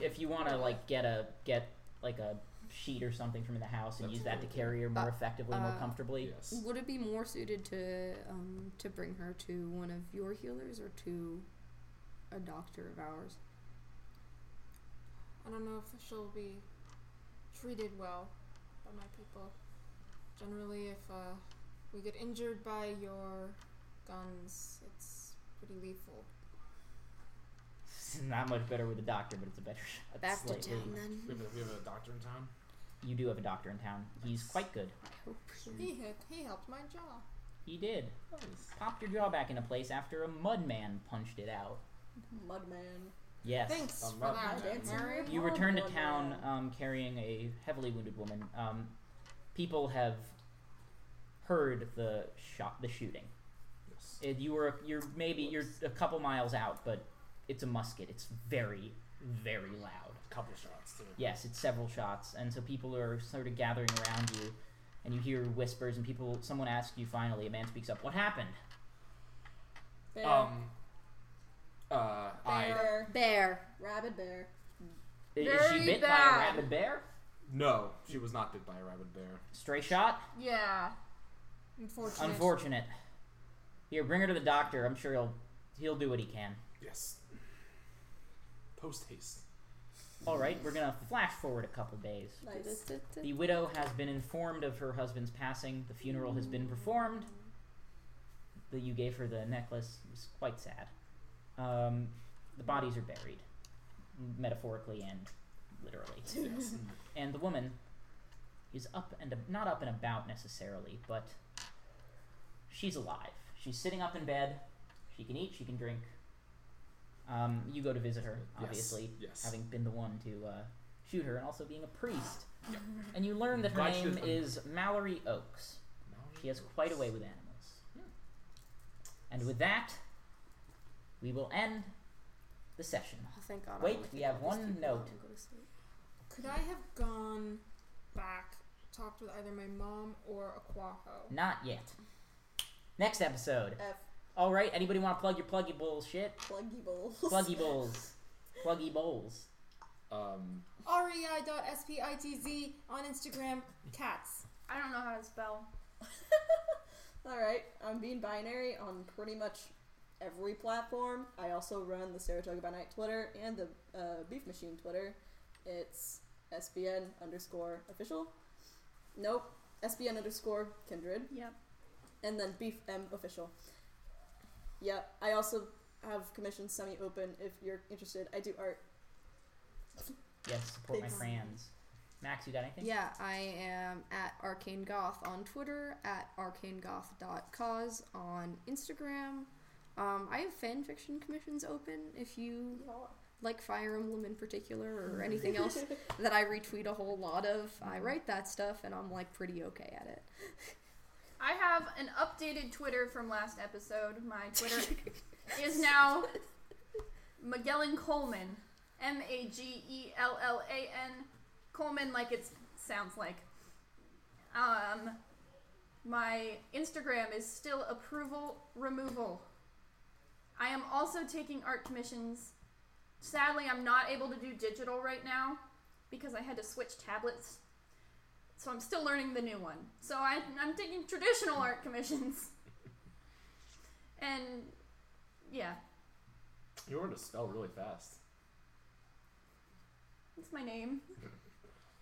if you want to like get a get like a sheet or something from the house and
That's
use that to carry her more
Uh,
effectively, more
uh,
comfortably.
Yes.
Would it be more suited to um, to bring her to one of your healers or to a doctor of ours?
I don't know if she'll be treated well by my people. Generally, if uh, we get injured by your guns, it's pretty lethal.
It's not much better with a doctor, but it's a better shot.
Back to
slightly.
town then.
We have, a, we have a doctor in town.
You do have a doctor in town. He's quite good.
I hope so.
He hit, he helped my jaw.
He did.
Nice.
Popped your jaw back into place after a mud man punched it out.
Mudman.
Yes.
Thanks
I'm
for
not
that,
mad at you.
Mary.
You return to
Mud
town
man.
um, carrying a heavily wounded woman. Um, people have heard the shot, the shooting.
Yes.
It, you were you're maybe you're a couple miles out, but it's a musket. It's very very loud.
A couple shots too.
Yes, it's several shots, and so people are sort of gathering around you, and you hear whispers, and people. Someone asks you finally. A man speaks up. What happened?
Bear.
Um. Uh. I
bear.
Bear.
Rabid bear.
I- Is,
Very
she bit by a
bad.
rabid bear?
no. She was not bit by a rabid bear.
Stray shot.
Yeah.
Unfortunate.
Unfortunate. Here, bring her to the doctor. I'm sure he'll he'll do what he can.
Yes. Post haste.
All right, we're gonna flash forward a couple days.
Nice.
The widow has been informed of her husband's passing. The funeral has been performed. That you gave her the necklace It was quite sad. Um, the bodies are buried, metaphorically and literally.
Yes.
And the woman is up and ab- not up and about necessarily, but she's alive. She's sitting up in bed. She can eat. She can drink. Um, you go to visit her,
Yes,
obviously,
yes.
having been the one to uh, shoot her, and also being a priest. And you learn that her
Glad she
name
didn't-
is Mallory Oaks. She has quite a way with animals. And with that, we will end the session.
Oh, thank God. I
Wait,
only
we
think
have
all these
one
people
note.
out and go to sleep.
Could I have gone back, talked with either my mom or Aquaho?
Not yet. Next episode.
F
All right. Anybody want to plug your pluggy bullshit?
pluggy bowls.
Pluggy bowls. Pluggy bowls.
Um,
E REI.SPITZ on Instagram, cats.
I don't know how to spell.
All right, I'm being binary on pretty much every platform. I also run the Saratoga by Night Twitter and the uh, Beef Machine Twitter. It's SBN underscore official. Nope, SBN underscore kindred,
Yep.
and then Beef M official. Yeah, I also have commissions semi open if you're interested. I do art.
Yes. Support my
Thanks.
friends. Max, you got anything?
Yeah, I am at Arcane Goth on Twitter, at arcanegoth.cause on Instagram. Um, I have fan fiction commissions open if you like Fire Emblem in particular or anything else that I retweet a whole lot of. I write that stuff and I'm like pretty okay at it.
I have an updated Twitter from last episode. My Twitter is now Magellan Coleman. M A G E L L A N. Coleman, like it sounds like. Um, my Instagram is still approval removal. I am also taking art commissions. Sadly, I'm not able to do digital right now because I had to switch tablets so I'm still learning the new one. So I, I'm taking traditional art commissions. And yeah,
you learned to spell really fast.
that's my name.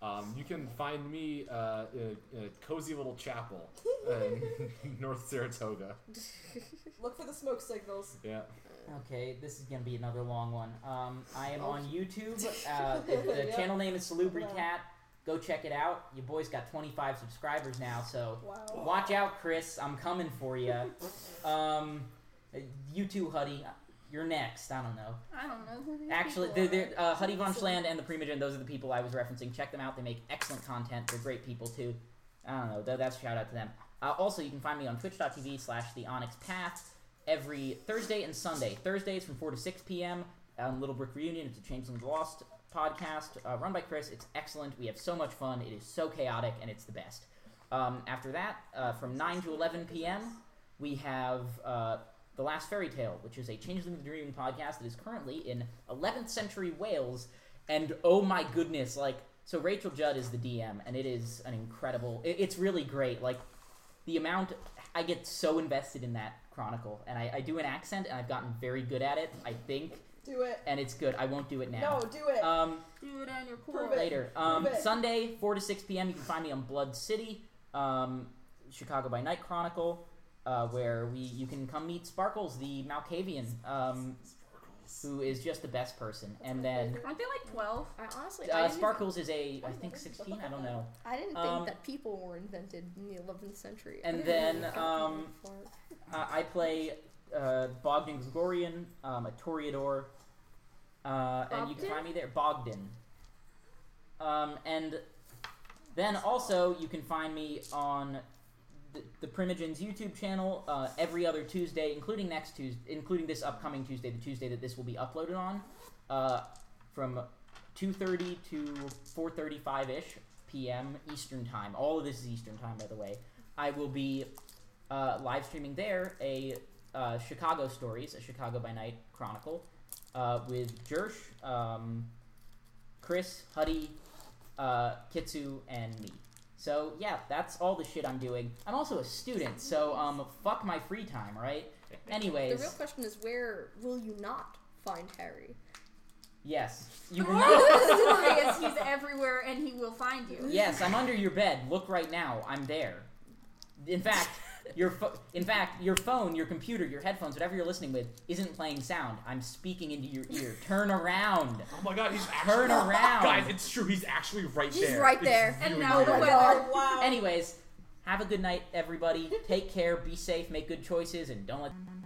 Um, you can find me uh, in a, in a cozy little chapel in North Saratoga.
Look for the smoke signals.
Yeah.
Okay, this is gonna be another long one. Um, I am on YouTube. Uh, the, the
Yeah.
channel name is Salubri
Yeah.
Cat. Go check it out. Your boy's got 25 subscribers now, so
Wow.
watch out, Chris. I'm coming for you. um, you too, Huddy. You're next. I don't know.
I don't know who these
Actually,
people
they're,
are.
they're, uh, Huddy Von Schland and the Primogen, those are the people I was referencing. Check them out. They make excellent content. They're great people, too. I don't know. tho- That's a shout out to them. Uh, also, you can find me on twitch.tv slash the Onyx Path every Thursday and Sunday. Thursdays from 4 to 6 p.m. on Little Brick Reunion. It's a Changeling Lost podcast uh, run by Chris. It's excellent. We have so much fun. It is so chaotic, and it's the best. Um, after that, uh, from 9 to 11 p.m., we have uh, The Last Fairy Tale, which is a Changeling the Dream podcast that is currently in 11th century Wales. And oh my goodness, like, so Rachel Judd is the DM, and it is an incredible, it, it's really great. Like, the amount, I get so invested in that chronicle. And I, I do an accent, and I've gotten very good at it, I think,
Do it.
and it's good. I won't do it
No,
now.
do it.
Um,
Do it on your core.
Prove it.
later. Um,
Prove it.
Sunday, 4 to 6 p.m., you can find me on Blood City, um, Chicago by Night Chronicle, uh, where we you can come meet Sparkles, the Malkavian, um, who is just the best person. And then
Aren't they like 12?
I honestly I
uh,
didn't,
Sparkles is a, I think, 16? I don't know.
I didn't think
um,
that people were invented in the 11th century.
and
I
then,
didn't know
um,
that far.
Uh, I play uh, Bogdan Gregorian, um, a Toreador, uh, and you can
Bogdan?
find me there, Bogdan. Um, and then also you can find me on the, the Primogen's YouTube channel uh, every other Tuesday, including next Tuesday, including this upcoming Tuesday, the Tuesday that this will be uploaded on, uh, from 2:30 to 4:35 ish p.m. Eastern time. All of this is Eastern time, by the way. I will be uh, live streaming there a uh, Chicago Stories, a Chicago by Night Chronicle, uh, with Jersh, um, Chris, Huddy, uh, Kitsu, and me. So yeah, that's all the shit I'm doing. I'm also a student, so um, fuck my free time, right?
the real
Anyways,
question is where will you not find Harry?
yes, you
The
will
moral
not.
of the story is he's everywhere and he will find you.
Yes, I'm under your bed. Look right now. I'm there. In fact, your pho- in fact, your phone, your computer, your headphones, whatever you're listening with, isn't playing sound. I'm speaking into your ear. Turn around.
Oh my god, he's actually.
Turn around.
Guys, it's true. He's actually right
He's
there.
right
It's
there.
And
really
now
weird.
the
Oh my
weather.
God, wow.
Anyways, have a good night, everybody. Take care. Be safe. Make good choices, and don't let.